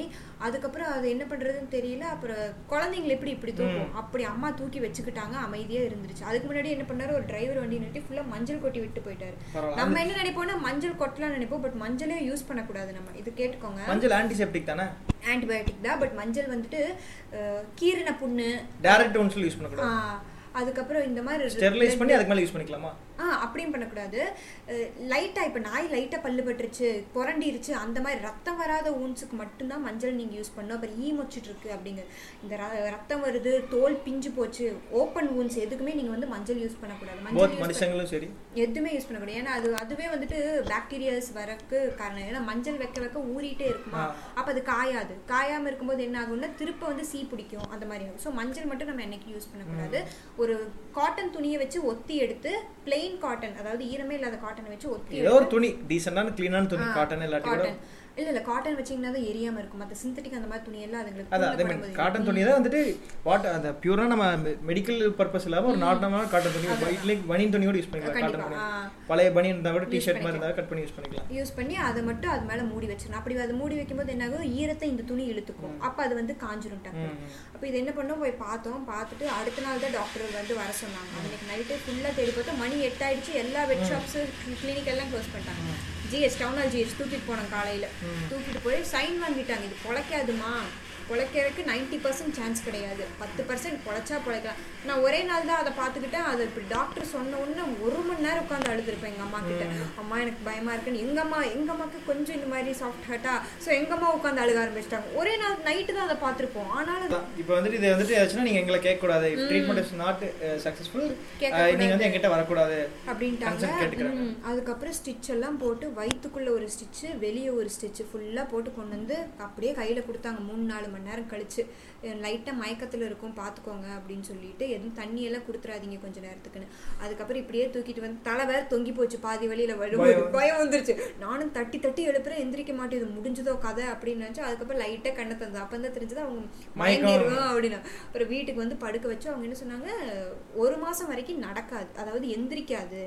அதுக்கப்புறம் அது என்ன பண்றதுன்னு தெரியல அப்புறம் குழந்தைங்களை எப்படி இப்படி தூக்கும் அப்படி அம்மா தூக்கி வச்சுக்கிட்டாங்க அமைதியா இருந்துருச்சு அதுக்கு முன்னாடி என்ன பண்ணாரு ஒரு டிரைவர் வண்டி நிறுத்தி ஃபுல்லா மஞ்சள் கொட்டி விட்டு போயிட்டாரு பரவாயில்ல. நம்ம என்ன நினைப்போம்னா மஞ்சள் கொட்டலாம் நினைப்போம் பட் மஞ்சளே யூஸ் பண்ணக்கூடாது நம்ம இது கேட்டுக்கோங்க மஞ்சள் ஆன்டிசெப்டிக் தானே ஆன்டிபயோட்டிக் தான் பட் மஞ்சள் வந்துட்டு அஹ், கீரின புண்ணு டைரக்ட் ஒன்ஸ் யூஸ் பண்ணக்கூடாது ஆஹ், அதுக்கப்புறம் இந்த மாதிரி ஸ்டெரிலைஸ் பண்ணி அதுக்கு மேல யூஸ் பண்ணிக்கலாமா ஆ அப்படியும் பண்ணக்கூடாது லைட்டா இப்ப நாய் லைட்டா பல்லு பட்டுருச்சு புரண்டிருச்சு அந்த மாதிரி ரத்தம் வராத ஊன்ஸுக்கு மட்டும்தான் மஞ்சள் நீங்க யூஸ் பண்ணணும் அப்புறம் ஈ மொச்சிட்டு இருக்கு அப்படிங்க இந்த ர- ரத்தம் வருது தோல் பிஞ்சு போச்சு ஓப்பன் ஊன்ஸ் எதுக்குமே நீங்க வந்து மஞ்சள் யூஸ் பண்ணக்கூடாது மஞ்சள் போத் use பண்ண- மனுஷங்களும் சரி எதுவுமே யூஸ் பண்ணக்கூடாது ஏன்னா அது அதுவே வந்துட்டு பாக்டீரியாஸ் வரக்கு காரணம் ஏன்னா மஞ்சள் வைக்க வைக்க ஊறிட்டே இருக்குமா அப்ப அது காயாது காயாம இருக்கும்போது என்ன ஆகும்னா திருப்ப வந்து சீ பிடிக்கும் அந்த மாதிரி ஆகும் ஸோ மஞ்சள் மட்டும் நம்ம என்னைக்கு யூஸ் பண்ணக்கூடாது ஒரு காட்டன் துணியை வச்சு ஒத்தி எடுத்து பிளெயின் காட்டன் அதாவது ஈரமே இல்லாத காட்டனை வச்சு ஒத்தி ஏதோ ஒரு துணி டீசெண்டான க்ளீனான துணி காட்டன் இல்லாட்டி கூட காட்டன் இல்ல இல்ல காட்டன் வச்சீங்கன்னா தான் எரியாம இருக்கும் மற்ற சிந்தட்டிக் அந்த மாதிரி துணி எல்லாம் அதுங்களுக்கு அதான் புண்ணு அதே மாதிரி படும்போது காட்டன் துணி தான் வந்துட்டு வாட்டர் அந்த பியூரா நம்ம மெடிக்கல் பர்பஸ் இல்லாம ஒரு நார்மலான காட்டன் துணி வீட்லயே பனியன் துணி கூட யூஸ் பண்ணிக்கலாம் காட்டன் துணி கண்டிப்பா, பழைய பனியன் இருந்தா கூட டிஷர்ட் மாதிரி இருந்தா கட் பண்ணி யூஸ் பண்ணிக்கலாம் யூஸ் பண்ணி அதை மட்டும் அது மேல மூடி வச்சிடணும் அப்படி அது மூடி வைக்கும்போது என்ன ஆகும் ஈரத்தை இந்த துணி இழுத்துக்கும் அப்ப அது வந்து காஞ்சிரும் டக்கு அப்போ இது என்ன பண்ணோம் போய் பார்த்தோம் பார்த்துட்டு அடுத்த நாள் தான் டாக்டர் வந்து வர சொன்னாங்க அன்னைக்கு நைட்டு ஃபுல்லா தேடி பார்த்தோம் மணி எட்டாயிடுச்சு எல்லா வெட் ஷாப்ஸ் கிளினிக் எல்லாம் க்ளோஸ் பண்ணிட்டாங்க ஜிஎஸ் டவுனால் ஜிஎஸ் தூக்கிட்டு போனோம் காலையில தூக்கிட்டு போய் சைன் வாங்கிட்டாங்க இது பொழைக்காதுமா பொழைக்கிறதுக்கு நைன்டி பர்சன்ட் சான்ஸ் கிடையாது பத்து பர்சன்ட் பொழைச்சா பொழைக்கலாம் நான் ஒரே நாள் தான் அதை பார்த்துக்கிட்டேன் அது இப்படி டாக்டர் சொன்ன உடனே ஒரு மணி நேரம் உட்காந்து அழுதுருப்பேன் எங்கள் அம்மா கிட்ட அம்மா எனக்கு பயமா இருக்குன்னு எங்க அம்மா எங்க அம்மாக்கு கொஞ்சம் இந்த மாதிரி சாஃப்ட் ஹர்ட்டா ஸோ எங்க அம்மா உட்காந்து அழுக ஆரம்பிச்சிட்டாங்க ஒரே நாள் நைட்டு தான் அதை பார்த்துருப்போம் ஆனாலும் அது- இப்போ வந்துட்டு இது வந்துட்டு ஆச்சுன்னா நீங்க எங்களை கேட்க கூடாது ட்ரீட்மெண்ட் இஸ் நாட் சக்சஸ்ஃபுல் கேட்கக்கூடாது. uh, நீங்க வந்து என்கிட்ட வரக்கூடாது அப்படின்ட்டாங்க Consent கேட்டுக்கிறாங்க. ம், அதுக்கப்புறம் ஸ்டிச் எல்லாம் போட்டு வயித்துக்குள்ள ஒரு ஸ்டிச்சு வெளியே ஒரு ஸ்டிச்சு ஃபுல்லாக போட்டு கொண்டு வந்து அப்படியே கையில் கொடுத்தாங்க மூணு நாலு மணி நேரம் கழிச்சு லைட்டாக மயக்கத்தில் இருக்கும் பார்த்துக்கோங்க அப்படின்னு சொல்லிட்டு எதுவும் தண்ணியெல்லாம் கொடுத்துறாதீங்க கொஞ்ச நேரத்துக்குன்னு அதுக்கப்புறம் இப்படியே தூக்கிட்டு வந்து தலை வேற தொங்கி போச்சு பாதி வழியில் வரும்போது பயம். பயம் வந்துருச்சு நானும் தட்டி தட்டி எழுப்புறேன் எந்திரிக்க மாட்டேன் இது முடிஞ்சதோ கதை அப்படின்னு நினச்சி அதுக்கப்புறம் லைட்டாக கண்ணை தந்தது அப்போ தான் தெரிஞ்சது அவங்க மயக்கம். மயங்கிடுவோம் அப்படின்னா அப்புறம் வீட்டுக்கு வந்து படுக்க வச்சு அவங்க என்ன சொன்னாங்க ஒரு மாசம் வரைக்கும் நடக்காது அதாவது எந்திரிக்காது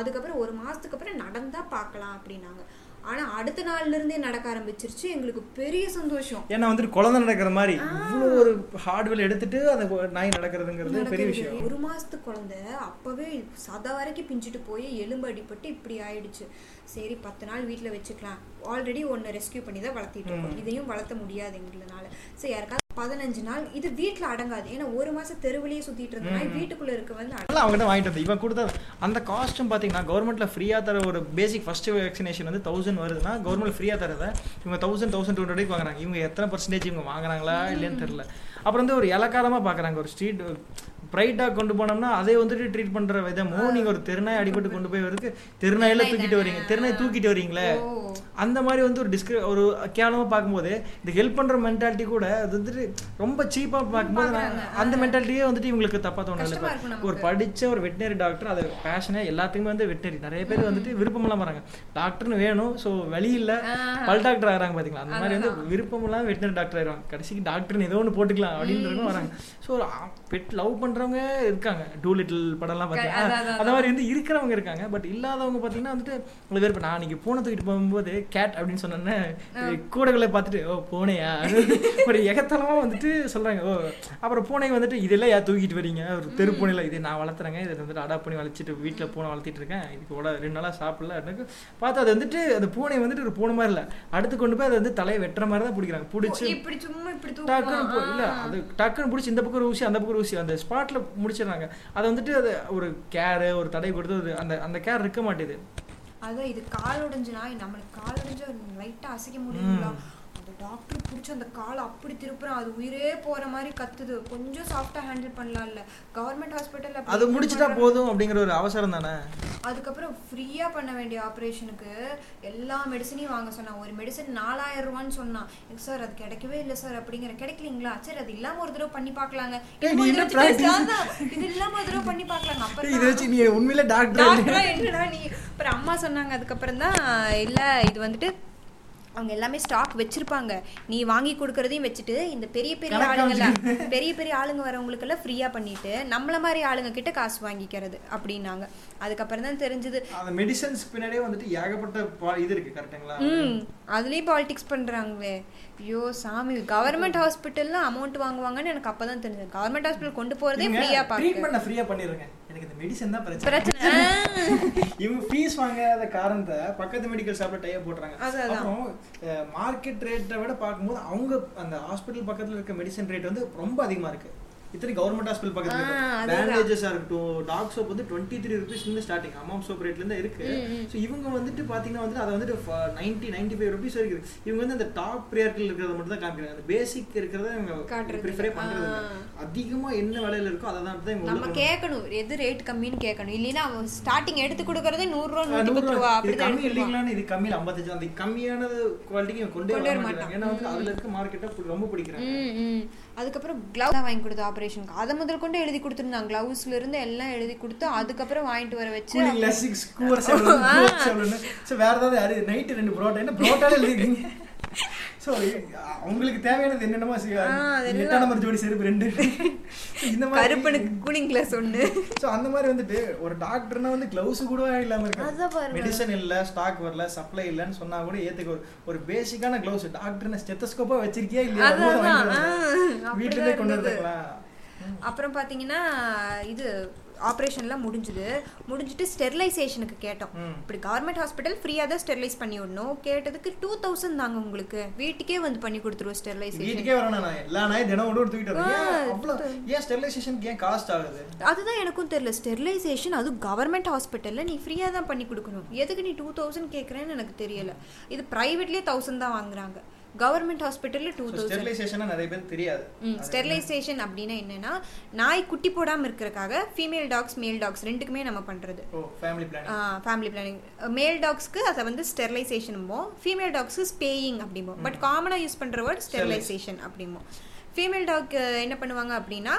அதுக்கப்புறம் ஒரு மாசத்துக்கு அப்புறம் நடந்தா பார்க்கலாம் அப்படின்னாங்க ஆனா அடுத்த நாள்ல இருந்தே நடக்க ஆரம்பிச்சிருச்சு எங்களுக்கு பெரிய சந்தோஷம் ஏன்னா வந்துட்டு குழந்தை நடக்கிற மாதிரி இவ்வளோ ஒரு ஹார்ட்வேர் எடுத்துட்டு அந்த கொ- நாய் நடக்கிறதுங்கிறது பெரிய நடக்குது. விஷயம் ஒரு மாசத்து குழந்தை அப்பவே சத வரைக்கும் பிஞ்சிட்டு போய் எலும்பு அடிபட்டு இப்படி ஆயிடுச்சு சரி பத்து நாள் வீட்ல வச்சுக்கலாம் ஆல்ரெடி ஒன்னு ரெஸ்கியூ பண்ணி தான் வளர்த்திட்டு இருக்கோம் இதையும் வளர்த்த முடியாது எங்களால சரி யாருக்காவது பதினஞ்சு நாள் இது வீட்ல அடங்காது ஏன்னா ஒரு மாசம் தெருவிலேயே சுத்திட்டு இருந்தனா வீட்டுக்குள்ள இருக்க வந்து அதெல்லாம் அவங்க தான் வாங்கிட்டு வந்து இவன் கொடுத்த அந்த காஸ்ட்டும் பார்த்தீங்கன்னா கவர்மெண்ட்ல ஃப்ரீயாக தர ஒரு பேசிக் ஃபர்ஸ்ட் வேக்சினேஷன் வந்து தௌசண்ட் வருதுன்னா கவர்மெண்ட் ஃப்ரீயாக தரதை இவங்க தௌசண்ட் தௌசண்ட் டூ ஹண்ட்ரட் வாங்குறாங்க இவங்க எத்தனை பர்சன்டேஜ் இவங்க வாங்குறாங்களா இல்லைன்னு தெரியல அப்புறம் வந்து ஒரு இலக்காரமாக பார்க்குறாங்க ஒரு ஸ்ட்ரீட் ப்ரைட்டாக கொண்டு போனோம்னா அதே வந்துட்டு ட்ரீட் பண்ணுற விதமும் நீங்கள் ஒரு தெருநாய் அடிபட்டு கொண்டு போய் வரதுக்கு தெருநாயில தூக்கிட்டு வரீங்க தெருநாய் தூக்கிட்டு வரீங்களே அந்த மாதிரி வந்து ஒரு டிஸ்கிரி ஒரு கேவலமாக பார்க்கும்போது இந்த ஹெல்ப் பண்ணுற மென்டாலிட்டி கூட அது வந்துட்டு ரொம்ப சீப்பாக பார்க்கும்போது நான் அந்த மென்டாலிட்டியே வந்துட்டு இவங்களுக்கு தப்பாக தோணும் கஷ்டமா இருக்கும் நமக்கு. ஒரு படிச்ச ஒரு வெட்டினரி டாக்டர் அது பேஷனே எல்லாத்துக்குமே வந்து வெட்டினரி நிறைய பேர் வந்துட்டு விருப்பமெல்லாம் வராங்க டாக்டர்னு வேணும் ஸோ வழி இல்ல பல் டாக்டர் ஆகிறாங்க பாத்தீங்களா அந்த மாதிரி வந்து விருப்பமெல்லாம் வெட்டினரி டாக்டர் ஆயிடுவாங்க கடைசிக்கு டாக்டர்னு ஏதோ ஒன்று போட்டுக்கலாம் அப்படின்றவங்க வராங்க ஸோ பெட் லவ் பண்ற பண்றவங்க இருக்காங்க டூ லிட்டில் படம்லாம் பார்த்தீங்கன்னா அதான், அதான், அந்த மாதிரி வந்து இருக்கிறவங்க இருக்காங்க பட் இல்லாதவங்க பார்த்தீங்கன்னா வந்துட்டு உங்களை பேர் நான் அன்னைக்கு பூனை தூக்கிட்டு போகும்போது கேட் அப்படின்னு சொன்னோன்னே கூடகளை பார்த்துட்டு ஓ பூனையா ஒரு எகத்தலமா வந்துட்டு சொல்றாங்க ஓ அப்புறம் பூனை வந்துட்டு இதெல்லாம் ஏன் தூக்கிட்டு வரீங்க ஒரு தெரு பூனையில இது நான் வளர்த்துறேங்க இதை வந்துட்டு அடாப்ட் பண்ணி வளர்ச்சிட்டு வீட்டில் பூனை வளர்த்திட்டு இருக்கேன் இதுக்கு கூட ரெண்டு நாளாக சாப்பிடல எனக்கு பார்த்தா அது வந்துட்டு அந்த பூனை வந்துட்டு ஒரு பூனை மாதிரி இல்லை அடுத்து கொண்டு போய் அதை வந்து தலையை வெட்டுற மாதிரி தான் பிடிக்கிறாங்க பிடிச்சி இப்படி சும்மா இப்படி டக்குன்னு போ- இல்ல தூக்கம் அது டக்குன்னு பிடிச்சி இந்த பக்கம் ஒரு ஊசி அந்த பக்கம் ஒரு ஊசி அந்த ஸ்பாட்ல முடிச்சிடுறாங்க அதை வந்துட்டு அது ஒரு கேர் ஒரு தடை கொடுத்து ஒரு அந்த அந்த கேர் இருக்க மாட்டேது அதான் இது கால் உடைஞ்சு நாய் நம்மளுக்கு கால் உடைஞ்சு லைட்டா அசைக்க முடியுங்களா அந்த டாக்டர் பிடிச்சி அந்த கால் அப்படி திருப்புறான் அது உயிரே போற மாதிரி கத்துது கொஞ்சம் சாஃப்டா ஹேண்டில் பண்ணலாம் இல்ல கவர்மெண்ட் ஹாஸ்பிட்டல் அது முடிச்சிட்டா போதும் அப்படிங்கிற ஒரு அவசரம் தானே அதுக்கப்புறம் ஃப்ரீயா பண்ண வேண்டிய ஆப்ரேஷனுக்கு எல்லா மெடிசனையும் வாங்க சொன்னான் ஒரு மெடிசன் நாலாயிரம் ரூபான்னு சொன்னான் சார் அது கிடைக்கவே இல்லை சார் அப்படிங்கிற கிடைக்கலீங்களா சரி அது இல்லாம ஒரு தடவை பண்ணி பார்க்கலாங்க டேய், என்னமோ நீ இது என்ன வச்சு practice? பேசாதா? இது இல்லாம ஒரு தடவை பண்ணி பார்க்கலாங்க அப்புறம் இதை வச்சு நீ உண்மையில டாக்டர் டாக்டரா என்னடா நீ அப்புறம் அம்மா சொன்னாங்க அதுக்கப்புறம் தான் இல்ல இது வந்துட்டு அவங்க எல்லாமே ஸ்டாக் வச்சிருப்பாங்க நீ வாங்கி கொடுக்கறதையும் வச்சுட்டு இந்த பெரிய பெரிய கணக்கு ஆளுங்கெல்லாம் பெரிய பெரிய ஆளுங்க வரவங்களுக்கெல்லாம் ஃப்ரீயா பண்ணிட்டு நம்மள மாதிரி ஆளுங்க கிட்ட காசு வாங்கிக்கிறது அப்படின்னாங்க அதுக்கப்புறம் தான் தெரிஞ்சது அந்த மெடிசன்ஸ் பின்னாடியே வந்துட்டு ஏகப்பட்ட பா- இது இருக்கு கரெக்ட்டுங்களா ம் அதுலேயும் பாலிடிக்ஸ் பண்ணுறாங்களே ஐயோ சாமி கவர்மெண்ட் ஹாஸ்பிட்டலில் அமௌண்ட் வாங்குவாங்கன்னு எனக்கு அப்போ தான் தெரிஞ்சது கவர்மெண்ட் ஹாஸ்பிட்டல் கொண்டு போகிறதே ஃப்ரீயாக பார்க்க ட்ரீட்மெண்ட் ஃப்ரீயா பண்ணிடுங்க எனக்கு இந்த மெடிசன் தான் பிரச்சனை பிரச்சனை ஆ. இவங்க ஃபீஸ் வாங்காத காரணத்தை பக்கத்து மெடிக்கல் ஷாப்ல டைய போடுறாங்க அது அதான். அப்புறம் மார்க்கெட் ரேட்டை விட பார்க்கும்போது அவங்க அந்த ஹாஸ்பிட்டல் பக்கத்துல இருக்க மெடிசன் ரேட் வந்து ரொம்ப அதிகமா இருக்கு இத்தனை கவர்மெண்ட் ஹாஸ்பிட்டல் பக்கத்துல ஆ, இருக்கு அதுதான். பேண்டேஜஸா இருக்கட்டும் டாக் சோப் வந்து டுவெண்ட்டி த்ரீ ருபீஸ் இருந்து ஸ்டார்டிங் அமாம் சோப் ரேட்ல இருந்து இருக்கு ஸோ இவங்க வந்துட்டு பாத்தீங்கன்னா வந்துட்டு அதை வந்துட்டு நைன்டி நைன்டி ஃபைவ் ருபீஸ் வரைக்கும் இருக்கு இவங்க வந்து அந்த டாப் ப்ரியாரிட்டியில் இருக்கிறத மட்டும் தான் காமிக்கிறாங்க அந்த பேசிக் இருக்கிறத இவங்க காட்டுறது ப்ரிஃபரே இல்ல. பண்றது இல்ல. அதிகமா என்ன விலையில இருக்கோ அதை தான் இவங்க நம்ம உள்ள கொண்டு கேட்கணும் எது ரேட் கம்மின்னு கேட்கணும் இல்லைன்னா அவன் ஸ்டார்டிங் எடுத்து கொடுக்கறதே நூறுரூவா ஆ, நூற்றி நூறு பத்து ரூபா ரூபா. இது கம்மி அப்படி தான் எடுத்துட்டு போவான். இல்லைங்களான்னு இது கம்மியில 55 அந்த கம்மியானது குவாலிட்டிக்கு இவன் கொண்டே கொண்டு வர வர மாட்டாங்க ஏன்னா வந்து அதுல இருக்க மார்க்கெட்டை ரொம்ப பிடிக்கிறாங்க ம், ம். அதுக்கப்புறம் க்ளவ் தான் வாங்கி கொடுத்தோம் ஆப்ரேஷனுக்கு அதை முதல் கொண்டு எழுதி கொடுத்துருந்தாங்க க்ளவுஸ்ல இருந்து எல்லாம் எழுதி கொடுத்து அதுக்கப்புறம் வாங்கிட்டு வர வச்சு கூலிங் கிளாஸ் சிக்ஸ் கூவர்ஸ் எவ்வளோன்னு ஸோ வேற ஏதாவது யாரு நைட்டு ரெண்டு புரோட்டா என்ன புரோட்டாலே எழுதிருக்கீங்க ஸோ அவங்களுக்கு தேவையானது என்னென்னமோ செய்ய- ஆ, அதெல்லாம். எட்டாம் நம்பர் ஜோடி செருப்பு ரெண்டு So, இந்த கருப்பனுக்கு கூலிங் கிளாஸ் ஒன்று ஸோ அந்த மாதிரி வந்துட்டு ஒரு டாக்டர்னா வந்து கிளவுஸ் கூட இல்லாம அதான் இருக்கு பாருங்க. மெடிசன் இல்ல ஸ்டாக் வரல சப்ளை இல்லைன்னு சொன்னா கூட ஏத்துக்க ஒரு ஒரு பேசிக்கான கிளவுஸ் டாக்டர்னு ஸ்டெத்தஸ்கோப்பா வச்சிருக்கியா இல்லையா அதான், அதுவும் வாங்கிட்டு அதான். வரணும். ஆ, வீட்டுல அப்படிதான் இருந்தே கொண்டு இருந்தது. வந்துருக்கலாம் அப்புறம் பார்த்தீங்கன்னா இது ஆப்ரேஷன்லாம் முடிஞ்சுது முடிஞ்சுட்டு ஸ்டெர்லைசேஷனுக்கு கேட்டோம் இப்படி கவர்மெண்ட் ஹாஸ்பிட்டல் ஃப்ரீயாக தான் ஸ்டெர்லைஸ் பண்ணி விடணும் கேட்டதுக்கு டூ தௌசண்ட் தாங்க உங்களுக்கு வீட்டுக்கே வந்து பண்ணி கொடுத்துருவோம் ஸ்டெர்லைசேஷன் வீட்டுக்கே வரணும் நான் எல்லா நாயும் தினம் ஒன்று தூக்கிட்டு வரேன் ஏன் அவ்வளோ ஏன் ஸ்டெரிலைசேஷனுக்கு ஏன் காஸ்ட் ஆகுது அதுதான் எனக்கும் தெரியல ஸ்டெர்லைசேஷன் அது கவர்மெண்ட் ஹாஸ்பிட்டலில் நீ ஃப்ரீயாக தான் பண்ணி கொடுக்கணும் எதுக்கு நீ டூ தௌசண்ட் கேட்குறேன்னு எனக்கு தெரியல இது ப்ரைவேட்லேயே தௌசண்ட் தான் வாங்குறாங்க கவர்மெண்ட் ஹாஸ்பிட்டலில் டூ தௌசண்ட் ஸ்டெரிலைசேஷனா நிறைய பேர் தெரியாது ஸ்டெர்லைசேஷன் அப்படின்னா என்னன்னா நாய் குட்டி போடாமல் இருக்கிறக்காக ஃபீமேல் டாக்ஸ் மேல் டாக்ஸ் ரெண்டுக்குமே நம்ம பண்ணுறது ஓ family plan family planning male டாக்ஸ்க்கு அதை வந்து ஸ்டெர்லைசேஷனும்போம் ஃபீமேல் டாக்ஸ்க்கு ஸ்பேயிங் அப்படிம்போம் பட் காமனாக யூஸ் பண்ணுற வேர்ட் ஸ்டெர்லைசேஷன் அப்படிம்போம் ஃபீமேல் டாக் என்ன பண்ணுவாங்க அப்படின்னா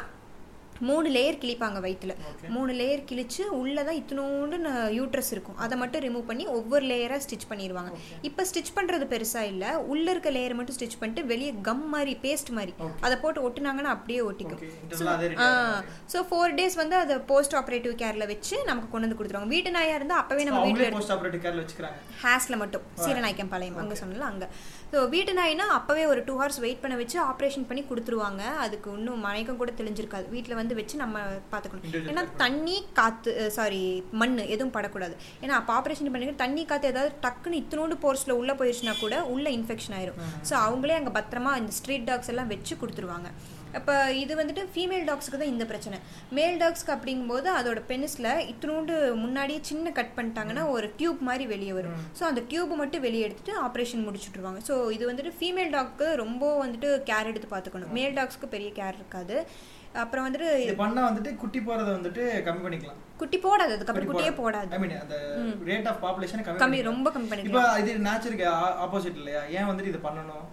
மூணு லேயர் கிழிப்பாங்க வயிற்றுல மூணு லேயர் கிழிச்சு உள்ளே தான் இத்தினோண்டு யூட்ரஸ் இருக்கும் அதை மட்டும் ரிமூவ் பண்ணி ஒவ்வொரு லேயராக ஸ்டிச் பண்ணிடுவாங்க இப்போ ஸ்டிச் பண்ணுறது பெருசாக இல்லை உள்ளே இருக்க லேயரை மட்டும் ஸ்டிச் பண்ணிட்டு வெளியே கம் மாதிரி பேஸ்ட் மாதிரி அதை போட்டு ஒட்டுனாங்கன்னா அப்படியே ஒட்டிக்கும் Okay, இதெல்லாம் அதே rate ஸோ ஃபோர் டேஸ் வந்து அதை போஸ்ட் ஆப்ரேட்டிவ் கேர்ல வச்சு நமக்கு கொண்டு வந்து கொடுத்துருவாங்க வீட்டு நாயா இருந்தால் அப்பவே நம்ம வீட்டில் அவங்களே போஸ்ட் ஆப்ரேட்டிவ் கேர்ல வச்சுக்கிறாங்க ஹேஸ்ல மட்டும் சீரநாயக்கம் பாளையம் அங்கே சொன்னல அங்கே ஸோ வீட்டு நாயினா அப்பவே ஒரு டூ ஹவர்ஸ் வெயிட் பண்ண வச்சு ஆப்ரேஷன் பண்ணி கொடுத்துருவாங்க அதுக்கு இன்னும் மயக்கம் கூட தெளிஞ்சிருக்காது வீட்டில் வந்து வச்சு நம்ம பார்த்துக்கணும் ஏன்னா தண்ணி காற்று சாரி மண் எதுவும் படக்கூடாது ஏன்னா அப்போ ஆப்ரேஷன் பண்ணி தண்ணி காற்று ஏதாவது டக்குன்னு இத்தினோண்டு போர்ஸில் உள்ளே போயிடுச்சுன்னா கூட உள்ளே இன்ஃபெக்ஷன் ஆயிரும் ஸோ அவங்களே அங்கே பத்திரமா இந்த ஸ்ட்ரீட் டாக்ஸ் எல்லாம் வச்சு கொடுத்துருவாங்க அப்போ இது வந்துட்டு ஃபீமேல் டாக்ஸ்க்கு தான் இந்த பிரச்சனை மேல் டாக்ஸ்க்கு அப்படிங்கும்போது அதோட பெனிஸில் இத்தினோண்டு முன்னாடியே சின்ன கட் பண்ணிட்டாங்கன்னா ஒரு டியூப் மாதிரி வெளியே வரும் ஸோ அந்த டியூப் மட்டும் வெளியே எடுத்துட்டு ஆப்ரேஷன் முடிச்சுட்டுருவாங்க ஸோ இது வந்துட்டு ஃபீமேல் டாக்கு ரொம்ப வந்துட்டு கேர் எடுத்து பார்த்துக்கணும் மேல் டாக்ஸ்க்கு பெரிய கேர் இருக்காது அப்புறம் வந்துட்டு இது பண்ணா வந்துட்டு குட்டி போறதை வந்துட்டு கம்மி பண்ணிக்கலாம் குட்டி போடாது அதுக்கப்புறம் குட்டியே ஐ போடாது மீன் அந்த ரேட் ஆஃப் பாப்புலேஷன் கம்மி கம்மி பண்ணிக்கலாம். ரொம்ப கம்மி இப்போ பண்ணிக்கலாம் இது நேச்சுருக்கு ஆப்போசிட் இல்லையா ஏன் வந்துட்டு இது பண்ணணும்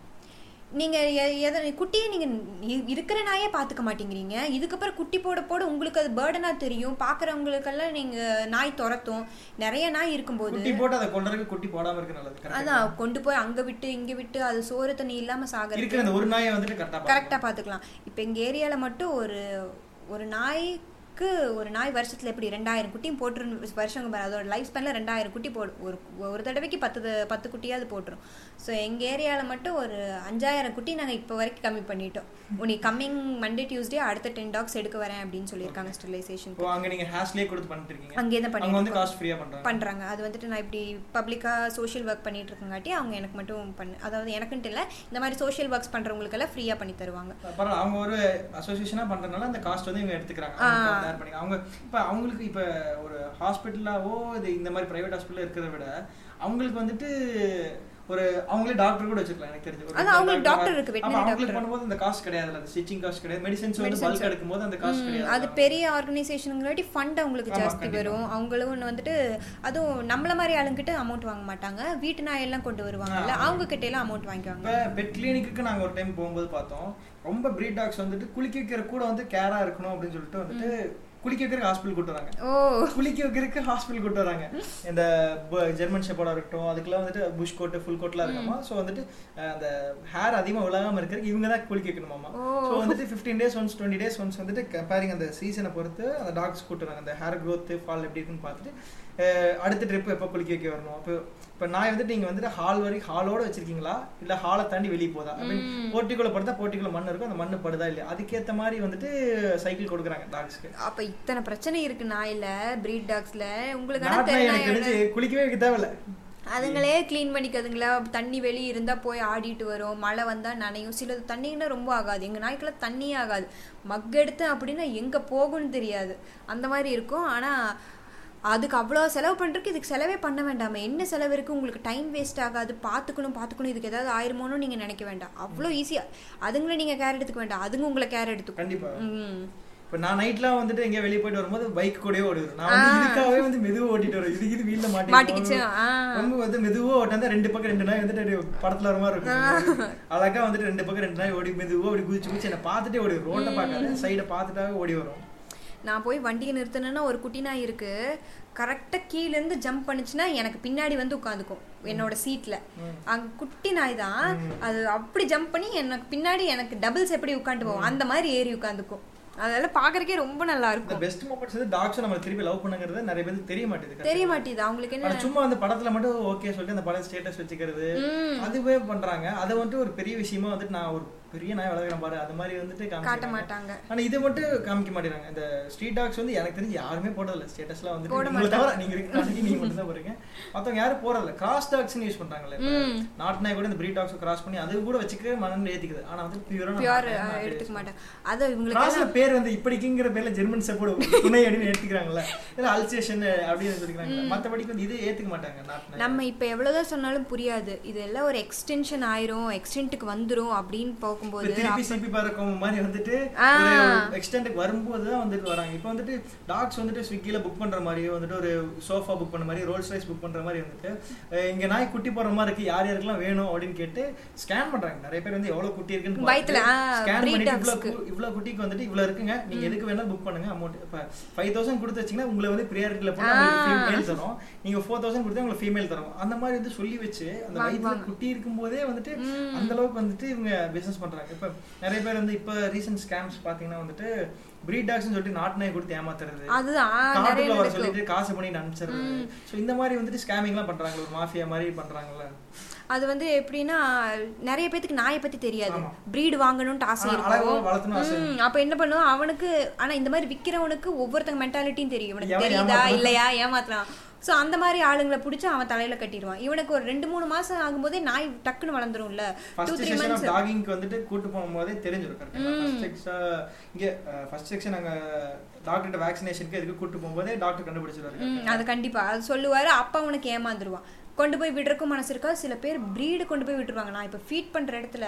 நீங்க எ- எதை குட்டியை நீங்க இ- இருக்கிற நாயே பாத்துக்க மாட்டேங்கிறீங்க இதுக்கப்புறம் குட்டி போட போட உங்களுக்கு அது பேர்டனா தெரியும் பாக்குறவங்களுக்கெல்லாம் நீங்க நாய் துரத்தும் நிறைய நாய் இருக்கும்போது குட்டி போட்டு அதை கொண்டதுக்கு குட்டி போடாம இருக்கு நல்லது கரெக்ட் அதான் கொண்டு போய் அங்க விட்டு இங்க விட்டு அது சோறு தண்ணி இல்லாம சாகிறது இருக்கிற அந்த ஒரு நாயை வந்துட்டு கரெக்டா கரெக்டாக பார்த்துக்கலாம் இப்போ எங்கள் ஏரியாவில் மட்டும் ஒரு ஒரு நாய்க்கு ஒரு நாய் வருஷத்தில் எப்படி ரெண்டாயிரம் குட்டியும் போட்டுரு வருஷங்க பாரு அதோட லைஃப் ஸ்பேனில் ரெண்டாயிரம் குட்டி போடும் ஒரு ஒரு தடவைக்கு பத்து த- பத்து குட்டியாவது போட்டுரும் ஸோ எங்கள் ஏரியாவில் மட்டும் ஒரு அஞ்சாயிரம் குட்டி நாங்கள் இப்போ வரைக்கும் கம்மி பண்ணிட்டோம் உனி கம்மிங் மண்டே டியூஸ்டே அடுத்த டென் டாக்ஸ் எடுக்க வரேன் அப்படின்னு சொல்லியிருக்காங்க ஸ்டெரிலைசேஷன் ஓ அங்க நீங்க ஹேஷ்லயே கொடுத்து பண்ணிட்டு இருக்கீங்க அங்கேயே தான் அங்க வந்து காஸ்ட் ஃப்ரீயா பண்ணிட்டு பண்றாங்க பண்றாங்க அது வந்துட்டு நான் இப்படி பப்ளிக்காக சோஷியல் ஒர்க் பண்ணிட்டு இருக்கங்காட்டி அவங்க எனக்கு மட்டும் பண்ணு அதாவது எனக்குன்ட்டு இல்லை இந்த மாதிரி சோஷியல் ஒர்க்ஸ் பண்றவங்களுக்கெல்லாம் ஃப்ரீயாக பண்ணி தருவாங்க பரவாயில்ல அவங்க ஒரு அசோசியேஷனா பண்றதுனால அந்த காஸ்ட் வந்து இவங்க எடுத்துக்கிறாங்க ஆ. அவங்க compare பண்ணி. அவங்க இப்ப அவங்களுக்கு இப்ப ஒரு ஹாஸ்பிட்டலாவோ இது இந்த மாதிரி பிரைவேட் ஹாஸ்பிட்டல் இருக்கிறத விட அவங்களுக்கு வந்துட்டு ஒரு அவங்களே டாக்டர் கூட வச்சிருக்கலாம் எனக்கு தெரிஞ்சு ஒரு ஆனா அவங்களுக்கு doctor இருக்கு, அப்ப veterinary அவங்களுக்கு doctor. பண்ணும்போது அந்த காஸ்ட் கிடையாது அந்த ஸ்டிச்சிங் காஸ்ட் கிடையாது மெடிசன்ஸ் வந்து Medicines. பல்க் எடுக்கும்போது அந்த காஸ்ட் ம், கிடையாது அது பெரிய ஆர்கனைசேஷனுங்காட்டி ஃபண்ட் அவங்களுக்கு ஆமா, ஜாஸ்தி கண்டிப்பா. வரும் அவங்களும் ஒன்று வந்துட்டு அதுவும் நம்மள மாதிரி ஆளுங்கிட்ட அமௌண்ட் வாங்க மாட்டாங்க வீட்டு நாயெல்லாம் கொண்டு வருவாங்கல்ல ஆ, ஆமா. அவங்க கிட்ட எல்லாம் அமௌண்ட் வாங்கிக்குவாங்க இப்போ பெட் கிளினிக்கு நாங்கள் ஒரு டைம் போகும்போது பார்த்தோம் ரொம்ப ப்ரீட் டாக்ஸ் வந்துட்டு குளிக்க வைக்கிற கூட வந்து கேராக இருக்கணும் அப்படின்னு சொல்லிட்டு வந்துட்டு குளிக்க வைக்கிறதுக்கு ஹாஸ்பிட்டல் கூட்டு வராங்க ஓ குளிக்க வைக்கிறதுக்கு ஹாஸ்பிட்டல் கூட்டு வராங்க இந்த ப- ஜெர்மன் ஷெப்போட இருக்கட்டும் அதுக்கெல்லாம் வந்துட்டு புஷ் கோட்டு ஃபுல் கோட்லாம் இருக்கமா ஸோ வந்துட்டு அஹ், அந்த ஹேர் அதிகமாக விழாம இருக்கிறதுக்கு இவங்க தான் குளிக்க வைக்கணுமாமா ஓ. ஸோ வந்துட்டு fifteen days once twenty days once வந்துட்டு கம்பேரிங் அந்த சீசனை பொறுத்து அந்த டாக்ஸ் கூட்டு வராங்க அந்த ஹேர் growth ஃபால் எப்படி இருக்குன்னு பார்த்துட்டு அஹ், அடுத்த ட்ரிப் எப்போ குளிக்க வைக்க வரணும் அப்போ இப்போ நான் வந்துட்டு நீங்கள் வந்துட்டு ஹால் வரைக்கும் ஹாலோட வச்சிருக்கீங்களா இல்லை ஹாலை தாண்டி வெளியே போதா ஐ மீன் போர்ட்டிக்குள்ள படுத்தா போர்ட்டிக்குள்ள மண் இருக்கும் அந்த மண் படுதா இல்லையா அதுக்கேற்ற மாதிரி வந்துட்டு சைக்கிள் கொடுக்குறாங்க டாக்ஸ்க்கு அப்ப இத்தனை பிரச்சனை இருக்கு நாயில பிரீட் டாக்ஸ்ல உங்களுக்கான நாட்டுல எனக்கு தெரிஞ்சு தெரியல குளிக்கவே வைக்க தேவையில்ல அதுங்களே க்ளீன் பண்ணிக்காதுங்களா தண்ணி வெளியே இருந்தால் போய் ஆடிட்டு வரும் மழை வந்தால் நனையும் சிலது தண்ணின்னா ரொம்ப ஆகாது எங்கள் நாய்க்கெல்லாம் தண்ணியே ஆகாது மக் எடுத்தேன் அப்படின்னா எங்கே போகும்னு தெரியாது அந்த மாதிரி இருக்கும் ஆனால் அதுக்கு அவ்வளோ செலவு பண்ணுறதுக்கு இதுக்கு செலவே பண்ண வேண்டாமே என்ன செலவு இருக்குது உங்களுக்கு டைம் வேஸ்ட் ஆகாது பார்த்துக்கணும் பார்த்துக்கணும் இதுக்கு ஏதாவது ஆயிருமோன்னு நீங்கள் நினைக்க வேண்டாம் அவ்வளோ ஈஸியாக அதுங்களை நீங்கள் கேர் எடுத்துக்க வேண்டாம் அதுங்க உங்களை கேர் எடுத்துக்கும் கண்டிப்பா ம் இப்ப நான் நைட்லாம் வந்துட்டு எங்கேயா வெளிய போயிட்டு வரும்போது பைக் கூடயே ஓடிடுறேன் நான் வந்து இதுக்காகவே வந்து மெதுவா ஓட்டிட்டு வரேன் இது இது வீல்ல மாட்டிக்கிச்சு, ஆ. ரொம்ப வந்து மெதுவா ஓட்டாந்தா ரெண்டு பக்கம் ரெண்டு நாய் வந்துட்டு அப்படியே படத்துல வர மாதிரி இருக்கும் அழகா வந்துட்டு ரெண்டு பக்கம் ரெண்டு நாய் ஓடி மெதுவா அப்படி குதிச்சு குதிச்சு என்ன பார்த்துட்டே ஓடி ரோட்டை பார்க்காத சைடை பார்த்துட்டாவே ஓடி வரும் நான் போய் வண்டியை நிறுத்தினேன்னா ஒரு குட்டி நாய் இருக்கு கரெக்டாக கீழேருந்து ஜம்ப் பண்ணுச்சுன்னா எனக்கு பின்னாடி வந்து உட்காந்துக்கும் என்னோட சீட்டில் அங்கே குட்டி நாய் தான் அது அப்படி ஜம்ப் பண்ணி எனக்கு பின்னாடி எனக்கு டபுள்ஸ் எப்படி உட்காந்து போகும் அந்த மாதிரி ஏறி உட்காந்துக்கும் அதெல்லாம் பார்க்கறக்கே ரொம்ப நல்லா இந்த இருக்கும் பெஸ்ட் மொமெண்ட்ஸ் வந்து டாக்ஸ் நம்ம திருப்பி லவ் பண்ணுங்கிறது நிறைய பேருக்கு தெரிய மாட்டேங்குது தெரிய மாட்டேது அவங்களுக்கு ஆனா என்ன சும்மா அந்த படத்துல மட்டும் ஓகே சொல்லிட்டு அந்த படம் ஸ்டேட்டஸ் வச்சுக்கிறது அதுவே பண்றாங்க அதை வந்துட்டு ஒரு பெரிய விஷயமா வந்துட்டு நான் ஒரு பெரிய நாய் வளர்க்குறேன் பாரு அது மாதிரி வந்துட்டு காட்ட காமிக்கிறாங்க. மாட்டாங்க ஆனா இதை மட்டும் காமிக்க மாட்டேறாங்க இந்த ஸ்ட்ரீட் டாக்ஸ் வந்து எனக்கு தெரிஞ்சு யாருமே போடுறதில்ல ஸ்டேட்டஸ்லாம் வந்து போட உங்களை தவிர நீங்க இருக்க நீங்க மட்டும் தான் போறீங்க மத்தவங்க யாரும் போறதில்ல கிராஸ் டாக்ஸ்னு யூஸ் பண்றாங்கல்ல இப்ப நாட்டு நாய் கூட இந்த பிரீட் டாக்ஸ் கிராஸ் பண்ணி அது கூட வச்சுக்க மனம் ஏத்திக்குது ஆனா வந்து பியூர் பியூரா எடுத்துக்க மாட்டாங்க அது கிராஸ்ல இவங்களுக்கு பேர் வந்து இப்படிக்குங்கிற பேர்ல ஜெர்மன் சப்போர்ட் துணை அப்படின்னு எடுத்துக்கிறாங்கல்ல இல்ல அல்சேஷன் அப்படின்னு சொல்லிக்கிறாங்க மத்தபடிக்கு வந்து இதே ஏத்துக்க மாட்டாங்க நாட்டு நாய் நம்ம இப்போ எவ்வளோதான் சொன்னாலும் புரியாது இதெல்லாம் ஒரு எக்ஸ்டென்ஷன் ஆயிரும் எக்ஸ்டென்ட்டுக்கு வந்துரும் அப்படின்னு இப்ப போகும்போது திருப்பி சிபி பறக்கும் மாதிரி வந்துட்டு ஆ. எக்ஸ்டெண்டுக்கு வரும்போது தான் வந்துட்டு வராங்க இப்போ வந்துட்டு டாக்ஸ் வந்துட்டு ஸ்விக்கியில் புக் பண்ற மாதிரி வந்துட்டு ஒரு சோஃபா புக் பண்ண மாதிரி ரோல்ஸ் ரைஸ் புக் பண்ற மாதிரி வந்துட்டு அஹ் இங்க நாய் குட்டி போற மாதிரி இருக்கு யார் யாருக்கெல்லாம் வேணும் அப்படின்னு கேட்டு ஸ்கேன் பண்றாங்க நிறைய பேர் வந்து எவ்வளவு குட்டி இருக்குன்னு வயித்துல, ஆ, ஸ்கேன் breed பண்ணிட்டு dogs இவ்வளவு க்கு. கு- இவ்வளவு குட்டிக்கு வந்துட்டு இவ்வளவு இருக்குங்க நீங்க எதுக்கு வேணாலும் புக் பண்ணுங்க அமௌண்ட் இப்போ ஃபைவ் தௌசண்ட் கொடுத்து வச்சீங்கன்னா உங்களை வந்து ப்ரியாரிட்டியில போட்டு ஃபீமேல் தரும் நீங்க ஃபோர் தௌசண்ட் கொடுத்தா உங்களுக்கு ஃபீமேல் தரும் அந்த மாதிரி வந்து சொல்லி வச்சு அந்த வயித்துல குட்டி இருக்கும்போதே வந்துட்டு அந்த அளவுக்கு வந்துட்டு இவங்க பிசினஸ் பண்றாங்க இப்ப நிறைய பேர் வந்து இப்ப ரீசன்ட் ஸ்கேம்ஸ் பாத்தீங்கன்னா வந்துட்டு பிரீட் டாக்ஸ்னு சொல்லிட்டு நாட்டு நாய் கொடுத்து ஏமாத்துறது அதுதான் ஆ, நிறைய காட்டுக்குள்ள வர நடக்கும் சொல்லிட்டு காசு பண்ணி அனுப்பிச்சிடுறது ஸோ இந்த மாதிரி வந்துட்டு ஸ்கேமிங்லாம் பண்றாங்க ஒரு மாஃபியா மாதிரி பண்றாங்கல்ல அது வந்து எப்படின்னா நிறைய பேத்துக்கு நாயை பத்தி தெரியாது ஆமா. பிரீடு வாங்கணும்ட்டு ஆசை ஆனா, அழகா வளர்த்தணும் ஆசை. இருக்கும் அப்போ என்ன பண்ணுவோம் அவனுக்கு ஆனா இந்த மாதிரி விக்கிறவனுக்கு ஒவ்வொருத்தங்க மென்டாலிட்டியும் தெரியும் இவனுக்கு எவன் தெரியுதா ஏமாத்துறான்? இல்லையா ஏமாத்துறான் ஸோ அந்த மாதிரி ஆளுங்களை பிடிச்சி அவன் தலையில கட்டிடுவான் இவனுக்கு ஒரு ரெண்டு மூணு மாசம் ஆகும்போதே நாய் டக்குன்னு வளர்ந்துரும்ல two first three section of months டாகிங்க்கு வந்துட்டு கூட்டு போகும்போதே தெரிஞ்சிருக்கும் ஃபர்ஸ்ட் செக்ஷன் இங்கே ஃபர்ஸ்ட் செக்ஷன் நாங்கள் டாக்டர்கிட்ட வேக்சினேஷனுக்கு இதுக்கு கூட்டு போகும்போதே டாக்டர் கண்டுபிடிச்சிருவாரு ம் அது கண்டிப்பா அது சொல்லுவாரு அப்பா அவனுக்கு ஏமாந்துருவான் கொண்டு போய் விடுறக்கும் மனசு இருக்கா சில பேர் பிரீடு கொண்டு போய் விட்டுருவாங்க நான் இப்போ ஃபீட் பண்ற இடத்துல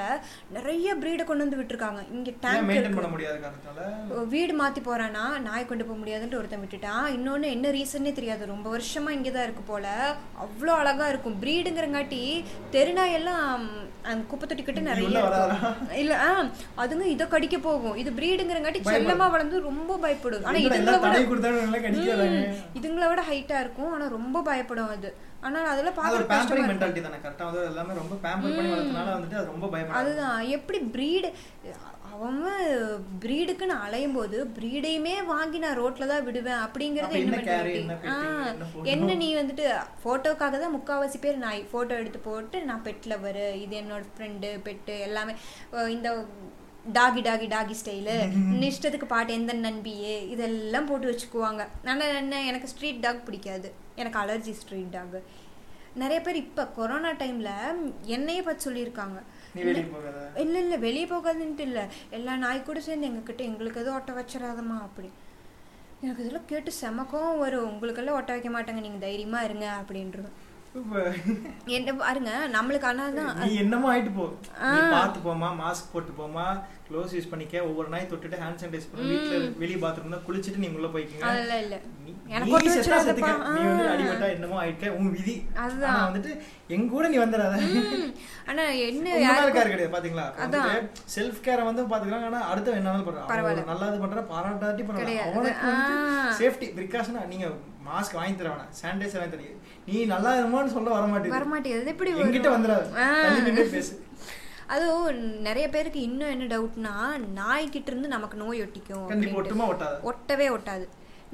நிறைய பிரீடை கொண்டு வந்து விட்டுருக்காங்க இங்க ஏன் டேங்க் மெயின்டைன் பண்ண முடியாத காரணத்தால வீடு மாத்தி போறானா நாய் கொண்டு போக முடியாதுன்ட்டு ஒருத்தன் விட்டுட்டான் இன்னொன்னு என்ன ரீசன்னே தெரியாது ரொம்ப வருஷமா இங்கே தான் இருக்கு போல அவ்வளோ அழகா இருக்கும் ப்ரீடுங்கிறங்காட்டி தெருநாயெல்லாம் அந்த குப்பை தொட்டிக்கிட்ட நிறைய உள்ள இருக்கும். வராதா? இல்ல ஆ அதுங்க இதை கடிக்க போகும் இது ப்ரீடுங்கிறங்காட்டி பயப்படும். செல்லமா வளர்ந்து ரொம்ப பயப்படும் ஆனா என்னடா இதுங்களை எல்லாம் விட தடை கொடுத்தாலும் நல்லா கடிக்காதாங்க இதுங்களை விட ஹைட்டா இருக்கும் ஆனா ரொம்ப பயப்படும் அது ஆனால் அதெல்லாம் அது ஒரு பார்க்க பேம்பரிங் கஷ்டமா இருக்கும் மென்டாலிட்டி தானே கரெக்டாக வந்து அது எல்லாமே ரொம்ப பேம்பர் பண்ணி வளர்த்தனால வந்துட்டு அது ரொம்ப பயப்படுது அதுதான் எப்படி ப்ரீடு அவன் ப்ரீடுக்குன்னு அலையும் போது ப்ரீடையுமே வாங்கி நான் ரோட்ல தான் விடுவேன் அப்ப அப்படிங்கறது என்ன என்ன care, mentality? என்ன ஆ, petting, என்ன photo? என்ன நீ வந்துட்டு போட்டோக்காக தான் முக்காவாசி பேர் நான் போட்டோ எடுத்து போட்டு நான் பெட் லவர் இது என்னோட ஃப்ரெண்டு பெட்டு எல்லாமே அஹ் இந்த டாகி டாகி டாகி ஸ்டைலு இஷ்டத்துக்கு பாட்டு எந்த நண்பியே இதெல்லாம் போட்டு வச்சுக்குவாங்க ஆனால் என்ன எனக்கு ஸ்ட்ரீட் டாக் பிடிக்காது எனக்கு அலர்ஜி ஸ்ட்ரீட் டாக் நிறைய பேர் இப்போ கொரோனா டைமில் என்னையே பார்த்து சொல்லியிருக்காங்க நீ வெளியே போகாத இல்ல இல்ல வெளியே போகாதுன்ட்டு இல்ல எல்லா நாய் கூட சேர்ந்து எங்ககிட்ட எங்களுக்கு எதுவும் ஒட்ட வச்சிடாதம்மா அப்படி எனக்கு இதெல்லாம் கேட்டு செமக்கம் வரும் உங்களுக்கெல்லாம் ஒட்ட வைக்க மாட்டாங்க நீங்க தைரியமா இருங்க அப்படின்றது இப்ப- என்ன பாருங்க நம்மளுக்கு ஆனாதான் நீ என்னமோ ஆயிட்டு போ நீ பாத்து போமா மாஸ்க் போட்டு போமா க்ளோஸ் யூஸ் பண்ணிக்க ஒவ்வொரு நாய் தொட்டுட்டு ஹேண்ட் சானிடைஸ் பண்ணி வீட்ல வெளிய பாத்ரூம் தான் குளிச்சிட்டு நீ உள்ள போய்க்கங்க அதெல்லாம் இல்ல நீ- எனக்கு நீ ஒட்ட செத்தா வச்சிடாதப்பா. செத்துக்க. நீ வந்து ஆ. அடிபட்டா என்னமோ ஆயிட்ட உன் விதி அதுதான். ஆனா வந்துட்டு எங்க கூட நீ வந்துடாத ம். ஆனா என்ன உங்க மேல யாருக்கும் care கிடையாது பாத்தீங்களா அதான். செல்ஃப் கேர வந்து பாத்துக்கலாம் ஆனா அடுத்த என்னாலும் பண்றான் பரவாயில்ல. நல்லது பண்ற பாராட்டாட்டி பண்றான் கிடையாது. அவனுக்கு ஆ. சேஃப்டி பிரிகாஷனா நீங்க மாஸ்க் வாங்கி தரவனா சானிடைசர் வாங்கி தரீங்க நீ நல்லா இருமான்னு சொல்ல வர மாட்டேங்குது வரமாட்டேங்குது அது எப்படி வரும்? என்கிட்ட வந்துடாது ஆ. தள்ளி நின்னு பேசு அதுவும் நிறைய பேருக்கு இன்னும் என்ன டவுட்னா நாய்கிட்ட இருந்து நமக்கு நோய் ஒட்டிக்கும் கண்டிப்பா அப்படின்ட்டு. ஒட்டுமா ஒட்டாத ஒட்டவே ஒட்டாது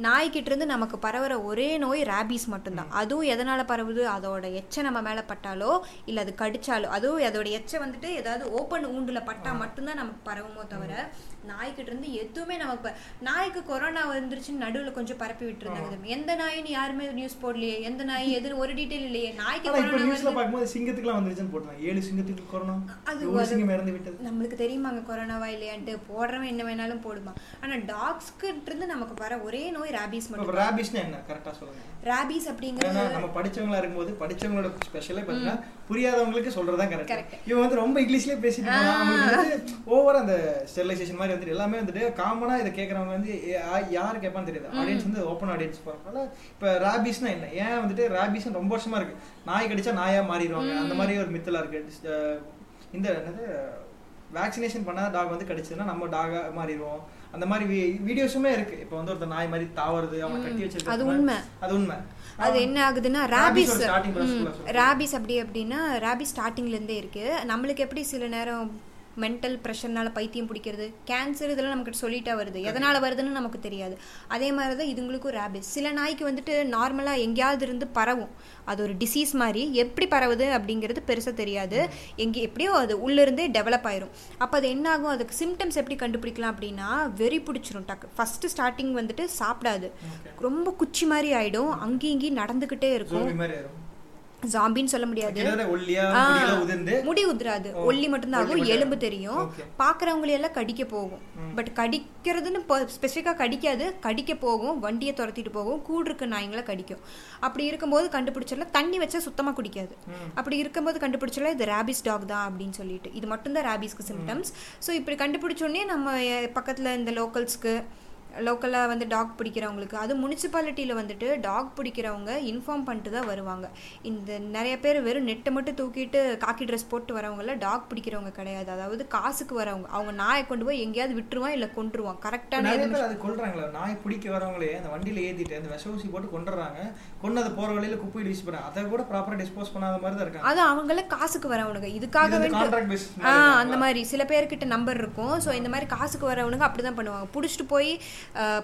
நாய்கிட்ட இருந்து நமக்கு பரவுற ஒரே நோய் ரேபீஸ் மட்டும்தான் அதுவும் எதனால பரவுது அதோட எச்சை நம்ம மேல பட்டாலோ இல்ல அது கடிச்சாலோ அதுவும் அதோட எச்சை வந்துட்டு ஏதாவது ஓப்பன் ஊண்டுல பட்டா மட்டும்தான் நமக்கு பரவுமோ தவிர நாய்கிட்ட இருந்து எதுவுமே நமக்கு ப- நாய்க்கு கொரோனா வந்துருச்சுன்னு நடுவுல கொஞ்சம் பரப்பி விட்டுருந்தாங்க எந்த நாயின்னு யாருமே நியூஸ் போடலையே எந்த நாய் எதுன்னு ஒரு டீட்டெயில் இல்லையே நாய்க்கு ஆனா இப்ப கொரோனா நியூஸ்ல வருது பாக்கும்போது சிங்கத்துக்குலாம் வந்துருச்சுன்னு போட்டாங்க ஏழு சிங்கத்துக்கு கொரோனா அது ஒரு அது- சிங்கம் இறந்து விட்டது நம்மளுக்கு தெரியுமாங்க கொரோனாவா இல்லையான்ட்டு போடுறவன் என்ன வேணாலும் போடுமா ஆனா டாக்ஸ்கிட்ட இருந்து நமக்கு வர ஒரே நோய் ரேபீஸ் மட்டும் இப்ப ரேபிஷ்னா என்ன கரெக்டா சொல்லுங்க ரேபீஸ் ஏன்னா அப்படிங்கிறது நம்ம படிச்சவங்களா இருக்கும்போது படிச்சவங்களோட ஸ்பெஷலே பாத்தீங்கன்னா புரியாதவங்களுக்கு சொல்றதுதான் Correct. கரெக்ட் இவன் வந்து ரொம்ப இங்கிலீஷ்லயே பேசிட்டு போனா, அவங்களுக்கு வந்து ஓவர் அந்த ஸ்டெரிலைசேஷன் மாதிரி வந்துட்டு எல்லாமே வந்துட்டு காமனா இதை கேக்குறவங்க வந்து ஏ- ஆ- யாரு கேட்பான்னு தெரியாது ஆடியன்ஸ் வந்து ஓப்பன் ஆடியன்ஸ் போறதுனால இப்ப ராபிஸ்னா என்ன ஏன் வந்துட்டு ராபிஸ் ரொம்ப வருஷமா இருக்கு நாய் கடிச்சா நாயா மாறிடுவாங்க அந்த மாதிரி ஒரு மித்தலா இருக்கு அஹ் இந்த என்னது வேக்சினேஷன் பண்ணாத டாக் வந்து கடிச்சதுன்னா நம்ம டாகா மாறிடுவோம் அந்த மாதிரி வீடியோஸுமே இருக்கு இப்போ வந்து ஒருத்தர் நாய் மாதிரி தாவறது அவனை கட்டி வச்சிருக்க அது உண்மை. அது உண்மை அது என்ன ஆகுதுன்னா Rabies ரேபிஸ் ஒரு starting process சொல்லுங்க. ரேபிஸ் அப்படி அப்படின்னா ரேபிஸ் ஸ்டார்டிங்லேருந்தே இருக்குது நம்மளுக்கு எப்படி சில நேரம் மென்டல் ப்ரெஷர்னால பைத்தியம் பிடிக்கிறது கேன்சர் இதெல்லாம் நமக்கு சொல்லிட்டா வருது எதனால் வருதுன்னு நமக்கு தெரியாது அதே மாதிரி தான் இதுங்களுக்கும் ரேபிஸ் சில நாய்க்கு வந்துட்டு நார்மலாக எங்கேயாவது இருந்து பரவும் அது ஒரு டிசீஸ் மாதிரி எப்படி பரவுது அப்படிங்கிறது பெருசாக தெரியாது எங்கே எப்படியோ அது உள்ளிருந்தே டெவலப் ஆயிரும் அப்போ அது என்ன ஆகும் அதுக்கு சிம்டம்ஸ் எப்படி கண்டுபிடிக்கலாம் அப்படின்னா வெறி பிடிச்சிரும் டக்கு ஃபஸ்ட்டு ஸ்டார்டிங் வந்துட்டு சாப்பிடாது ரொம்ப குச்சி மாதிரி ஆயிடும் அங்கேயும் இங்கேயும் நடந்துக்கிட்டே இருக்கும் ஜோம்பி மாதிரி ஆயிரும் ஜாம்பின்னு சொல்ல முடியாது கிட்டத்தட்ட ஒல்லியா ஆ, முடியெல்லாம் உதிர்ந்து முடி உதிராது ஓ, ஒல்லி மட்டும்தான் ஒல்லி ஆகும் மட்டும் எலும்பு ஆகும். தெரியும் Okay. பார்க்குறவங்களையெல்லாம் கடிக்க போகும் பட் கடிக்கிறதுன்னு ஸ்பெசிஃபிக்காக கடிக்காது கடிக்க போகும் வண்டியை துரத்திட்டு போகும் கூடு இருக்க நாய்ங்களை கடிக்கும் அப்படி இருக்கும்போது கண்டுபிடிச்சல தண்ணி வச்சா சுத்தமாக குடிக்காது அப்படி இருக்கும்போது கண்டுபிடிச்சல இது ரேபிஸ் டாக் தான் அப்படின்னு சொல்லிட்டு இது மட்டும்தான் ரேபிஸ்க்கு சிம்டம்ஸ் ஸோ இப்படி கண்டுபிடிச்சோடனே நம்ம பக்கத்தில் இந்த லோக்கல்ஸ்க்கு லோக்கலாக வந்து டாக் பிடிக்கிறவங்களுக்கு அது முனிசிபாலிட்டியில் வந்துட்டு டாக் பிடிக்கிறவங்க இன்ஃபார்ம் பண்ணிட்டு தான் வருவாங்க இந்த நிறைய பேர் வெறும் நெட்டை மட்டும் தூக்கிட்டு காக்கி ட்ரெஸ் போட்டு வரவங்கள டாக் பிடிக்கிறவங்க கிடையாது அதாவது காசுக்கு வரவங்க அவங்க நாயை கொண்டு போய் எங்கேயாவது விட்டுருவான் இல்லை கொண்டுருவான் இப்ப கரெக்டான நிறைய பேர் அது கொல்றாங்களே நாய் பிடிக்க வரவங்களே அந்த வண்டியில ஏத்திட்டு அந்த விஷ ஊசி போட்டு கொண்டுறாங்க கொண்டு அதை போற வழியில குப்பையில வீசி போறாங்க அதை கூட ப்ராப்பரா டிஸ்போஸ் பண்ணாத மாதிரி தான் இருக்காங்க அது அவங்கள காசுக்கு வரவனுங்க இதுக்காக இது வந்து வேண்டி- contract basis மாதிரி ஆ தான் அந்த மாதிரி சில பேர்கிட்ட நம்பர் இருக்கும் ஸோ இந்த மாதிரி காசுக்கு வரவனுங்க அப்படி தான் பண்ணுவாங்க பிடிச்சிட்டு போய்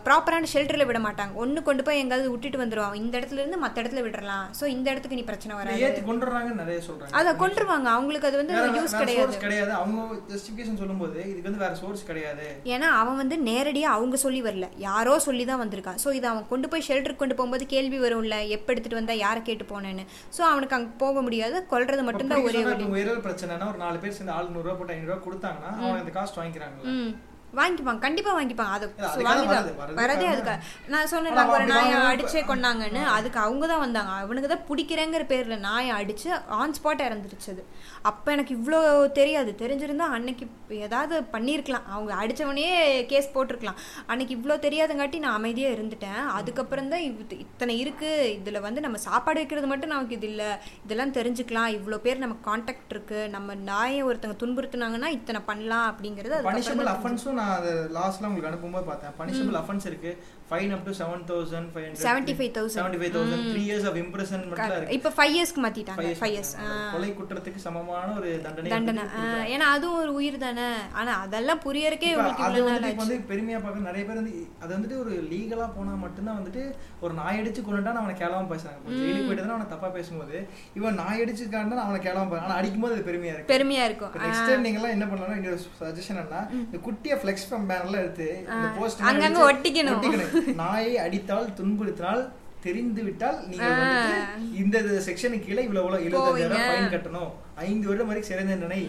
ப்ராப்பரான ஷெல்டரில் விட மாட்டாங்க ஒன்று கொண்டு போய் எங்காவது விட்டுட்டு வந்துருவாங்க இந்த இடத்துல இருந்து மற்ற இடத்துல விடலாம் ஸோ இந்த இடத்துக்கு நீ பிரச்சனை வராது ஏத்தி கொண்டுறாங்கன்னு நிறைய சொல்றாங்க அதை கொண்டுருவாங்க அவங்களுக்கு அது வந்து வேற- யூஸ் வேற கிடையாது source கிடையாது அவங்க ஜஸ்டிபிகேஷன் சொல்லும்போது இதுக்கு வந்து வேற சோர்ஸ் கிடையாது ஏன்னா அவன் வந்து நேரடியாக அவங்க சொல்லி வரல யாரோ சொல்லி தான் வந்திருக்கான் ஸோ இதை அவன் கொண்டு போய் ஷெல்டருக்கு கொண்டு போகும்போது கேள்வி வரும்ல எப்போ எடுத்துகிட்டு வந்தால் யாரை கேட்டு போனேன்னு ஸோ அவனுக்கு அங்கே போக முடியாது கொல்றது இப்ப மட்டும்தான் பிடிக்க சொன்னா ஒரே வழி இப்ப உயிரிழப்பு பிரச்சனைனா ஒரு நாலு பேர் சேர்ந்து ஆள் நூறு ரூபா போட்டு ஐநூறு ரூபா கொடுத்தாங்கன்னா அவங்க அந்த காஸ்ட் வாங்கிக்கிறாங்க ம் வாங்கிப்பாங்க கண்டிப்பாக வாங்கிப்பாங்க அது இல்ல, அதுக்காக வாங்கிதான் வருது, வருது. வரதே அதுக்கு நான் சொன்னேன் ஆனா, நாங்கள் ஒரு அப்படி நாயை வாங்கினா அடிச்சே கொண்டாங்கன்னு அதுக்கு அவங்க தான் வந்தாங்க அவனுக்கு தான் பிடிக்கிறேங்கிற பேரில் நாயை அடித்து ஆன் ஸ்பாட் இறந்துருச்சு அது அப்போ எனக்கு இவ்வளோ தெரியாது தெரிஞ்சிருந்தா அன்னைக்கு ஏதாவது பண்ணியிருக்கலாம் அவங்க அடித்தவனே கேஸ் போட்டிருக்கலாம் அன்னைக்கு இவ்வளோ தெரியாதங்காட்டி நான் அமைதியாக இருந்துட்டேன் அதுக்கப்புறம் தான் இத்தனை இருக்குது இதில் வந்து நம்ம சாப்பாடு வைக்கிறது மட்டும் நமக்கு இது இல்லை இதெல்லாம் தெரிஞ்சுக்கலாம் இவ்வளோ பேர் நமக்கு கான்டாக்ட் இருக்குது நம்ம நாயை ஒருத்தங்க துன்புறுத்துனாங்கன்னா இத்தனை பண்ணலாம் அப்படிங்கிறது அதுக்கப்புறம் பனிஷபிள் தான் அஃபென்ஸும் நான் அது லாஸ்ட்ல உங்களுக்கு அனுப்பும்போது பார்த்தேன் பனிஷபிள் அஃபென்ஸ் இருக்கு fine up to seven thousand five hundred 75,000. Seventy five thousand three years of impression மட்டும் தான் இருக்கு இப்போ ஃபைவ் இயர்ஸ்க்கு மாத்திட்டாங்க Five ஃபைவ் years. இயர்ஸ் கொலை குற்றத்துக்கு சமமான ஒரு தண்டனை தண்டனை Ah, வந்து ஆ, கொடுத்தாங்க. ஏன்னா அதுவும் ஒரு உயிர் தானே ஆனா அதெல்லாம் புரியறக்கே இப்ப உங்களுக்கு அது இவ்வளவு நாள் வந்துட்டு இப்ப ஆச்சு வந்து பெருமையா பார்க்க நிறைய பேர் வந்து அது வந்துட்டு ஒரு லீகலா போனா மட்டும்தான் வந்துட்டு ஒரு நாய் அடிச்சு கொண்டுட்டா அவனை கேளாம பேசுறாங்க இப்ப ஜெயிலுக்கு போயிட்டு தான் அவனை தப்பா பேசும்போது இவன் நாய் அடிச்சு காண்டா அவனை கேளாம பேச ஆனா அடிக்கும்போது அது பெருமையா இருக்கு பெருமையா இருக்கும் ஆ, நெக்ஸ்ட் டைம் நீங்க எல்லாம் என்ன பண்ணலாம் என்னோட சஜஷன் என்ன இந்த குட்டிய ஃப்ளெக்ஸ் பம் பேனர்ல எடுத்து இந்த போஸ்ட் அங்கங்க ஒட்டிக்கணும். நாயை அடித்தால் துன்புறுத்தினால் தெரிந்து விட்டால் நீங்க வந்துட்டு இந்த செக்ஷனுக்கு கீழே இவ்வளவு இவ்வளவு எழுபதாயிரம் ஃபைன் கட்டணும் ஐந்து வருடம் வரைக்கும் சிறை தண்டனை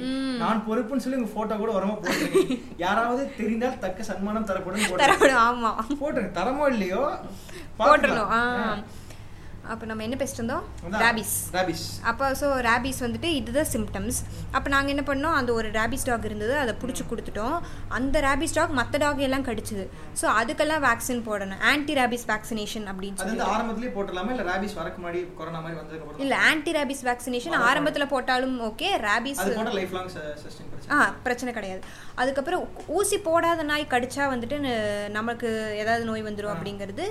நான் பொறுப்புன்னு சொல்லி உங்க போட்டோ கூட உரமா போட்டுருங்க யாராவது தெரிந்தால் தக்க சன்மானம் தரப்படும் போட்டுருங்க தரப்படும் ஆமா போட்டுருங்க தரமோ இல்லையோ போட்டுடணும் அப்போ நம்ம என்ன பேசிட்டு இருந்தோம் ரேபிஸ் ராபிஸ் அப்போ ஸோ ரேபிஸ் வந்துட்டு இதுதான் சிம்டம்ஸ் அப்போ நாங்கள் என்ன பண்ணோம் அந்த ஒரு ரேபிஸ் டாக் இருந்தது அதை பிடிச்சி கொடுத்துட்டோம் அந்த ரேபிஸ் டாக் மற்ற டாக் எல்லாம் கடிச்சது ஸோ அதுக்கெல்லாம் வேக்சின் போடணும் ஆன்டி ரேபிஸ் வேக்சினேஷன் அப்படின்னு அது சொல்லி வந்து ஆரம்பத்திலேயே போட்டுடலாமா இல்ல ராபிஸ் வரக்கு முன்னாடி கொரோனா மாதிரி வந்ததுக்கு அப்புறம் இல்லை ஆன்டி ரேபிஸ் வேக்சினேஷன் ஆரம்பத்தில் போட்டாலும் ஓகே ரேபிஸ் அது போட லைஃப் லாங் சஸ்டைன் ஆ பிரச்சனை கிடையாது அதுக்கப்புறம் ஊ- ஊசி போடாத நாய் கடிச்சா வந்துட்டு ந- நமக்கு ஏதாவது நோய் வந்துடும் அப்படிங்கிறது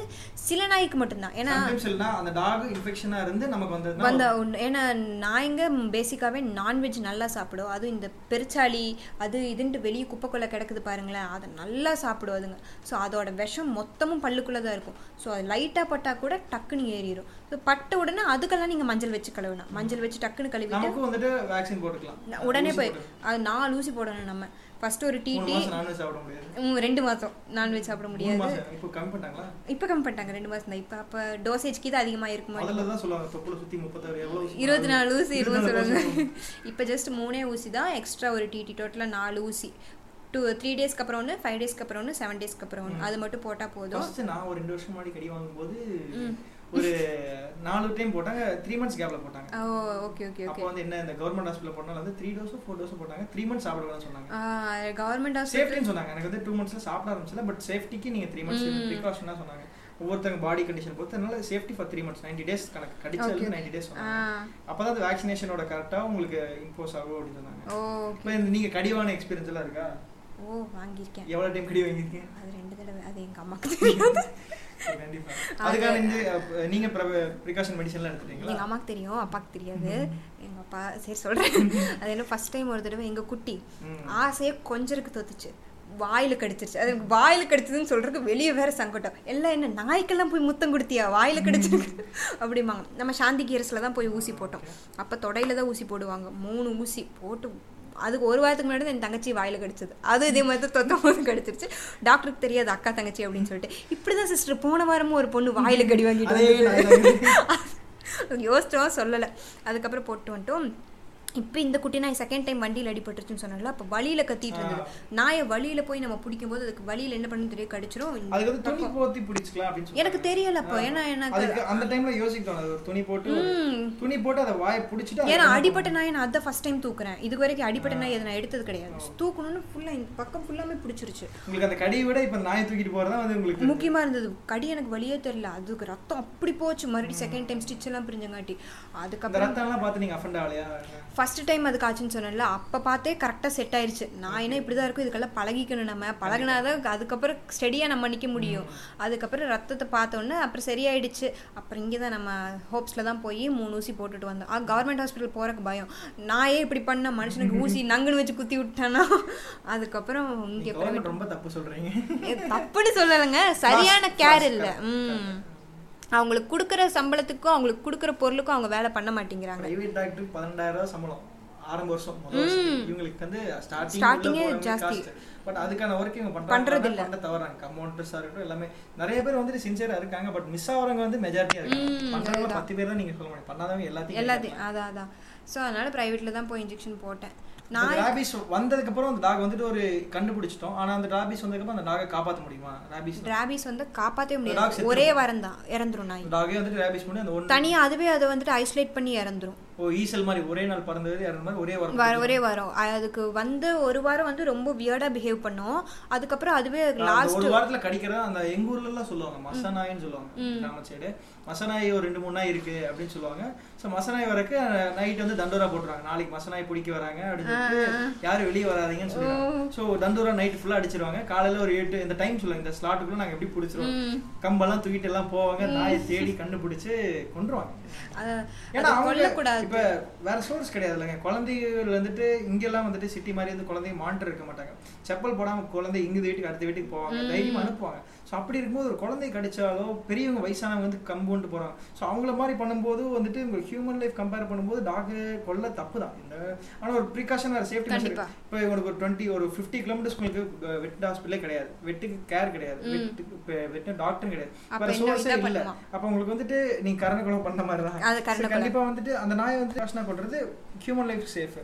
சில நாய்க்கு மட்டும்தான் ஏன்னா சம்டைம்ஸ் இல்லனா அந்த டாக் இன்ஃபெக்ஷனா இருந்து நமக்கு வந்ததுன்னா வந்த ஒன்று ஏன்னா நாய்ங்க பேசிக்காகவே நான்வெஜ் நல்லா சாப்பிடும் அதுவும் இந்த பெருச்சாளி அது இதுன்ட்டு வெளியே குப்பைக்குள்ளே கிடக்குது பாருங்களேன் அதை நல்லா சாப்பிடும் அதுங்க ஸோ அதோட விஷம் மொத்தமும் பல்லுக்குள்ளே தான் இருக்கும் ஸோ அது லைட்டாக பட்டா கூட டக்குன்னு ஏறிடும் ஸோ பட்ட உடனே அதுக்கெல்லாம் நீங்கள் மஞ்சள் வச்சு கழுவணும் மஞ்சள் வச்சு டக்குன்னு கழுவிட்டு நமக்கும் வந்துட்டு வேக்சின் போட்டுக்கலாம் ந- உடனே ஊசி போய் போட்டு- அது நாலு ஊசி போடணும் நம்ம ஃபர்ஸ்ட் ஒரு டீ மூணு டீ மாசம் நான்வெஜ் சாப்பிட முடியாது ரெண்டு மாதம் நான்வெஜ் சாப்பிட மூணு முடியாது மாசம் இப்போ கம்மி பண்ணிட்டாங்களா இப்போ கம்மி பண்ணிட்டாங்க ரெண்டு மாதம் தான் இப்போ அப்போ டோசேஜ்க்கு இது அதிகமாக இருக்குமா முதல்ல தான் சொல்லுவாங்க தொப்புள சுத்தி முப்பத்தாறு எவ்வளவு ஊசி? இருபத்தி நாலு ஊசி இருபது 24 சொல்லுங்க ஊசி. இப்போ ஜஸ்ட் மூணே ஊசி தான் எக்ஸ்ட்ரா ஒரு டிடி டோட்டலாக நாலு ஊசி டூ த்ரீ டேஸ்க்கு அப்புறம் ஒன்று ஃபைவ் டேஸ்க்கு அப்புறம் ஒன்று செவன் டேஸ்க்கு அப்புறம் ஒன்று அது மட்டும் போட்டால் போதும் First நான் ஒரு ரெண்டு வருஷம் முன்னாடி கடி வாங்கும்போது ஒரு நாலு டைம் போட்டாங்க த்ரீ மந்த்ஸ் கேப்ல போட்டாங்க ஓ ஓகே ஓகே அப்போ ஓகே வந்து என்ன இந்த கவர்மெண்ட் ஹாஸ்பிட்டல் போனால வந்து த்ரீ டோஸும் ஃபோர் டோஸும் போட்டாங்க த்ரீ மந்த்ஸ் சாப்பிட வேணாம்னு சொன்னாங்க கவர்மெண்ட் ஹாஸ்பிட்டல் சேஃப்டின்னு சொன்னாங்க எனக்கு வந்து டூ மந்த்ஸ்ல சாப்பிட ஆரம்பிச்சல பட் சேஃப்டிக்கு நீங்க த்ரீ மந்த்ஸ் ப்ரிகாஷனா சொன்னாங்க ஒவ்வொருத்தங்க பாடி கண்டிஷன் பொறுத்து அதனால safety for three months ninety days கணக்கு கடிச்சது நைன்டி டேஸ் ஆ சொன்னாங்க அப்பதான் அது வேக்சினேஷனோட கரெக்டா உங்களுக்கு இம்போஸ் ஆகும் அப்படின்னு சொன்னாங்க ஓ இப்போ இந்த நீங்க கடிவான எக்ஸ்பீரியன்ஸ் எல்லாம் இருக்கா ஓ வாங்கியிருக்கேன் எவ்வளவு டைம் கடி வாங்கியிருக்கீங்க அது ரெண்டு தடவை அது எங்கள் அம்மாவுக்கு தெரியாது கண்டிப்பா அதுக்காக இந்த அஹ், நீங்க ப்ரிகாஷன் மெடிசன்லாம் எடுத்துட்டீங்களா எங்கள் அம்மாவுக்கு தெரியும் அப்பாவுக்கு தெரியாது எங்கள் அப்பா சரி சொல்கிறேன் அது என்ன ஃபர்ஸ்ட் டைம் ஒரு தடவை எங்கள் குட்டி ம். ஆசையே கொஞ்சருக்கு தொத்துச்சு வாயில் கடிச்சிருச்சு அது எனக்கு வாயில் கடிச்சதுன்னு சொல்றதுக்கு வெளியே வேற சங்கடம் எல்லாம் என்ன நாய்க்கெல்லாம் போய் முத்தம் கொடுத்தியா வாயில் கடிச்சிருக்கு அப்படிம்பாங்க நம்ம சாந்தி கீரஸில் தான் போய் ஊசி போட்டோம் அப்போ தொடையில தான் ஊசி போடுவாங்க மூணு ஊசி போட்டு அதுக்கு ஒரு வாரத்துக்கு முன்னாடி தான் என் தங்கச்சி வாயில் கடிச்சது அது இதே மாதிரி தான் தொத்தம் போது கடிச்சிருச்சு டாக்டருக்கு தெரியாது அக்கா தங்கச்சி அப்படின்னு சொல்லிட்டு இப்படி தான் சிஸ்டர் போன வாரமும் ஒரு பொண்ணு வாயில் கடி வாங்கிட்டு அதே வந்தது. யோசிச்சோம் சொல்லலை அதுக்கப்புறம் போட்டு வந்துட்டோம் இப்போ இந்த குட்டி நாய் செகண்ட் டைம் வண்டியில் அடிபட்டுருச்சுன்னு சொன்னால அப்போ வழியில் கத்திட்டு இருந்தது நாயை வழியில் போய் நம்ம பிடிக்கும்போது அதுக்கு வழியில் என்ன பண்ணணும் தெரிய கடிச்சிரும் அதுக்கு வந்து துணி போத்தி பிடிச்சிக்கலாம் அப்படின்னு சொன்னாங்க. எனக்கு தெரியல அப்போ ஏன்னா எனக்கு அதுக்கு அந்த டைம்ல யோசிக்கணும் அது ஒரு துணி போட்டு ஒரு- துணி போட்டு அதை வாயை பிடிச்சிட்டு ஏன்னா அடிபட்ட நாய் நான் அதான் ஃபர்ஸ்ட் டைம் தூக்குறேன் இது வரைக்கும் அடிபட்ட நாய் அதை நான் எடுத்தது கிடையாது தூக்கணும்னு ஃபுல்லாக இந்த பக்கம் ஃபுல்லாமே பிடிச்சிருச்சு உங்களுக்கு அந்த கடியை விட இப்ப நாயை தூக்கிட்டு போறதா வந்து உங்களுக்கு முக்கியமாக இருந்தது கடி எனக்கு வழியே தெரியல அதுக்கு ரத்தம் அப்படி போச்சு மறுபடியும் செகண்ட் டைம் ஸ்டிச் எல்லாம் பிரிஞ்சங்காட்டி அந்த அதுக்கப்புறம் ரத்தம் எல்லாம் பார்த்து நீங்க அஃபண்ட் ஆகலையா ஃபர்ஸ்ட் டைம் அது காய்ச்சுன்னு சொன்னேன்ல அப்போ பார்த்தே கரெக்டாக செட் ஆயிருச்சு நான் என்ன இப்படி தான் இருக்கும் இதுக்கெல்லாம் பழகிக்கணும் நம்ம பழகினாதான் அதுக்கப்புறம் ஸ்டெடியாக நம்ம நிற்க முடியும் அதுக்கப்புறம் ரத்தத்தை பார்த்தோன்னே அப்புறம் சரியாயிடுச்சு அப்புறம் இங்கே தான் நம்ம ஹோப்ஸில் தான் போய் மூணு ஊசி போட்டுட்டு வந்தோம் ஆ கவர்மெண்ட் ஹாஸ்பிட்டல் போகிறக்கு பயம் நான் ஏன் இப்படி பண்ண மனுஷனுக்கு ஊசி நங்குன்னு வச்சு குத்தி விட்டானா அதுக்கப்புறம் இங்கே கவர்மெண்ட் ரொம்ப தப்பு சொல்றீங்க தப்புன்னு சொல்லலைங்க சரியான Class, கேர் class, இல்லை correct, ம் அவங்களுக்கு கொடுக்குற சம்பளத்துக்கும் அவங்களுக்கு கொடுக்குற பொருளுக்கும் அவங்க வேலை பண்ண மாட்டேங்கிறாங்க பிரைவேட் டாக்டர் பன்னெண்டாயிரம் ரூபாய் சம்பளம் ஆரம்ப வருஷம் முதல் வருஷம். இவங்களுக்கு வந்து Starting ஏ ஸ்டார்டிங்கே ஜாஸ்தி. ஜாஸ்தி பட் அதுக்கான ஒர்க் இவங்க பண்றது பண்றது இல்ல பண்ண தவறாங்க கமௌண்டர்ஸா இருக்கட்டும் எல்லாமே நிறைய பேர் வந்துட்டு சின்சியரா இருக்காங்க பட் மிஸ் ஆகுறவங்க வந்து மெஜாரிட்டியா இருக்காங்க பண்றவங்க பத்து பேர் தான் நீங்க சொல்ல முடியும் பண்ணாதவங்க எல்லாத்தையும் எல்லாத்தையும் அதான் அதான் ஸோ அதனால ப்ரைவேட்டில் தான் போய் இன்ஜெக்ஷன் போட்டேன் நான் ராபிஸ் வந்ததுக்கு அப்புறம் அந்த டாக் வந்துட்டு ஒரு கண்டுபிடிச்சிட்டோம் ஆனா அந்த ராபிஸ் வந்ததுக்கு அப்புறம் அந்த டாகை காப்பாத்த முடியுமா ராபிஸ் டிராபிஸ் வந்து காப்பாற்றவே dog முடியாது செத்துரும். ஒரே வாரம் தான் இறந்துரும் நாய் டாகே வந்துட்டு ராபிஸ் பண்ணி அந்த ஒன் தனியாக அதுவே அதை வந்துட்டு ஐசோலேட் பண்ணி இறந்துரும் ஓ ஈசல் மாதிரி ஒரே நாள் பறந்தது இறந்த மாதிரி ஒரே வாரம் வர ஒரே வாரம் அ- அதுக்கு வந்து ஒரு வாரம் வந்து ரொம்ப வியர்டா பிஹேவ் பண்ணும் அதுக்கப்புறம் அதுவே அந்த லாஸ்ட் ஒரு வாரத்துல கடிக்கிறதா அந்த எங்க ஊர்ல எல்லாம் சொல்லுவாங்க மசநாயின்னு சொல்லுவாங்க கிராம சைடு மசநாய் ஒரு ரெண்டு மூணு நாய் இருக்கு அப்படின்னு சொல்லுவாங்க சோ மசநாய் வரக்கு நைட் வந்து தண்டோரா போட்டுறாங்க நாளைக்கு மசநாய் பிடிக்க வராங்க அப்படின்னு சொல்லிட்டு யாரும் வெளியே வராதீங்கன்னு சொல்லுவாங்க சோ தண்டோரா நைட் ஃபுல்லா அடிச்சிருவாங்க காலையில ஒரு எட்டு இந்த டைம் சொல்லுவாங்க இந்த ஸ்லாட்டுக்குள்ள நாங்க எப்படி பிடிச்சிருவோம் கம்பெல்லாம் தூக்கிட்டு எல்லாம் போவாங்க நாயை தேடி கண்டுபிடிச்சு கொன்றுவாங்க ஏன்னா அவங்க கொல்லக்கூடாது இப்ப வேற சோர்ஸ் கிடையாது இல்லைங்க குழந்தைகள் வந்துட்டு இங்கெல்லாம் வந்துட்டு சிட்டி மாதிரி வந்து குழந்தைய மானிட்டர் இருக்க மாட்டாங்க செப்பல் போடாம குழந்தை இங்க வீட்டுக்கு அடுத்த வீட்டுக்கு போவாங்க தைரியமா அனுப்புவாங்க ஸோ அப்படி இருக்கும்போது ஒரு குழந்தை கடிச்சாலோ பெரியவங்க வயசானவங்க வந்து கம்பவுண்டு போறாங்க ஸோ அவங்கள மாதிரி பண்ணும்போது வந்துட்டு உங்க ஹியூமன் லைஃப் கம்பேர் பண்ணும்போது டாக் கொல்ல தப்பு தான் இந்த ஆனா ஒரு ப்ரிகாஷன் ஒரு சேஃப்டி கண்டிப்பா. இப்போ உங்களுக்கு ஒரு டுவெண்ட்டி ஒரு ஃபிஃப்டி கிலோமீட்டர்ஸ் உங்களுக்கு வெட் ஹாஸ்பிட்டலே கிடையாது வெட்டுக்கு கேர் கிடையாது வெட்டுக்கு வெட்டு டாக்டரும் கிடையாது அப்ப வேற என்ன சோர்ஸே இதா இல்லை பண்ணுமா? அப்ப உங்களுக்கு வந்துட்டு நீ கரண குலம் பண்ண மாதிரி தான் அது கரண So, குலம். கண்டிப்பா வந்துட்டு அந்த நாயை வந்து யோசனை பண்றது ஹியூமன் லைஃப் சேஃப்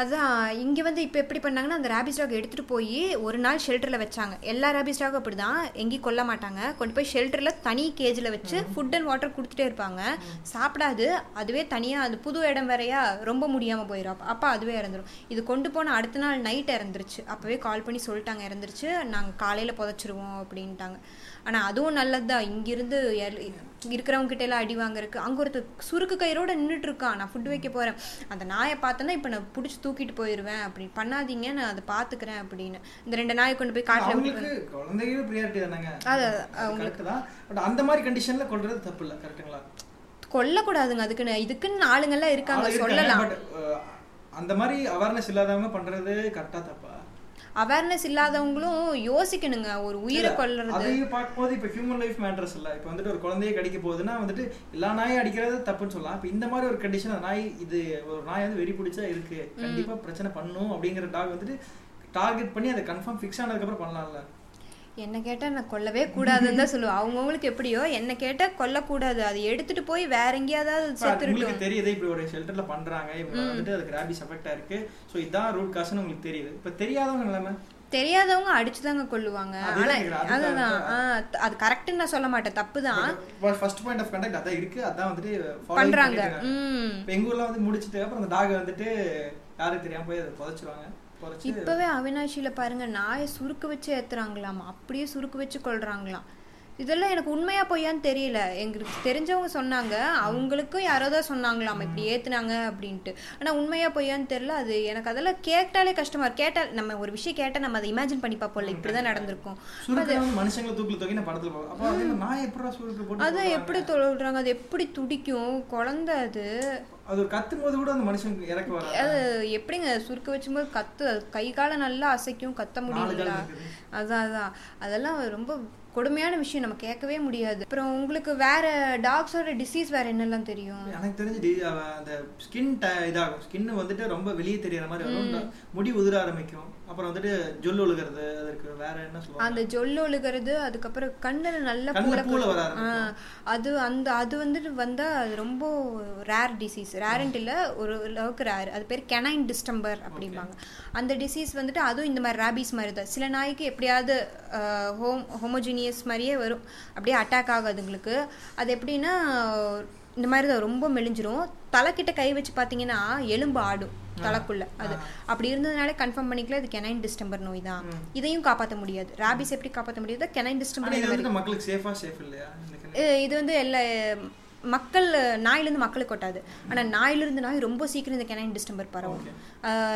அதான் இங்க வந்து இப்போ எப்படி பண்ணாங்கன்னா அந்த ரேபிஸ் டாக் எடுத்துட்டு போய் ஒரு நாள் ஷெல்டர்ல வச்சாங்க எல்லா ரேபிஸ் டாகும் அப்படிதான் எங்கேயும் கொல்ல மாட்டாங்க கொண்டு போய் ஷெல்டர்ல தனி கேஜ்ல வச்சு ஃபுட் அண்ட் வாட்டர் கொடுத்துட்டே இருப்பாங்க சாப்பிடாது அதுவே தனியா அது புது இடம் வேறயா ரொம்ப முடியாம போயிடும் அப்ப- அப்ப அதுவே இறந்துரும் இது கொண்டு போன அடுத்த நாள் நைட் இறந்துருச்சு அப்பவே கால் பண்ணி சொல்லிட்டாங்க இறந்துருச்சு நாங்க காலையில புதைச்சிருவோம் அப்படின்ட்டாங்க ஆனா அதுவும் நல்லதுதான் இங்கிருந்து எல்- இருக்கிறவங்க கிட்ட எல்லாம் அடி வாங்குறதுக்கு அங்க ஒருத்தர் சுருக்கு கயிறோட நின்றுட்டு இருக்கான் நான் ஃபுட் வைக்க போறேன் அந்த நாயை பார்த்தேன்னா இப்ப நான் பிடிச்சி தூக்கிட்டு போயிடுவேன் அப்படி பண்ணாதீங்க நான் அதை பாத்துக்கிறேன் அப்படின்னு இந்த ரெண்டு நாயை கொண்டு போய் காட்டுல அவங்களுக்கு விட்டு குழந்தைகளே ப்ரியாரிட்டி தானங்க அது கரெக்ட் தான் பட் அந்த மாதிரி கண்டிஷன்ல கொல்றது தப்பு இல்லை கரெக்ட்டுங்களா கொல்லக்கூடாதுங்க அதுக்குன்னு இதுக்குன்னு ஆளுங்கெல்லாம் இருக்காங்க ஆளு இருக்காங்க, சொல்லலாம் but, அஹ், அந்த மாதிரி அவேர்னஸ் இல்லாதவங்க பண்றது கரெக்டா தப்பா அவேர்னஸ் இல்லாதவங்களும் யோசிக்கணுங்க ஒரு உயிரை கொல்றது அதையும் பார்க்கும்போது இப்ப ஹியூமன் லைஃப் மேட்டர்ஸ் இல்ல இப்ப வந்துட்டு ஒரு குழந்தைய கடிக்க போகுதுன்னா வந்துட்டு எல்லா நாயும் அடிக்கிறது தப்புன்னு சொல்லலாம் இப்ப இந்த மாதிரி ஒரு கண்டிஷன் நாய் இது ஒரு நாய் வந்து வெறி பிடிச்சா இருக்கு கண்டிப்பா பிரச்சனை பண்ணும் அப்படிங்கிற டாக் வந்துட்டு டார்கெட் பண்ணி அதை கன்ஃபார்ம் ஃபிக்ஸ் ஆனதுக்கப்புறம் பண்ணலாம்ல என்ன கேட்டால் நான் கொல்லவே கூடாதுன்னு தான் சொல்லுவேன் அவங்கவுங்களுக்கு எப்படியோ என்ன கேட்டால் கொல்லக்கூடாது அதை எடுத்துட்டு போய் வேற எங்கேயாவது இப்ப உங்களுக்கு செத்துருக்கோம் தெரியுது இப்படி ஒரு ஷெல்டர்ல பண்றாங்க இவங்க வந்துட்டு அதுக்கு ரேபிஸ் அஃபெக்டா இருக்கு சோ இதான் ரூட் காசுன்னு உங்களுக்கு தெரியுது இப்ப தெரியாதவங்க நிலைமை தெரியாதவங்க அடிச்சுதாங்க கொல்லுவாங்க அதுதான் ஆனா கேக்குறேன். அதுதான் அதுதான் ஆ, த- அது கரெக்ட்னு நான் சொல்ல மாட்டேன் தப்பு தான் ஃபர்ஸ்ட் பாயிண்ட் ஆஃப் கண்டக்ட் அதான் இருக்கு அதான் வந்துட்டு follow பண்றாங்க பண்ணிட்டு இருக்காங்க. ம் இப்ப எங்க ஊர்ல வந்து முடிச்சிட்டு அப்புறம் அந்த டாக் வந்துட்டு யாருக்கு தெரியாம போய் அதை புதைச்சிருவாங்க புதைச்சு இப்பவே அவினாஷியில பாருங்க நாயை சுருக்கு வச்சு ஏத்துறாங்களாம் அப்படியே சுருக்கு வச்சு கொள்றாங்களாம் இதெல்லாம் எனக்கு உண்மையா பொய்யான்னு தெரியல எங்களுக்கு தெரிஞ்சவங்க சொன்னாங்க அவங்களுக்கும் யாரோ தான் சொன்னாங்களாம் இப்படி ஏத்துனாங்க அப்படின்ட்டு ஆனா உண்மையா பொய்யான்னு தெரியல அது எனக்கு அதெல்லாம் கேட்டாலே கஷ்டமா இருக்கு கேட்டால் நம்ம ஒரு விஷயம் கேட்டா நம்ம அதை இமேஜின் பண்ணி பார்ப்போம்ல இப்படிதான் நடந்திருக்கும் சுருக்கு வந்து மனுஷங்களை தூக்கில தூக்கி நான் படத்துல பார்ப்போம் அப்போ அதே மாதிரி நான் எப்படா சுருக்கு போட்டு அதான் போடுறாங்க? எப்படி தொழுறாங்க அது எப்படி துடிக்கும் குழந்தை அது அது ஒரு கத்தும் போது கூட அந்த மனுஷனுக்கு இறக்க வராது அது எப்படிங்க சுருக்கு வச்சும்போது கத்து அது கை காலை நல்லா அசைக்கும் கத்த நாலு கால் முடியுங்களா இருக்குது. அதான் அதான் அதெல்லாம் ரொம்ப கொடுமையான விஷயம் நம்ம கேட்கவே முடியாது அப்புறம் உங்களுக்கு வேற டாக்ஸோட டிசீஸ் வேற என்னெல்லாம் தெரியும் எனக்கு தெரிஞ்சு டி- அவ அந்த ஸ்கின் இதாகும் ஸ்கின் வந்துட்டு ரொம்ப வெளியே தெரியற மாதிரி வரும் முடி உதிர ஆரம்பிக்கும் அப்புறம் வந்துட்டு ஜொல் ஒழுகிறது அதற்கு வேற என்ன அந்த சொல்லுவாங்க ஜொல்லு ஒழுகிறது அதுக்கப்புறம் கண்ணுல நல்ல கண்ணுல பூளை பூளை வர கட்டு- ஆ, அது அந்த அது வந்துட்டு வந்தா அது ரொம்ப ரேர் டிசீஸ் ரேர்ன்ட்டு இல்ல ஒரு அளவுக்கு ரேர் அது பேர் கெனைன் டிஸ்டம்பர் அப்படிம்பாங்க அந்த டிசீஸ் வந்துட்டு அதுவும் இந்த மாதிரி ரேபிஸ் மாதிரி தான் சில நாய்க்கு எப்படியாவது ஹோம் ஹோமோஜீனியஸ் மாதிரியே வரும் அப்படியே அட்டாக் ஆகாதுங்களுக்கு அது எப்படின்னா இந்த மாதிரி தான் ரொம்ப மெலிஞ்சிரும் தலைக்கிட்ட கை வச்சு பார்த்தீங்கன்னா எலும்பு ஆடும் தலைக்குள்ள அது அப்படி இருந்ததுனால கன்ஃபார்ம் பண்ணிக்கல இது கெனைன் டிஸ்டம்பர் நோய் தான் இதையும் காப்பாற்ற முடியாது ராபிஸ் எப்படி காப்பாற்ற முடியாது கெனைன் ஆனா இது டிஸ்டம்பர் வந்துட்டு மக்களுக்கு சேஃபா சேஃப் இல்லையா இந்த கிணறு? இ- இது வந்து எல்லா மக்கள் நாயிலேருந்து மக்களுக்கு கொட்டாது ஆனால் நாயிலிருந்து நாய் ரொம்ப சீக்கிரம் இந்த கெனைன் டிஸ்டம்பர் பரவும்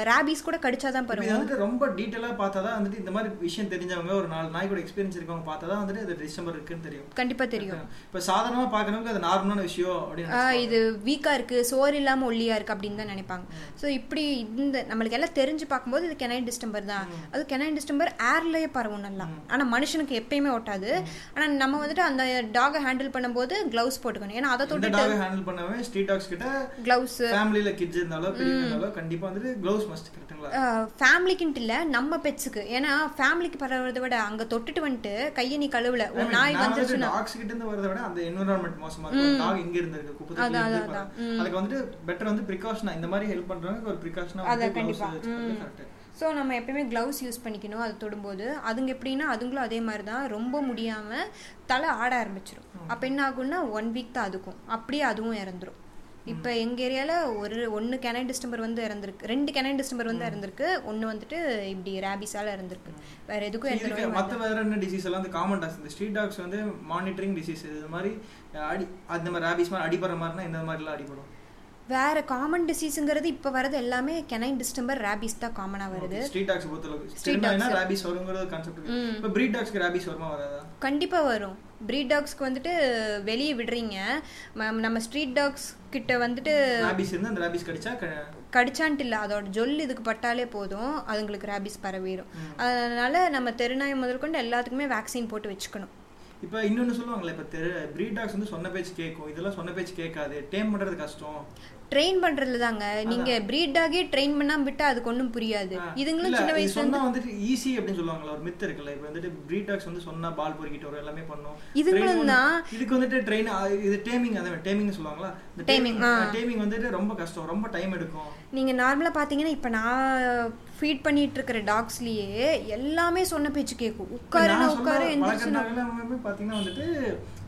ராபிஸ் கூட கடிச்சாதான் இப்ப இது பரவும் வந்துட்டு ரொம்ப டீட்டெயிலா பார்த்தா தான் வந்துட்டு இந்த மாதிரி விஷயம் தெரிஞ்சவங்க ஒரு நாலு நாய் கூட எக்ஸ்பீரியன்ஸ் இருக்கவங்க பார்த்தா தான் வந்துட்டு அது டிசம்பர் இருக்குன்னு தெரியும் கண்டிப்பா தெரியும் இப்ப சாதாரணமா பாக்குறவங்க அது நார்மலான விஷயம் ஆ, அப்படின்னு இது வீக்கா இருக்கு சோறு இல்லாம ஒல்லியா இருக்கு அப்படின்னு தான் நினைப்பாங்க ஸோ இப்படி இந்த நம்மளுக்கு எல்லாம் தெரிஞ்சு பார்க்கும்போது இது கெனைன் டிஸ்டம்பர் தான் அது கெனைன் டிஸ்டம்பர் ஏர்லயே பரவும் நல்லா ஆனா மனுஷனுக்கு எப்பயுமே ஒட்டாது ஆனா நம்ம வந்துட்டு அந்த டாகை ஹேண்டில் பண்ணும்போது கிளவுஸ் போட்டுக்கணும் ஏன்னா அதை இந்த தொட்டுட்டு டாக ஹேண்டில் பண்ணவே ஸ்ட்ரீட் டாக்ஸ் கிட்ட கிளவுஸ் ஃபேமிலியில கிட்ஸ் இருந்தாலோ பெரியவங்க இருந்தாலோ கண்டிப்பா வந்துட்டு க்ளவுஸ் மஸ்ட் கரெக்ட்டுங்களா ஃபேமிலிக்குன்ட்டு இல்லை நம்ம பெட்ஸுக்கு ஏன்னா ஃபேமிலிக்கு பரவுறத விட அங்க தொட்டுட்டு வந்துட்டு கையை நீ கழுவல ஒரு நாய் வந்துருச்சுன்னா டாக்ஸ் கிட்ட இருந்து வரத விட அந்த என்விரான்மெண்ட் மோசமா இருக்கும் டாக் இங்க இருந்து இருக்கு குப்பை அதான், தொட்டியில அதான், இருந்து அதான். பாருங்க. அதுக்கு வந்துட்டு பெட்டர் வந்து பிரிகாஷனா இந்த மாதிரி ஹெல்ப் பண்றவங்க ஒரு பிரிகாஷனா அதான் வந்து கண்டிப்பா. க்ளவுஸ் வச்சுக்கிறது கரெக்ட் ஸோ நம்ம எப்பயுமே gloves யூஸ் பண்ணிக்கணும் அது தொடும்போது அதுங்க எப்படின்னா அதுங்களும் அதே மாதிரி தான் ரொம்ப முடியாம தலை ஆட ஆரம்பிச்சிடும் அப்போ என்ன ஆகும்னா ஒன் வீக் தான் அதுக்கும் அப்படியே அதுவும் இறந்துரும் இப்போ எங்க ஏரியால ஒரு ஒன்னு கெனட் டிஸ்டம்பர் வந்து இறந்திருக்கு ரெண்டு கெனட் டிஸ்டம்பர் வந்து இறந்திருக்கு ஒன்னு வந்துட்டு இப்படி ரேபிஸால இறந்திருக்கு வேற எதுக்கும் எந்த நோயும் மற்ற வரல. வேற என்ன டிசீஸ் எல்லாம் வந்து காமன் டாக்ஸ் இந்த ஸ்ட்ரீட் டாக்ஸ் வந்து மானிட்டரிங் டிசீஸ் இது மாதிரி அஹ், அடி அது மாதிரி ரேபிஸ் மாதிரி அடிபடுற மாதிரினா இந்த மாதிரிலாம் அடிபடும் வேற காமன் டிசீஸுங்கிறது இப்போ வரது எல்லாமே கெனைன் டிஸ்டம்பர் ரேபிஸ் தான் காமனா வருது ஸ்ட்ரீட் டாக்ஸ் பொறுத்தளவுக்கு Street திரும்ப dogs. என்ன ரேபிஸ் வருங்கிறது கான்செப்ட் இப்போ பிரீட் டாக்ஸ்க்கு ரேபிஸ் வருமா வராதா கண்டிப்பா வரும் breed டாக்ஸ்க்கு வந்துட்டு வெளியே விடுறீங்க ம- நம்ம ஸ்ட்ரீட் டாக்ஸ் கிட்ட வந்துட்டு ரேபிஸ் இருந்து அந்த ரேபிஸ் கடிச்சா க- கடிச்சான்ட்டு இல்லை அதோட ஜொல் இதுக்கு பட்டாலே போதும் அதுங்களுக்கு ரேபிஸ் பரவிடும் அதனால நம்ம தெருநாய் முதற்கொண்டு எல்லாத்துக்குமே வேக்சின் போட்டு வச்சுக்கணும் இப்போ இன்னொன்னு சொல்லுவாங்களே இப்போ தெரு breed dogs வந்து சொன்ன பேச்சு கேட்கும் இதெல்லாம் சொன்ன பேச்சு கேட்காது டேம் பண்றது கஷ்டம் ட்ரெயின் பண்றதுல தாங்க நீங்க breed dog ஏ ட்ரெயின் பண்ணாம விட்டா அதுக்கு ஒன்றும் புரியாது ஆ. இதுங்களும் இல்ல, சின்ன இது வயசுல சொன்னா இருந்து வந்துட்டு ஈஸி அப்படின்னு சொல்லுவாங்கல்ல ஒரு மித்து இருக்குல்ல இப்போ வந்துட்டு breed dogs வந்து சொன்னா பால் பொறுக்கிட்டு வரும் எல்லாமே பண்ணும் இதுங்களும் Train வந்து- தான். இதுக்கு வந்துட்டு ட்ரெயின் இது டேமிங் அதான் டேமிங் சொல்லுவாங்களா இந்த Taming, ஆ. டேமிங் வந்துட்டு ரொம்ப கஷ்டம் ரொம்ப டைம் எடுக்கும் நீங்கள் நார்மலாக பார்த்தீங்கன்னா இப்போ நான் ஃபீட் பண்ணிட்டு இருக்கிற டாக்ஸ்லயே எல்லாமே சொன்ன பேச்சு கேட்கும் உட்காருனா உட்காரு எந்திரிச்சுனா பாத்தீங்கன்னா வந்துட்டு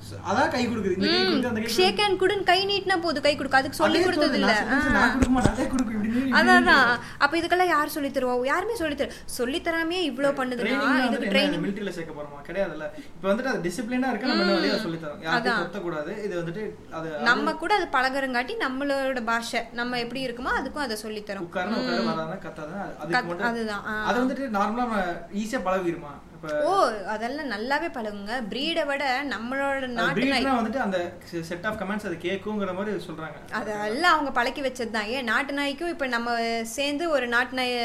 ச- அதான் கை கொடுக்குது இந்த கை கொடுத்து அந்த கை ஷேக் ஹேண்ட் குடுன்னு கை நீட்டினா போதும் கை கொடுக்கும் அதுக்கு சொல்லி அதே கொடுத்தது சொல்லுது, இல்ல நான் சொல்லுது, நான் கொடுக்க மாட்டேன், அதே கொடுக்கும் இப்படி இப்படி அதான் அதான். அப்ப இதுக்கெல்லாம் யார் சொல்லி தருவோம் யாருமே சொல்லி தர சொல்லி தராமே இவ்ளோ பண்ணுதுன்னா Training ல இதுக்கு வந்துட்டு என்ன, ட்ரைனிங் military ல சேர்க்க போறோமா? கிடையாதுல்ல. இப்ப வந்துட்டு அது discipline ஆ இருக்கு, நம்ம இன்னும் வழியா சொல்லித் தரோம். யார்கிட்டயும் அதான். கொத்தக்கூடாது. இது வந்துட்டு அது நம்ம கூட அது பழகுறங்காட்டி நம்மளோட பாஷை நம்ம எப்படி இருக்குமோ அதுக்கும் அதை சொல்லி தரோம் உட்கார்னா உட்காரு, வராதா கத்தாதா, அது- அதுக்கு கத்- மட்டும். அதுதான், ஆ. அது வந்துட்டு normal ஆ நம்ம easy ஆ பழகிருமா? இப்ப ஓ அதெல்லாம் நல்லாவே பழகுங்க breed அ விட நம்மளோட அது நாட்டு breed நாய் னா வந்துட்டு அந்த set of commands அது கேக்குங்கிற மாதிரி சொல்றாங்க. அதெல்லாம் அவங்க பழக்கி வச்சதுதான் ஏன் நாட்டு நாய்க்கும் இப்போ நம்ம சேர்ந்து ஒரு நாட்டு நாயை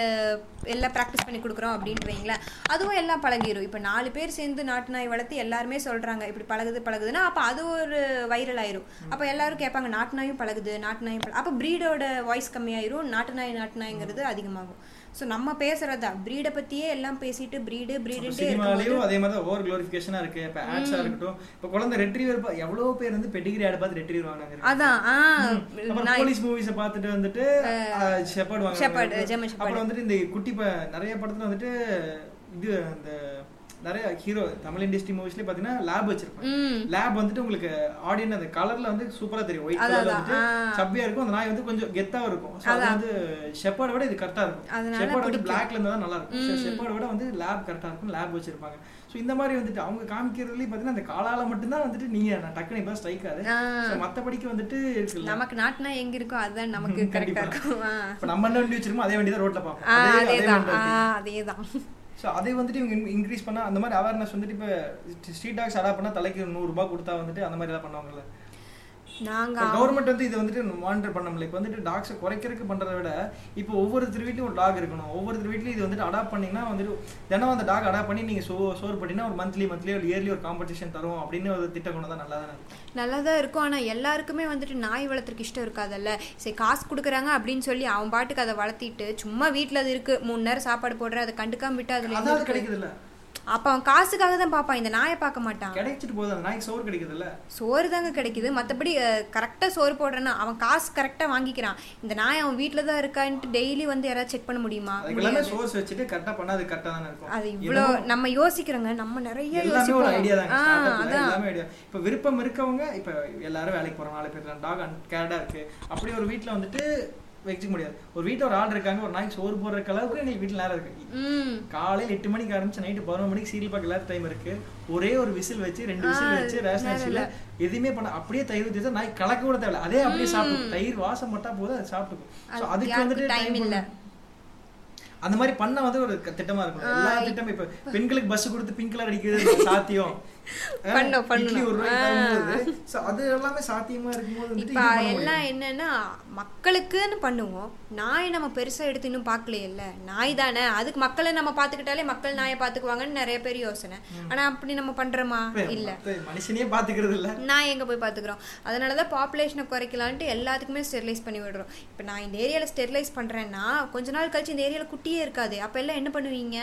எல்லாம் ப்ராக்டிஸ் பண்ணி கொடுக்குறோம் அப்படின்ட்டு வைங்களேன் அதுவும் எல்லாம் பழகிரும் இப்போ நாலு பேர் சேர்ந்து நாட்டு நாய் வளர்த்து எல்லாருமே சொல்கிறாங்க இப்படி பழகுது பழகுதுன்னா அப்போ அது ஒரு வைரல் ஆயிரும் அப்போ எல்லாரும் கேட்பாங்க நாட்டு நாயும் பழகுது நாட்டு நாயும் பழ அப்போ ப்ரீடோட வாய்ஸ் கம்மியாயிரும் நாட்டு நாய் நாட்டு நாய்ங்கிறது அதிகமாகும் ஸோ நம்ம பேசுகிறதா ப்ரீடை பற்றியே எல்லாம் பேசிட்டு ப்ரீடு இப்ப ப்ரீடுன்ட்டே சினிமாலயும் இருக்கும்போது அதே மாதிரி ஓவர் glorification ஆ இருக்கு. இப்ப ads ஆ இருக்கட்டும். இப்ப குழந்தை retriever பா- எவ்வளவு பேர் வந்து pedigree ad பார்த்து retriever வாங்குனாங்க? அதான் ஆ அப்புறம் நாய் போலீஸ் மூவிஸ பார்த்துட்டு வந்துட்டு ஷெப்பர்ட் Shepherd, வாங்க German Shepherd. அப்புறம் வந்துட்டு இந்த குட்டி ப- நிறைய படத்துல வந்துட்டு இது அந்த நிறைய ஹீரோ தமிழ் இண்டஸ்ட்ரி மூவிஸ்ல பாத்தீங்கன்னா லேப் வச்சிருப்பாங்க லேப் வந்துட்டு உங்களுக்கு ஆடியன் அந்த கலர்ல வந்து சூப்பரா தெரியும் ஒயிட் அதான், கலர்ல அதான். வந்துட்டு சப்பியா இருக்கும் அந்த நாய் வந்து கொஞ்சம் கெத்தா இருக்கும் So அது வந்து ஷெப்பர்ட விட இது கரெக்டா இருக்கும் அதனால ஷெப்பர்ட் வந்து பிடிக்கும். பிளாக்ல இருந்தா தான் நல்லா இருக்கும் ஷெப்பர்ட விட வந்து லேப் கரெக்டா இருக்கும் லேப் வச்சிருப்பாங்க சோ இந்த மாதிரி வந்துட்டு அவங்க காமிக்கிறதுலயும் பாத்தீங்கன்னா அந்த காலால மட்டும்தான் வந்துட்டு நீங்க நான் டக்குனு இப்ப ஸ்ட்ரைக் ஆகுது ஆ. So மத்தபடிக்கு வந்துட்டு இருக்குல்ல நமக்கு நாட்டு நாய் எங்க இருக்கோ அதுதான் நமக்கு ம், கரெக்டாக கண்டிப்பா. இருக்கும் ஆ இப்ப நம்ம என்ன வண்டி வச்சிருக்கோம் அதே வண்டி தான் ரோட்ல ஆ, பார்ப்போம் அதே அதே அதேதான் வண்டி ஆ, அதேதான் ஸோ அதை வந்துட்டு இவங்க இன்க்ரீஸ் பண்ணா அந்த மாதிரி அவேர்னஸ் வந்துட்டு இப்போ ஸ்ட்ரீட் டாக்ஸ் அடாப்ட் பண்ணா தலைக்கு நூறு ரூபாய் கொடுத்தா வந்துட்டு அந்த மாதிரி எல்லாம் பண்ணுவாங்கல்ல நாங்க கவர்மெண்ட் வந்து இதை வந்துட்டு மானிட்டர் பண்ண முடியல இப்போ வந்துட்டு டாக்ஸை குறைக்கிறதுக்கு பண்றதை விட இப்போ ஒவ்வொருத்தர் வீட்லயும் ஒரு டாக் இருக்கணும் ஒவ்வொருத்தர் வீட்லயும் இது வந்துட்டு அடாப்ட் பண்ணீங்கன்னா வந்துட்டு தினம் அந்த டாக் அடாப்ட் பண்ணி நீங்க சோ சோர் பண்ணினா ஒரு மந்த்லி மந்த்லி ஒரு இயர்லி ஒரு காம்படிஷன் தரும் அப்படின்னு ஒரு திட்டம் கொண்டு தான் நல்லா தான் நல்லா தான் இருக்கும் ஆனா எல்லாருக்குமே வந்துட்டு நாய் வளர்த்துறதுக்கு இஷ்டம் இருக்காதல்ல சரி காசு கொடுக்குறாங்க அப்படின்னு சொல்லி அவன் பாட்டுக்கு அதை வளர்த்திட்டு சும்மா வீட்ல அது இருக்கு மூணு நேரம் சாப்பாடு போடுற அதை கண்டுக்காம விட்டு அதுல அதாவது இருந்து கிடைக்குது இல்ல அப்ப அவன் காசுக்காக தான் பார்ப்பான் இந்த நாயை பார்க்க மாட்டான் கிடைச்சிட்டு போகுது அந்த நாய்க்கு சோறு கிடைக்குது இல்ல சோறு தாங்க கிடைக்குது மற்றபடி கரெக்டாக சோறு போடுறேன்னா அவன் காசு கரெக்டாக வாங்கிக்கிறான் இந்த நாய் அவன் வீட்டில் தான் இருக்கான்ட்டு டெய்லி வந்து யாராவது செக் பண்ண முடியுமா அதுக்கு எல்லாமே முடியாது. சோர்ஸ் வச்சுட்டு கரெக்டா பண்ணா அது கரெக்டா தானே இருக்கும் அது இவ்வளோ என்னமோ- நம்ம யோசிக்கிறோங்க நம்ம நிறைய எல்லாமே ஒரு ஐடியா யோசிப்போம் தாங்க ஆ startup ல அதான் எல்லாமே ஐடியா இப்போ விருப்பம் இருக்கவங்க இப்போ எல்லாரும் வேலைக்கு போகிறோம் நாலு பேர் டாக் அண்ட் கேரடா இருக்கு அப்படி ஒரு வீட்டில் வந்துட்டு வச்சுக்க முடியாது ஒரு வீட்டில் ஒரு ஆள் இருக்காங்க ஒரு நாய்க்கு சோறு போடுறதுக்கு அளவுக்கு எங்களுக்கு வீட்டில் நேரம் இருக்கு ம் காலையில் எட்டு மணிக்கு ஆரம்பிச்சு நைட்டு பதினொரு மணிக்கு சீரியல் பார்க்க எல்லாரும் டைம் இருக்கு ஒரே ஒரு விசில் வச்சு ரெண்டு விசில் வச்சு ரேஷன் அரிசியில் எதுவுமே பண்ண அப்படியே தயிர் ஊற்றி தான் நாய் கலக்க கூட தேவையில்ல அதே அப்படியே சாப்பிடும் தயிர் வாசம் மட்டும் போதும் அது சாப்பிட்டுக்கும் ஸோ அதுக்கு அதுக்கு யாருக்கும் வந்துட்டு time டைம் இல்ல. இல்லை அந்த மாதிரி பண்ண வந்து ஒரு க- திட்டமா இருக்கும் எல்லா திட்டமும் இப்ப பெண்களுக்கு பஸ் கொடுத்து பிங்க் கலர் அடிக்கிறது சாத்தியம் ஆ, பண்ணோம், பண்ணோம். இட்லி ஒரு ரூபாய்க்கு தரும்போது, so அது எல்லாமே சாத்தியமா இருக்கும்போது வந்துட்டு இது இப்ப பண்ண எல்லாம் முடியாது. என்னன்னா மக்களுக்குன்னு பண்ணுவோம் நாய் நம்ம பெருசா எடுத்து இன்னும் பார்க்கலையில்ல நாய் தானே அதுக்கு மக்களை நம்ம பாத்துக்கிட்டாலே மக்கள் நாயை பாத்துக்குவாங்கன்னு நிறைய பேர் யோசனை ஆனா அப்படி நம்ம பண்றோமா இப்ப இல்ல மத்த மனுஷனையே பாத்துக்கிறது இல்ல நாய் எங்க போய் பாத்துக்கிறோம் அதனால தான் பாப்புலேஷனை குறைக்கலான்ட்டு எல்லாத்துக்குமே ஸ்டெரிலைஸ் பண்ணி விடுறோம் இப்போ நான் இந்த ஏரியால ஸ்டெரிலைஸ் பண்றேன்னா கொஞ்ச நாள் கழிச்சு இந்த ஏரியால குட்டியே இருக்காது அப்ப எல்லாம் என்ன பண்ணுவீங்க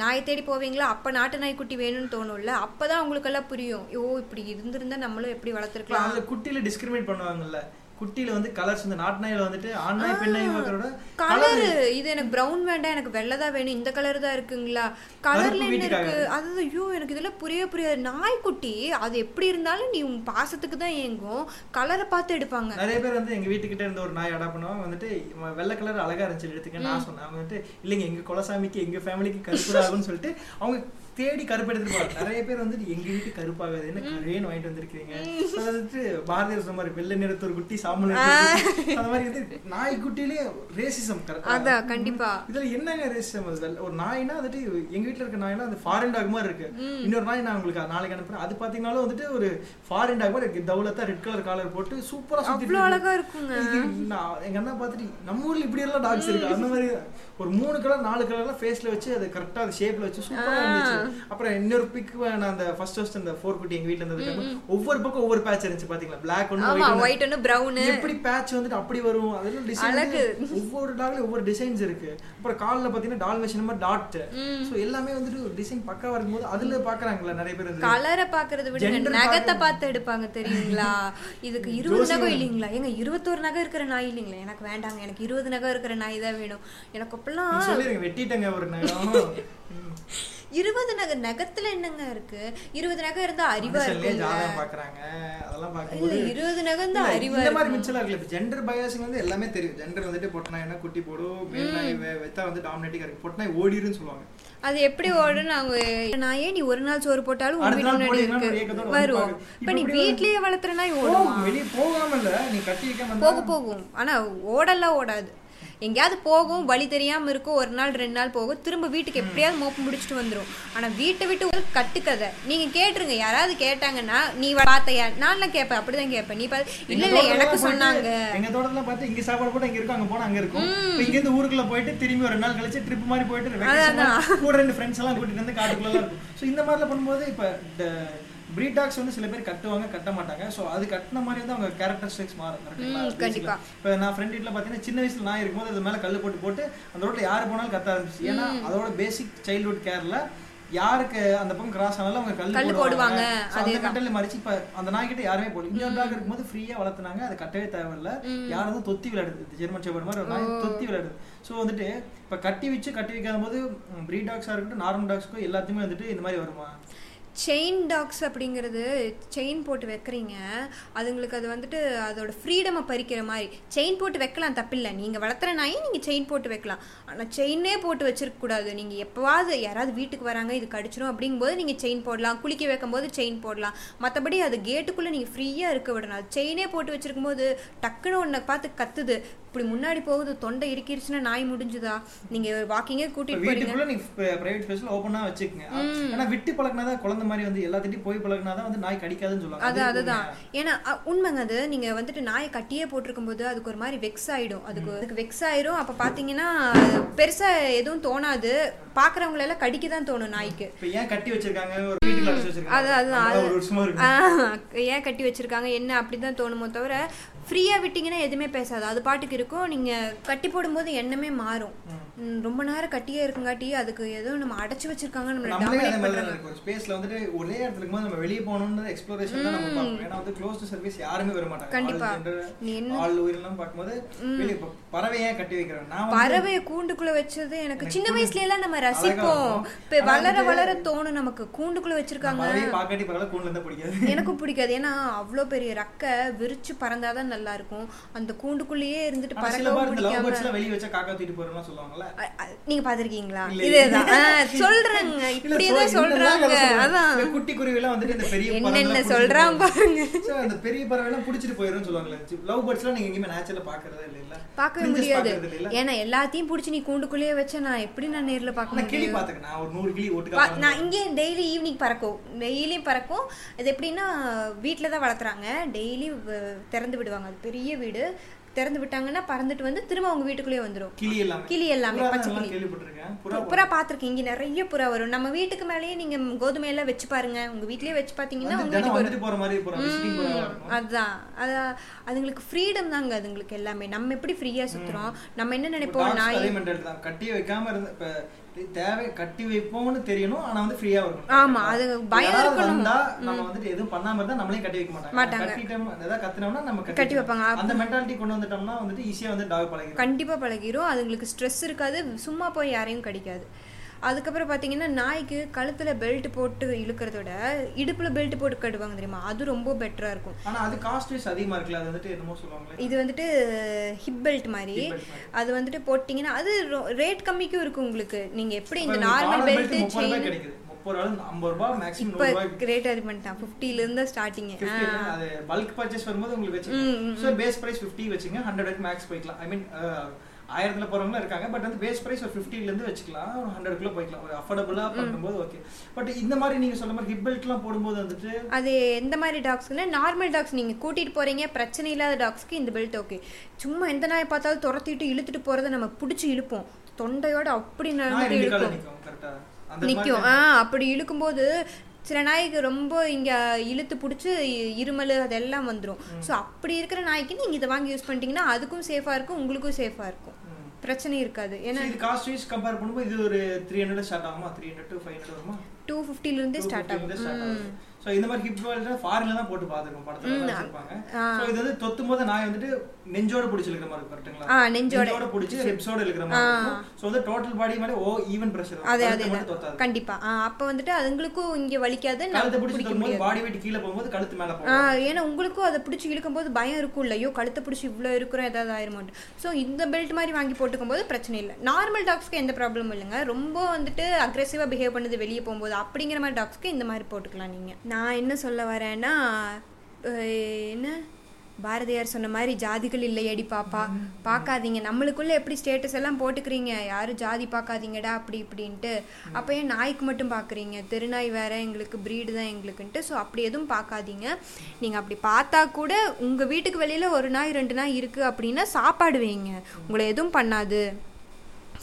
நாயை தேடி போவீங்களா அப்ப நாட்டு நாய் குட்டி வேணும்னு தோணும்ல அப்பதான் உங்களுக்கு எல்லாம் புரியும் ஓ இப்படி இருந்திருந்தா நம்மளும் எப்படி இப்ப வளர்த்துருக்கலாம் அதுல குட்டியில டிஸ்கிரிமினேட் பண்ணுவாங்கல்ல குட்டியில வந்து கலர்ஸ் இந்த நாட்டுநாயில வந்துட்டு ஆண் நாய் பெண் நாய் பார்க்கறத கலரு இது எனக்கு பிரவுன் வேண்டாம் எனக்கு வெள்ளை தான் வேணும் இந்த கலர் தான் இருக்குங்களா கலர்ல என்ன வீட்டுக்கு இருக்கு அது ஐயோ எனக்கு இதெல்லாம் புரிய புரியாது நாய்க்குட்டி அது எப்படி இருந்தாலும் நீ உன் பாசத்துக்கு தான் ஏங்கும் கலரை பார்த்து எடுப்பாங்க நிறைய பேர் வந்து எங்க வீட்டுக்கிட்ட இருந்த ஒரு நாய் அடாப்ட் பண்ணுவாங்க வந்துட்டு இவன் வெள்ளை கலர் அழகா இருந்துச்சு எடுத்துக்க நான் சொன்னேன் அவங்க வந்துட்டு இல்லைங்க எங்க குலசாமிக்கு எங்க ஃபேமிலிக்கு கருப்பு தான் ஆகும்னு சொல்லிட்டு அவங்க தேடி கருப்பு எடுத்துருப்பாங்க நிறைய பேர் வந்துட்டு எங்க வீட்டு கருப்பாகாது என்ன கரேன்னு வாங்கிட்டு வந்திருக்கீங்க அது வந்துட்டு பாரதியார் சொன்ன மாதிரி வெள்ளை நிறத்து ஒரு குட்டி சாம்பல் நிறத்து ஒரு குட்டி. அந்த மாதிரி வந்து நாய் குட்டிலே ரேசிசம் கரெக்டா அதான் கண்டிப்பா இதுல என்னங்க ரேசிசம் ஒரு நாய்னா வந்துட்டு எங்க வீட்ல இருக்க நாய்னா அது ஃபாரின் டாக் மாதிரி இருக்கு இன்னொரு நாய் நான் உங்களுக்கு நாளைக்கு அனுப்புறேன் அது பாத்தீங்கன்னாலும் வந்துட்டு ஒரு ஃபாரின் டாக் மாதிரி இருக்கு தௌலத்தா ரெட் கலர் காலர் போட்டு சூப்பரா சுத்திட்டு அவ்வளவு இருக்கு. அழகா இருக்குங்க இது நான் எங்க அண்ணா பார்த்துட்டு நம்ம ஊர்ல இப்படி எல்லாம் டாக்ஸ் இருக்கு அந்த மாதிரி தான். ஒரு மூணு கலர் நாலு கலர்லாம் ஃபேஸ்ல வச்சு அது கரெக்டா அது ஷேப்ல வச்சு சூப்பரா இருந்துச்சு அப்புறம் இன்னொரு பிக் நான் அந்த ஃபர்ஸ்ட் ஃபர்ஸ்ட் அந்த ஃபோர் குட்டி எங்க வீட்ல இருந்ததுக்கு ஒவ்வொரு பக்கம் ஒவ்வொரு பேட்ச் இருந்துச்சு பாத்தீங்களா பிளாக் ஆமா ஒன்னு ஒயிட் ஒன்னு பிரவுனு எப்படி பேட்ச் வந்துட்டு அப்படி வரும் அதெல்லாம் டிசைன் ஒவ்வொரு டாக்லயும் ஒவ்வொரு டிசைன்ஸ் இருக்கு அப்புறம் கால்ல பாத்தீங்கன்னா டால்மேஷன் மாதிரி டாட் சோ எல்லாமே வந்துட்டு ஒரு டிசைன் பக்காவா இருக்கும்போது அதுல பாக்குறாங்கல்ல நிறைய பேர் வந்து கலரை பாக்குறத விடுங்க Gender நகத்தை பார்க்கறது. பார்த்து எடுப்பாங்க தெரியுங்களா இதுக்கு இருபது நகை இல்லைங்களா எங்க இருபத்தோரு நகை இருக்கிற நாய் இல்லைங்களா எனக்கு வேண்டாங்க எனக்கு இருபது நகை இருக்கிற நாய் தான் வேணும் எனக்கு நீங்க அப்பெல்லாம் சொல்லிருங்க வெட்டிட்டங்க ஒரு நேரம் இருபது நகை நகத்துல என்னங்க இருக்கு இருபது நகை இருந்தா அறிவா மனுஷன்லயே இருக்குங்க ஜாதகம் பாக்குறாங்க அதெல்லாம் இல்ல பாக்கும்போது இருபது நகை இல்ல, இருந்தா அறிவா இந்த மாதிரி இருக்கு மிச்சலாம் இருக்குல்ல இப்போ ஜெண்டர் பயாசிங் வந்து எல்லாமே தெரியும் ஜெண்டர் வந்துட்டு பொட்டனாய் என்ன குட்டி போடும் மேல் நாய் வெ- வெத்தா வந்து டாமினேட்டிங் இருக்கு பொட்டனாய் ஓடிருன்னு சொல்லுவாங்க அது எப்படி ஓடும் நாங்க நாயே நீ ஒரு நாள் சோறு போட்டாலும் உன் அடுத்த நாள் வீட்டு போடு, இன்னொரு முன்னாடி இருக்கு ஏக்கத்தோட வந்து வரும் பாக்குது. இப்ப நீ இப்படி வந்து- வீட்லயே வளர்த்துற நாய் ஓடுமா போகும் வெளியே போகாம இல்ல நீ கட்டி வைக்காம போக இருந்தா- போகும் ஆனா ஓடலாம் ஓடாது எங்கேயாவது போகும் வழி தெரியாம இருக்கும் ஒரு நாள் ரெண்டு நாள் போகும் திரும்ப வீட்டுக்கு எப்படியாவது மோப்பம் முடிச்சுட்டு வந்துரும் ஆனா வீட்டை விட்டு ஒரு கட்டுக்கதை நீங்க கேட்டுருங்க யாராவது கேட்டாங்கன்னா நீ வ- பார்த்தையா நான்லாம் கேட்பேன் அப்படிதான் கேட்பேன் நீ பாத்து இல்ல இல்ல எனக்கு சொன்னாங்க எங்க தோட்டத்துல பார்த்து இங்க சாப்பாடு போட்டு இங்க இருக்கும் அங்க போனா அங்க இருக்கும் இப்ப இங்க இருந்து ஊருக்குள்ள போயிட்டு திரும்பி ஒரு நாள் கழிச்சு ட்ரிப் மாதிரி போயிட்டு vacation மாதிரி கூட ரெண்டு ஃப்ரெண்ட்ஸ் எல்லாம் கூட்டிட்டு வந்து காட்டுக்குள்ள இருக்கும் சோ இந்த மாதிரிலாம் பண்ணும்போது இப்ப breed dogs வந்து சில பேர் கட்டுவாங்க கட்ட மாட்டாங்க சோ அது கட்டின மாதிரி வந்து அவங்க கேரக்டரிஸ்டிக்ஸ் மாறும் correct-ங்களா? ம், கண்டிப்பா. Basically. இப்ப நான் ஃப்ரெண்ட் வீட்ல பாத்தீங்கன்னா சின்ன வயசுல நான் இருக்கும்போது அது மேல கல் போட்டு போட்டு அந்த ரோட்ல யாரு போனாலும் கத்த ஆரம்பிச்சு ஏன்னா அதோட பேசிக் சைல்ட்ஹுட் கேர்ல யாருக்கு அந்த பக்கம் கிராஸ் ஆனாலும் அவங்க கல்லு கல் போடுவாங்க போடுவாங்க. So, அந்த அதேதான். கட்டல மறிச்சு இப்ப அந்த நாய்கிட்ட யாருமே போல இன்னொரு டாக் இருக்கும்போது ஃப்ரீயா வளர்த்துனாங்க அது கட்டவே தேவையில்ல யாரும் தொத்தி விளையாடுது இந்த ஜெர்மன் ஷெப்பர்ட் மாதிரி ஒரு நாய் தொத்தி விளையாடுது ஸோ வந்துட்டு இப்ப கட்டி வச்சு கட்டி வைக்காத போது ப்ரீட் டாக்ஸா இருக்கட்டும் நார்மல் டாக்ஸ்க்கும் எல்லாத்துக்குமே வந்துட்டு இந்த மாதிரி வருமா செயின் டாக்ஸ் அப்படிங்கிறது செயின் போட்டு வைக்கிறீங்க அதுங்களுக்கு அது வந்துட்டு அதோட ஃப்ரீடமை பறிக்கிற மாதிரி செயின் போட்டு வைக்கலாம் தப்பில்லை நீங்கள் வளர்த்துற நாயை நீங்கள் செயின் போட்டு வைக்கலாம் ஆனால் செயினே போட்டு வச்சிருக்க கூடாது நீங்கள் எப்போவாவது யாராவது வீட்டுக்கு வராங்க இது கடிச்சிரும் அப்படிங்கும்போது நீங்கள் செயின் போடலாம் குளிக்க வைக்கும்போது செயின் போடலாம் மற்றபடி அது கேட்டுக்குள்ளே நீங்கள் ஃப்ரீயாக இருக்க விடணும் அது செயினே போட்டு வச்சிருக்கும் போது டக்குன்னு ஒன்றை பார்த்து கத்துது இப்படி முன்னாடி போகுது தொண்டை இறுக்கிருச்சுன்னா நாய் முடிஞ்சுதா நீங்கள் வாக்கிங்கே இப்ப கூட்டிகிட்டு போறீங்க வீட்டுக்குள்ள நீ பிரைவேட் ஸ்பேஸ்ல ஓப்பனா வச்சுக்கங்க ஏன்னா விட்டு பழக்கினாதான் குழந்தை மாதிரி வந்து எல்லாத்திட்டையும் போய் பழக்கினாதான் வந்து நாய் கடிக்காதுன்னு சொல்லுவாங்க அது அது அதுதான் ஏன்னா அ, உண்மைங்க அது நீங்க வந்துட்டு நாயை கட்டியே போட்டிருக்கும்போது அதுக்கு ஒரு மாதிரி வெக்ஸ் ஆயிடும் அதுக்கு அதுக்கு வெக்ஸ் ஆயிடும் அப்ப பாத்தீங்கன்னா பெருசா எதுவும் தோணாது பாக்குறவங்கள எல்லாம் கடிக்க தான் தோணும் நாய்க்கு இப்ப ஏன் கட்டி வச்சிருக்காங்க ஒரு வீட்டுக்குள்ள அடைச்சு அது வச்சிருக்காங்க அதுதான் அதனால ஒரு வருஷமா அது- இருக்கு ஆ, ஏன் கட்டி வச்சிருக்காங்க என்ன அப்படிதான் தோணுமோ தவிர ஃப்ரீயா விட்டீங்கன்னா எதுவுமே பேசாது அது பாட்டுக்கு இருக்கும் நீங்க கட்டி போடும்போது எண்ணமே மாறும் ம், ரொம்ப நேரம் கட்டியே இருக்குங்காட்டி அதுக்கு ஏதோ நம்ம அடைச்சு வச்சிருக்காங்க நம்மள நம்மளே அதே மாதிரி தான் dominate பண்றாங்க இருக்கும். ஒரு ஸ்பேஸ்ல வந்துட்டு ஒரே இடத்துல இருக்கும்போது நம்ம வெளியே போகணும்ன்ற எக்ஸ்ப்ளோரேஷன் தான் நம்ம பார்க்கணும் ஏன்னா வந்து க்ளோஸ் சர்வீஸ் யாருமே வர மாட்டாங்க கண்டிப்பா. ஆள் gender, நீ என்ன- ஆள் உயிரெல்லாம் பார்க்கும்போது வெளியே இப்போ பறவை ஏன் கட்டி வைக்கிறேன் நான் வந்து பறவைய கூண்டுக்குள்ள வச்சது எனக்கு சின்ன வயசுல எல்லாம் நம்ம ரசிப்போம் இருக்கும். இப்ப ஆனா வளர வந்து- வளர தோணும் நமக்கு கூண்டுக்குள்ள வச்சிருக்காங்க பறவையை பார்க்காட்டி பரவாயில்ல கூண்டுல இருந்தா பிடிக்காது எனக்கும் பிடிக்காது ஏன்னா அவ்வளோ பெரிய ரக்கை விரிச்சு பறந்தாதான் நல்லா இருக்கும் அந்த கூண்டுக்குள்ளேயே இருந்துட்டு ஆனா சில பறக்கவும் பேர் இந்த லவ் பிடிக்காம பேர்ட்ஸ்லாம் வெளியே வச்சா காக்கா தூக்கிட்டு போறோம்லாம் சொல்லுவாங்கல்ல அ- அ- நீங்க பாத்திருக்கீங்களா இல்ல, இதேதான் இல்ல. ஆ, சொல்றேங்க இல்ல, இப்படியே so தான் என்னெல்லாம் சொல்றாங்க கதை சொல்லுவாங்க? அதான் இந்த குட்டி குருவிலாம் வந்துட்டு இந்த பெரிய என்னென்ன பறவைலாம் புடிச்சிட்டு சொல்றான் போயிரும். So, அந்த பெரிய பறவைலாம் புடிச்சிட்டு போயிரும் சொல்லுவாங்கல்ல. Love birdsலாம் நீங்க எங்கேயுமே naturally பார்க்கறதே இல்லைல்ல? பார்க்கவே Princess முடியாது பார்க்கறது இல்லைல்ல? ஏன்னா எல்லாத்தையும் பிடிச்சி நீ கூண்டுக்குள்ளேயே வச்ச நான் எப்படி நான் நேர்ல பார்க்க ஆனா கிளி முடியும் பார்த்திருக்கேன். நான் ஒரு நூறு கிளி ஒட்டுக்கா பா- பறந்து நான் இங்கே டெய்லி ஈவினிங் பறக்கும் டெய்லியும் பறக்கும் அது எப்படின்னா வீட்டில் தான் வளர்த்துறாங்க டெய்லி திறந்து விடுவாங்க அது பெரிய வீடு திறந்து விட்டாங்கன்னா பறந்துட்டு வந்து திரும்ப அவங்க வீட்டுக்குள்ளேயே வந்துடும் கிளி எல்லாமே கிளி எல்லாமே, புறா தான் பச்சை நல்லா கிளி. கேள்விப்பட்டிருக்கேன் புறா புறா பார்த்துருக்கேன் இங்கே நிறைய புறா வரும் நம்ம வீட்டுக்கு மேலேயே நீங்கள் கோதுமையெல்லாம் வச்சு பாருங்க உங்கள் வீட்லேயே வச்சு பார்த்தீங்கன்னா வந்து உங்கள் தினம் வீட்டுக்கு வரும். வந்துட்டு போற மாதிரி புறா visiting புறாவா இருக்கும் அதுதான் அது அதுங்களுக்கு ஃப்ரீடம் தாங்க அதுங்களுக்கு எல்லாமே நம்ம எப்படி ஃப்ரீயா சுத்துறோம் நம்ம என்ன இப்போ நினைப்போம் dogs நாய் அதே mentality தான். கட்டி வைக்காம இருந்து இப்ப தேவை கட்டி வைப்போம்னு தெரியணும் ஆனா வந்து ஃப்ரீயா இருக்கணும் ஆமா, அது பயம் யாராவது இருக்கணும். வந்தா நம்ம வந்துட்டு எதுவும் பண்ணாம இருந்தா நம்மளையும் கட்டி வைக்க மாட்டாங்க மாட்டாங்க. கட்டிட்டோம் ஏதாவது கத்துனோம்னா நம்ம கட்டி கட்டி வைப்பாங்க. அந்த மென்டாலிட்டி கொண்டு வந்துட்டோம்னா வந்துட்டு ஈஸியா வந்து டாக் பழகிடும் கண்டிப்பா பழகிரும் அதுங்களுக்கு ஸ்ட்ரெஸ் இருக்காது சும்மா போய் யாரையும் கடிக்காது அதுக்கப்புறம் பார்த்தீங்கன்னா நாய்க்கு கழுத்தில் பெல்ட் போட்டு இழுக்கிறத விட இடுப்பில் பெல்ட் போட்டு கட்டுவாங்க தெரியுமா அது ரொம்ப பெட்டராக இருக்கும் ஆனா அது காஸ்ட் வைஸ் அதிகமா இருக்குல்ல அது வந்துட்டு என்னமோ சொல்லுவாங்களே இது வந்துட்டு ஹிப் பெல்ட் மாதிரி Hip belt மாதிரி. அது வந்துட்டு போட்டிங்கன்னா அது ரேட் கம்மிக்கும் இருக்கும் உங்களுக்கு நீங்கள் எப்படி இந்த இப்ப நார்மல் காலம் பெல்ட் belt 30 ரூபாய் செயின் கிடைக்குது 30 ரூபாய் 50 ரூபாய் மேக்ஸிமம் இப்போ 100 ரூபாய் கிரேட் அது பண்ணிட்டான் ஃபிஃப்டிலேருந்து ஸ்டார்டிங்கு 50 இல்ல, அது பல்க் பர்ச்சேஸ் வரும்போது உங்களுக்கு வச்சுக்கோங்க ஸோ பேஸ் பிரைஸ் ஃபிஃப்டி வச்சுங்க ஹண்ட்ரட் மேக்ஸ் போய்க்கலாம் ஐ மீன் ஆயிரத்துல போறவங்களும் இருக்காங்க பட் வந்து பேஸ் பிரைஸ் ஒரு 50 ல இருந்து வச்சுக்கலாம் ஒரு ஹண்ட்ரட்குள்ள போய்க்கலாம் ஒரு அஃபோர்டபுளா பண்ணும்போது ஓகே பட் இந்த மாதிரி நீங்க சொன்ன மாதிரி ஹிப் பெல்ட்லாம் போடும்போது வந்துட்டு அது எந்த மாதிரி டாக்ஸ்க்குன்னா நார்மல் டாக்ஸ் நீங்கள் கூட்டிகிட்டு போகிறீங்க பிரச்சனை இல்லாத டாக்ஸ்க்கு இந்த பெல்ட் ஓகே சும்மா எந்த நாயை பார்த்தாலும் துரத்திட்டு இழுத்துட்டு போகிறத நம்ம பிடிச்சி இழுப்போம் தொண்டையோட அப்படி நான் நடந்துட்டு ரெண்டு கால இழுக்கும் நிற்கும் கரெக்டா அந்த நிற்கும் மாதிரி ஆ அப்படி இழுக்கும்போது சில நாய்க்கு ரொம்ப இங்கே இழுத்து பிடிச்சி இருமல் அதெல்லாம் வந்துடும் ஸோ அப்படி இருக்கிற நாய்க்கு நீங்கள் இதை வாங்கி யூஸ் பண்ணிட்டீங்கன்னா அதுக்கும் சேஃபாக இருக்கும் உங்களுக்கும் சேஃபாக இருக்கும் ம். பிரச்சனை இருக்காது So, ஏன்னா இது காஸ்ட் வைஸ் கம்பேர் பண்ணும்போது இது ஒரு த்ரீ ஹண்ட்ரட் ஸ்டார்ட் ஆகுமா three hundred to five hundred வருமா டூ ஃபிஃப்டிலேருந்தே ஸ்டார்ட் ஆகும் ம். ஸோ இந்த மாதிரி ஹிப் வேல்டு ஃபாரின்ல தான் போட்டு பார்த்துருக்கோம் படத்துல ம், எல்லாம் வச்சிருப்பாங்க ஸோ இது வந்து தொத்தும் போது நாய் வந்துட்டு நெஞ்சோட பிடிச்சிருக்கிற மாதிரி இருக்கும் ஆ, கரெக்ட்டுங்களா நெஞ்சோட. நெஞ்சோட பிடிச்சி ஹிப்ஸோட இருக்கிற மாதிரி இருக்கும் ஸோ வந்து டோட்டல் பாடி மாதிரி ஓ ஈவன் ப்ரெஷர் அதே அதே மட்டும் தொத்தாது கண்டிப்பா ஆ, அப்ப வந்துட்டு அதுங்களுக்கும் இங்க வலிக்காது நம்ம கழுத்தை பிடிச்சி பிடிக்க தொடும்போது முடியாது பாடி வெயிட் கீழே போகும்போது கழுத்து மேலே ஆ, போகும் ஏன்னா உங்களுக்கும் அதை பிடிச்சி இழுக்கும்போது பயம் இருக்கும்ல ஐயோ கழுத்தை பிடிச்சி இவ்வளோ இருக்கிறோம் ஏதாவது ஆயிருமான்ட்டு ஸோ இந்த பெல்ட் மாதிரி வாங்கி போட்டுக்கும் போது பிரச்சனை இல்லை நார்மல் டாக்ஸ்க்கு எந்த ப்ராப்ளமும் இல்லைங்க ரொம்ப வந்துட்டு அக்ரெசிவாக பிஹேவ் பண்ணுது வெளியே போகும்போது அப்படிங்கிற மாதிரி டாக்ஸ்க்கு இந்த மாதிரி போட்டுக்கலாம் நீங்கள் நான் என்ன சொல்ல வரேன்னா அஹ், என்ன பாரதியார் சொன்ன மாதிரி ஜாதிகள் இல்லையடி பாப்பா பார்க்காதீங்க நம்மளுக்குள்ள எப்படி ஸ்டேட்டஸ் எல்லாம் போட்டுக்கிறீங்க யாரும் ஜாதி பார்க்காதீங்கடா அப்படி இப்படின்ட்டு அப்போ ஏன் நாய்க்கு மட்டும் பார்க்குறீங்க திருநாய் வேற எங்களுக்கு ப்ரீடு தான் எங்களுக்குன்ட்டு ஸோ அப்படி எதுவும் பார்க்காதீங்க நீங்கள் அப்படி பார்த்தா கூட உங்கள் வீட்டுக்கு வெளியில் ஒரு நாய் ரெண்டு நாய் இருக்குது அப்படின்னா சாப்பாடு வைங்க உங்களை எதுவும் பண்ணாது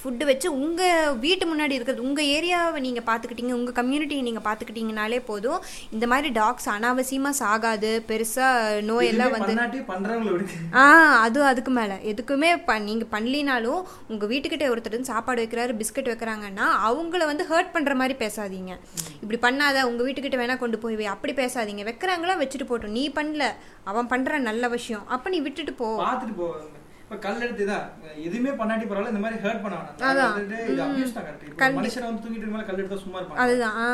ஃபுட்டு வச்சு உங்கள் வீட்டு முன்னாடி இருக்கிறது உங்கள் ஏரியாவை நீங்கள் பார்த்துக்கிட்டீங்க உங்கள் கம்யூனிட்டியை நீங்கள் பார்த்துக்கிட்டீங்கனாலே போதும் இந்த மாதிரி டாக்ஸ் அனாவசியமாக சாகாது பெருசாக நோயெல்லாம் வந்து பண்ணாட்டி பண்றவங்களை விடுங்க ஆ அது அதுக்கு மேலே எதுக்குமே ப நீங்கள் பண்ணலினாலும் உங்கள் வீட்டுக்கிட்ட ஒருத்தர் வந்து சாப்பாடு வைக்கிறாரு பிஸ்கட் வைக்கிறாங்கன்னா அவங்கள வந்து ஹர்ட் பண்ணுற மாதிரி பேசாதீங்க இப்படி பண்ணாத உங்கள் வீட்டுக்கிட்ட வேணால் கொண்டு போய் வை அப்படி பேசாதீங்க வைக்கிறாங்களா வச்சுட்டு போட்டோம் நீ பண்ணல அவன் பண்ணுற நல்ல விஷயம் அப்போ நீ விட்டுட்டு போ பார்த்துட்டு போவாங்க இப்ப கல் எடுத்து தான் எதுவுமே பண்ணாட்டி பரவாயில்ல இந்த மாதிரி ஹர்ட் பண்ண வேணாம் நாய் அதான். வந்துட்டு இது abuse தான் correct. இப்ப மனுஷனை வந்து தூங்கிட்டு இருக்க கல் எடுத்தா சும்மா இருப்பாங்க அதுதான் ஆ.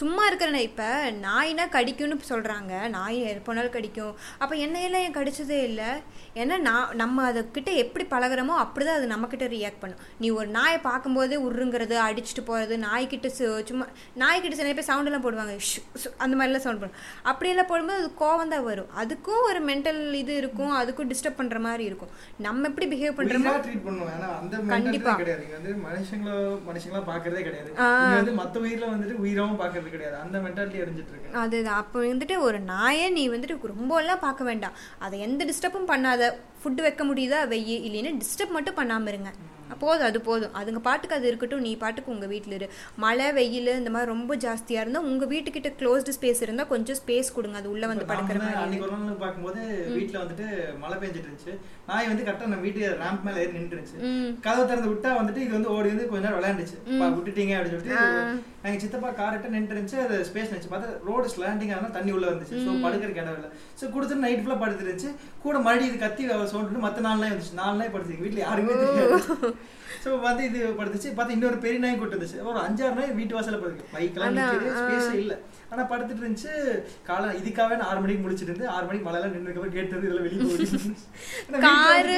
சும்மா இருக்கிற இப்போ நாய்னா கடிக்கும்னு சொல்கிறாங்க நாய் எப்போனாலும் கடிக்கும் அப்போ என்னையெல்லாம் ஏன் கடிச்சதே இல்லை ஏன்னா நான் நம்ம அதுக்கிட்ட எப்படி பழகுறோமோ அப்படி தான் அது நம்மக்கிட்ட ரியாக்ட் பண்ணும் நீ ஒரு நாயை பார்க்கும்போதே உருங்கிறது அடிச்சுட்டு போகிறது நாய்க்கிட்ட சு- சும்மா நாய்க்கிட்ட சில பேர் சவுண்டெல்லாம் போடுவாங்க ஷு, ஷு, அந்த மாதிரிலாம் சவுண்ட் பண்ணும் அப்படியெல்லாம் போடும்போது அது கோவம் தான் வரும் அதுக்கும் ஒரு மென்டல் இது இருக்கும் அதுக்கும் டிஸ்டர்ப் பண்ணுற மாதிரி இருக்கும் நம்ம எப்படி பிஹேவ் பண்ணுறோமோ ட்ரீட் பண்ணுவோம் ஏன்னா அந்த கண்டிப்பா. மென்டாலிட்டி கிடையாது இங்க வந்து மனுஷங்கள மனுஷங்களா பாக்குறதே கிடையாது இங்க வந்து மத்த உயிர்ல வந்துட்டு உயிராவும் பாக்குறது கிடையாது அந்த மென்டாலிட்டி அடைஞ்சிட்டு இருக்கு அதுதான் அப்போ வந்துட்டு ஒரு நாயை நீ வந்துட்டு ரொம்பலாம் பார்க்க வேண்டாம் அதை எந்த டிஸ்டர்பும் பண்ணாத ஃபுட்டு வைக்க முடியுதா வெய்ய இல்லைன்னா டிஸ்டர்ப் மட்டும் பண்ணாமல் இருங்க போதும் அது போதும் அதுங்க பாட்டுக்கு அது இருக்கட்டும் நீ பாட்டுக்கு உங்கள் வீட்டில் இரு மழை வெயில் இந்த மாதிரி ரொம்ப ஜாஸ்தியாக இருந்தால் உங்கள் வீட்டுக்கிட்ட க்ளோஸ்டு ஸ்பேஸ் இருந்தால் கொஞ்சம் ஸ்பேஸ் கொடுங்க அது உள்ளே வந்து இப்ப நாம படுக்கிற வந்து மாதிரி அன்னைக்கு ஒரு நாள் பார்க்கும்போது வீட்டுல வந்துட்டு மழை பெஞ்சிட்டு இருந்துச்சு நாய் வந்து கரெக்டா நம்ம வீட்டு ரேம்ப் மேல ஏறி நின்றுச்சு கதவை திறந்து விட்டா வந்துட்டு இது வந்து ஓடி வந்து கொஞ்ச நேரம் விளையாண்டுச்சு பா, விட்டுட்டீங்க அப்படின்னு சொல்லிட்டு இது எங்க சித்தப்பா கார்ட்ட நின்றுச்சு அது ஸ்பேஸ் நினைச்சு பார்த்தா ரோடு ஸ்லாண்டிங் ஆனா தண்ணி உள்ள வந்துச்சு சோ படுக்கிறதுக்கு இடம் இல்ல சோ குடுத்து நைட் ஃபுல்லா படுத்துருச்சு கூட மறுபடியும் இது கத்தி சவுண்டு மத்த நாள் நாய் வந்துச்சு நாலு நாய் படுத்துருக்கு வீட்டுல யாருமே தெரியாது சோ வந்து இது படுத்துச்சு பார்த்தா இன்னொரு பெரிய நாய் கூட்டு வந்துச்சு ஒரு அஞ்சாறு நாய் வீட்டு வாசல்ல படுக்கு பைக்கெல்லாம் நிற்கிது ஸ்பேஸ் இல்ல ஆனா படுத்துட்டு இருந்துச்சு காலை இதுக்காகவே நான் ஆறு மணிக்கு முடிச்சிட்டு இருந்து ஆறு மணிக்கு மழையெல்லாம் நின்று கேட் வந்து இதெல்லாம் வெளியே போயிடுச்சு காரு,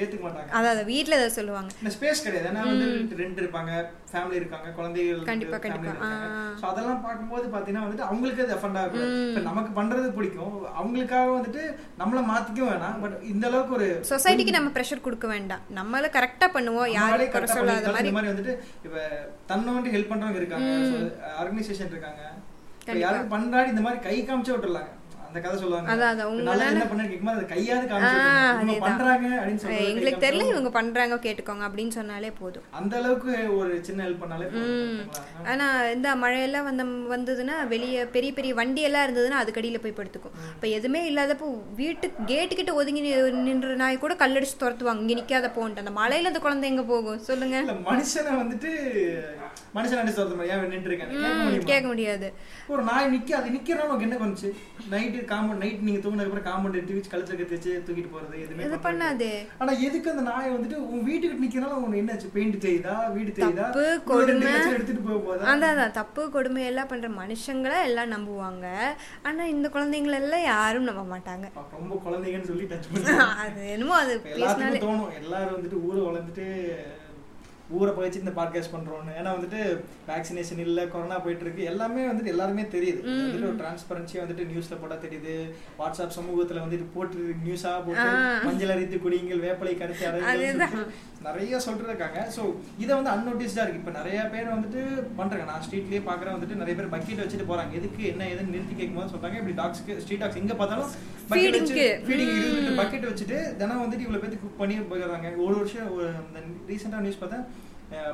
ஏத்துக்க மாட்டாங்க அதான் அதை வீட்டில் அதை சொல்லுவாங்க இந்த ஸ்பேஸ் கிடையாது ஏன்னா வந்து ரெண்ட் இருப்பாங்க ஃபேமிலி இருக்காங்க குழந்தைகள் வந்து கண்டிப்பா, family கண்டிப்பா. இருக்காங்க. So அதெல்லாம் பார்க்கும்போது பாத்தீங்கன்னா வந்துட்டு அவங்களுக்கு அது அஃபண்டா இருக்கும் இப்ப நமக்கு பண்றது பிடிக்கும் அவங்களுக்காக வந்துட்டு நம்மள மாத்திக்கவும் வேணாம் பட் இந்த அளவுக்கு ஒரு சொசைட்டிக்கு நம்ம ப்ரெஷர் கொடுக்க வேண்டாம் நம்மள கரெக்டாக பண்ணுவோம் நம்மளே யாரும் குறை correct ஆ சொல்லாத பண்ணிருந்தாலும் இந்த மாதிரி மாதிரி வந்துட்டு இப்ப தன்னை வந்து ஹெல்ப் பண்றவங்க இருக்காங்க ஆர்கனைசேஷன் இருக்காங்க இப்ப யாருக்கு பண்றாடி இந்த மாதிரி கை காமிச்சு விட்டுருலாங்க அந்த அந்த கதை சொல்லுவாங்க அதான், அதான், இப்ப உங்களால- நல்லா என்ன பண்ணு கேட்கும்போது அதை கையாவது ஆ, காமிச்சிருக்கணும். இவங்க அதேதான். பண்றாங்க அப்படின்னு சொல்றது எங்களுக்கு கை தெரியல காமிச்சா இவங்க பண்றாங்க கேட்டுக்கோங்க அப்படின்னு சொன்னாலே போதும் அந்த அளவுக்கு ஒரு சின்ன ஹெல்ப் பண்ணாலே போதும். சரிங்களா? ஆனா இந்த மழையெல்லாம் வந்த வந்ததுன்னா வெளியே பெரிய பெரிய வண்டியெல்லாம் இருந்ததுன்னா அதுக்கடியில போய் படுத்துக்கும் இப்போ எதுவுமே இல்லாதப்போ வீட்டு கேட்டுக்கிட்ட ஒதுங்கி நி- நின்ற நாய் கூட கல்லடிச்சு துரத்துவாங்க இங்க நிக்காத போன்ட்டு அந்த மழையில அந்த குழந்தை எங்க போகும் சொல்லுங்க இல்ல மனுஷனை வந்துட்டு மனுஷன் அடிச்சு தோத்த மாதிரி ஏன் நின்று இருக்காங்க கேட்க ம், முடியுமா? கேட்க முடியாது ஒரு நாய் நிக்க அது நிக்கிறனா உனக்கு என்ன பண்ணுச்சு நைட்டு காம்பவுண்ட் நைட் நீங்க தூங்கினதுக்கு அப்புறம் காம்பவுண்ட் எடுத்து வச்சு கழுத்துல கட்டி வச்சு தூக்கிட்டு போறது எதுவுமே இது பண்றது பண்ணாது இல்ல. ஆனா எதுக்கு அந்த நாயை வந்துட்டு உன் வீட்டுக்கு நிக்கிறனால உனக்கு என்னாச்சு பெயிண்ட் தேயுதா வீடு தேயுதா தப்பு, உன்னோட கொடுமை. டெய்லர் எடுத்துட்டு போக போதா அதான் அதான் தப்பு கொடுமை எல்லாம் பண்ற மனுஷங்களை எல்லாம் நம்புவாங்க ஆனா இந்த குழந்தைங்களை எல்லாம் யாரும் நம்ப மாட்டாங்க அப்பா, ரொம்ப குழந்தைங்கன்னு சொல்லி டச் பண்ணி அது என்னமோ அது பேசினாலே எல்லாத்துக்கும் தோணும் எல்லாரும் வந்துட்டு ஊரை வளர்ந்துட்டு ஊரை பகிச்சு இந்த பாட்காஸ்ட் பண்றோம்னு ஏன்னா வந்துட்டு வேக்சினேஷன் இல்ல கொரோனா போயிட்டு இருக்கு எல்லாமே வந்துட்டு எல்லாருமே தெரியுது வந்துட்டு ஒரு டிரான்ஸ்பரன்சியா வந்துட்டு நியூஸ்ல போட்டா தெரியுது வாட்ஸ்அப் சமூகத்துல வந்துட்டு போட்டு நியூஸா போட்டு மஞ்சள் அரித்து குடிங்கள் வேப்பலை கரைச்சி அடைஞ்சு நிறைய சொல்லிட்டு இருக்காங்க ஸோ இதை வந்து அன்னோட்டிஸ்டா இருக்கு இப்போ நிறைய பேர் வந்துட்டு பண்றாங்க நான் ஸ்ட்ரீட்லயே பாக்குறேன் வந்துட்டு நிறைய பேர் பக்கெட் வச்சுட்டு போறாங்க எதுக்கு என்ன ஏதுன்னு நிறுத்தி கேட்கும்போது சொல்றாங்க இப்படி டாக்ஸ்க்கு ஸ்ட்ரீட் டாக்ஸ் எங்க பார்த்தாலும் bucket வச்சு Feeding-க்கு. ஃபீடிங் இருந்துட்டு பக்கெட் வச்சுட்டு தினம் வந்துட்டு இவ்வளோ பேர்த்து குக் பண்ணி போயிடுறாங்க ஒரு வருஷம் ஒரு அந்த ரீசெண்டாக நியூஸ் பார்த்தேன்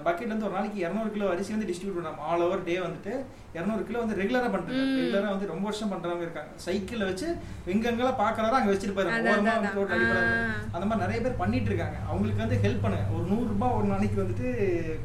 பக்கெட்ல இருந்து ஒரு நாளைக்கு இரநூறு கிலோ அரிசி வந்து டிஸ்ட்ரிபியூட் பண்ணுறாங்க ஆல் ஓவர் டே வந்துட்டு இரநூறு கிலோ வந்து ரெகுலராக பண்றாங்க ரெகுலராக வந்து ரொம்ப வருஷம் பண்றவங்க இருக்காங்க சைக்கிளில் வச்சு எங்கெங்கெல்லாம் பார்க்குறாரோ அங்கே வச்சுட்டு போயிடுறாங்க அதான், ஓரமாக அதான், வந்து ரோட்டில் அடிப்படாது அந்த மாதிரி நிறைய பேர் பண்ணிட்டு இருக்காங்க அவங்களுக்கு வந்து ஹெல்ப் பண்ணுங்க ஒரு நூறுரூபா ஒரு நாளைக்கு வந்துட்டு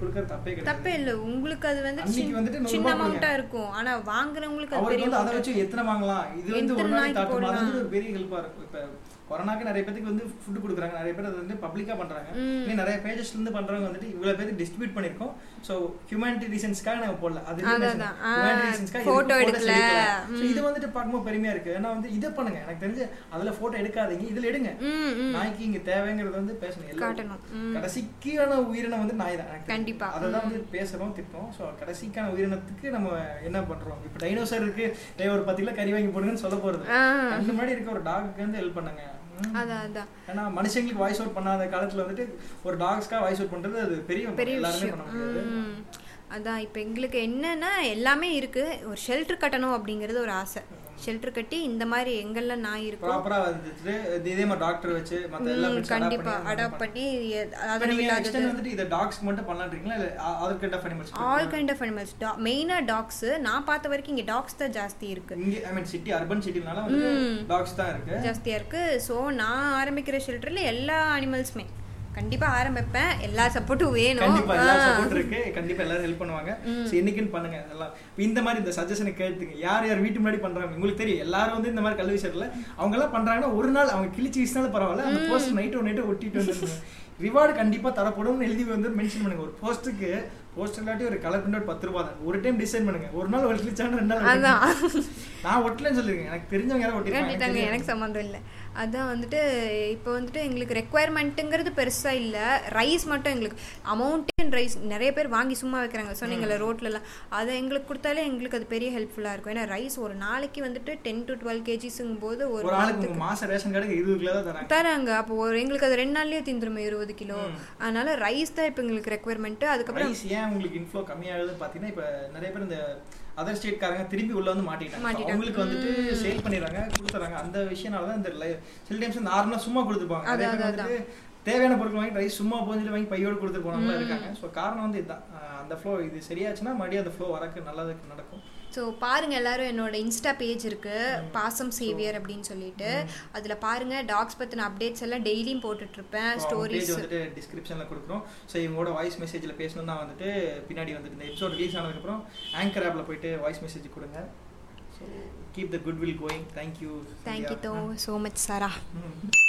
கொடுக்கறது தப்பே தப்பே கிடையாது இல்ல உங்களுக்கு அது வந்து அன்னைக்கு சின்- வந்துட்டு நூறு சின்ன ரூபாய் அமௌண்டா இருக்கும் ஆனா வாங்குறவங்களுக்கு அது அவருக்கு பெரிய வந்து அதை amount. வச்சு எத்தனை வாங்கலாம் இது வந்து ஒரு எத்தனை நாளைக்கு நாளைக்கு தாட்டம் அது போடலாம்? வந்து ஒரு பெரிய ஹெல்ப்பா இருக்கும் இப்ப கொரோனாக்கு நிறைய பேருக்கு வந்து ஃபுட் கொடுக்குறாங்க நிறைய பேர் அதை வந்து பப்ளிக்காக பண்றாங்க இன்னும் நிறைய பேஜஸ்ல இருந்து பண்றவங்க வந்துட்டு இவ்வளவு பேருக்கு டிஸ்ட்ரிபியூட் பண்ணிருக்கோம் ஸோ ஹியூமனிட்டி ரீசன்ஸ்க்காக நாங்க போடல அது அதான். ஆ, photo போட்டோ எடுக்கல. எடுக்கல So இது வந்துட்டு பார்க்கும்போது பெருமையா இருக்கு ஏன்னா வந்து இதை பண்ணுங்க எனக்கு தெரிஞ்சு அதுல போட்டோ எடுக்காதீங்க இதுல எடுங்க நாய்க்கு இங்க தேவைங்கிறது வந்து பேசணும் எல்லா- காட்டணும். கடைசிக்கான உயிரினம் வந்து நாய் தான் எனக்கு தெரிஞ்சு. கண்டிப்பா. அதை தான் வந்து பேசுறோம் திட்டுறோம் ஸோ கடைசிக்கான உயிரினத்துக்கு நம்ம என்ன பண்றோம் இப்போ டைனோசர் இருக்கு டேய் ஒரு பத்து கிலோ கறி வாங்கி போடுங்கன்னு சொல்ல போறது ஆ. அந்த மாதிரி இருக்க ஒரு டாக்கு வந்து ஹெல்ப் பண்ணுங்க ம். அதான் அதான் ஏன்னா மனுஷங்களுக்கு வாய்ஸ் அவுட் பண்ணாத காலத்துல வந்துட்டு ஒரு டாக்ஸ்க்காக வாய்ஸ் அவுட் பண்றது அது பெரிய பெரிய எல்லாருமே விஷயம் பண்ண முடியாது ம். அதான் இப்போ எங்களுக்கு என்னன்னா எல்லாமே இருக்கு ஒரு ஷெல்டர் கட்டணும் அப்படிங்கிறது ஒரு ஆசை ஷெல்டர் கட்டி இந்த மாதிரி எங்கெல்லாம் நான் இருக்கோம் ப்ராப்பரா வந்துட்டு இது- இதே மாதிரி டாக்டர் வச்சு மத்த ம், எல்லாம் வச்சு கண்டிப்பா adopt அடாப்ட் பண்ணி பண்ணி இப்ப அதர் நீங்க இல்லாதது extend வந்துட்டு இதை டாக்ஸ்க்கு மட்டும் பண்ணலாம்னு இருக்கீங்களா இல்ல அ- other kind of animals க்கு ஆல் கைண்ட் ஆஃப் அனிமல்ஸ் மெயினாக டாக்ஸ் நான் பார்த்த வரைக்கும் இங்கே டாக்ஸ் தான் ஜாஸ்தி இருக்கு இங்க ஐ மீன் சிட்டி அர்பன் சிட்டினால வந்து டாக்ஸ் தான் இருக்கு ஜாஸ்தியாக இருக்குது ஸோ நான் ஆரம்பிக்கிற ஷெல்டரில் எல்லா அனிமல்ஸுமே கண்டிப்பாக ஆரம்பிப்பேன் எல்லா சப்போர்ட்டும் வேணும் கண்டிப்பா எல்லா ஆ. சப்போர்ட் இருக்கு கண்டிப்பா எல்லாரும் ஹெல்ப் பண்ணுவாங்க சோ என்னைக்குன்னு பண்ணுங்க எல்லாம் இப்ப இந்த மாதிரி இந்த சஜஷனை கேட்டுங்க யார் யார் வீட்டு முன்னாடி பண்றாங்க உங்களுக்கு தெரியும் எல்லாரும் வந்து இந்த மாதிரி கல்வி விஷயத்துல அவங்க எல்லாம் பண்றாங்கன்னா ஒரு நாள் அவங்க கிழிச்சு வீசினாலும் பரவாயில்ல அந்த போஸ்ட் நைட்டு நைட்டு ஒட்டிட்டு வந்துருங்க ரிவார்டு கண்டிப்பா தரப்படும்னு எழுதி வந்து மென்ஷன் பண்ணுங்க ஒரு போஸ்ட்டுக்கு போஸ்டர் இல்லாட்டி ஒரு கலர் பிரிண்ட் பத்து ரூபா தான் ஒரு டைம் டிசைன் பண்ணுங்க ஒரு நாள் ஒரு கிழிச்சான ரெண்டு நாள் அதான். ஒட்டிக்கோங்க. நான் ஒட்டலன்னு சொல்லிருக்கேன் எனக்கு தெரிஞ்சவங்க யாரும் ஒட்டிருக்காங்க எனக்கு கேட்டுட்டாங்க தெரியாது. எனக்கு சம்மந்தம் இல்லை அதான் வந்துட்டு இப்போ வந்துட்டு எங்களுக்கு ரெக்குவயர்மெண்ட்டுங்கிறது பெருசாக இல்லை ரைஸ் மட்டும் எங்களுக்கு அமௌண்டன் ரைஸ் நிறைய பேர் வாங்கி சும்மா வைக்கிறாங்க சொன்னீங்கல்ல ரோட்லலாம் அதை எங்களுக்கு கொடுத்தாலே எங்களுக்கு அது பெரிய ஹெல்ப்ஃபுல்லாக இருக்கும் ஏன்னா ரைஸ் ஒரு நாளைக்கு வந்துட்டு டென் டு டுவெல் கேஜிஸுங்கும் போது ஒரு ஒரு ஆளுக்கு நாளைக்கு உங்க மாச ரேஷன் கடைக்கு இருபது கிலோ தான் தராங்க தராங்க அப்போ ஒரு எங்களுக்கு அது ரெண்டு நாள்லயே திந்துருமே இருபது கிலோ அதனால ரைஸ் தான் இப்போ எங்களுக்கு ரெக்குவயர்மெண்ட் அதுக்கப்புறம் ரைஸ் ஏன் உங்களுக்கு இன்ஃப்ளோ கம்மியாகுதுன்னு பார்த்தீங்கன்னா இப்போ நிறைய பேர் இந்த அதர் ஸ்டேட்காரங்க திருப்பி உள்ள வந்து மாட்டிட்டாங்க So, மாட்டிட்டாங்க. அவங்களுக்கு வந்துட்டு சேல் பண்ணிடுறாங்க கொடுத்துறாங்க அந்த விஷயனால தான் இந்த li- சில டைம்ஸ் நார்மலாக சும்மா கொடுத்துருப்பாங்க நிறைய பேர் வந்துட்டு தேவையான பொருட்கள் வாங்கி ரைஸ் சும்மா போஞ்சிட்டு வாங்கி பையோடு கொடுத்துட்டு போனவங்க இருக்காங்க ஸோ காரணம் வந்து இதுதான் அஹ் அந்த ஃப்ளோ இது சரியாச்சுன்னா மறுபடியும் அந்த ஃப்ளோ வரக்கு நல்லதுக்கு நடக்கும் ஸோ பாருங்க எல்லாரும் என்னோட இன்ஸ்டா பேஜ் இருக்கு பாசம் சேவியர் அப்படின்னு சொல்லிட்டு அதுல பாருங்க டாக்ஸ் பத்தின அப்டேட்ஸ் எல்லாம் டெய்லியும் போட்டுட்டு இருப்பேன் ஸ்டோரேஜ் ஸ்டோரிஸ் வந்துட்டு டிஸ்கிரிப்ஷனில் கொடுக்குறோம் ஸோ இவங்களோட வாய்ஸ் மெசேஜில் பேசணும்னா வந்துட்டு பின்னாடி வந்துட்டு இந்த எபிசோட் ரிலீஸ் ஆனதுக்கப்புறம் ஆங்கர் ஆப்பில் போயிட்டு வாய்ஸ் மெசேஜ் கொடுங்க so keep the good will going thank you thank you though so much சாரா ம்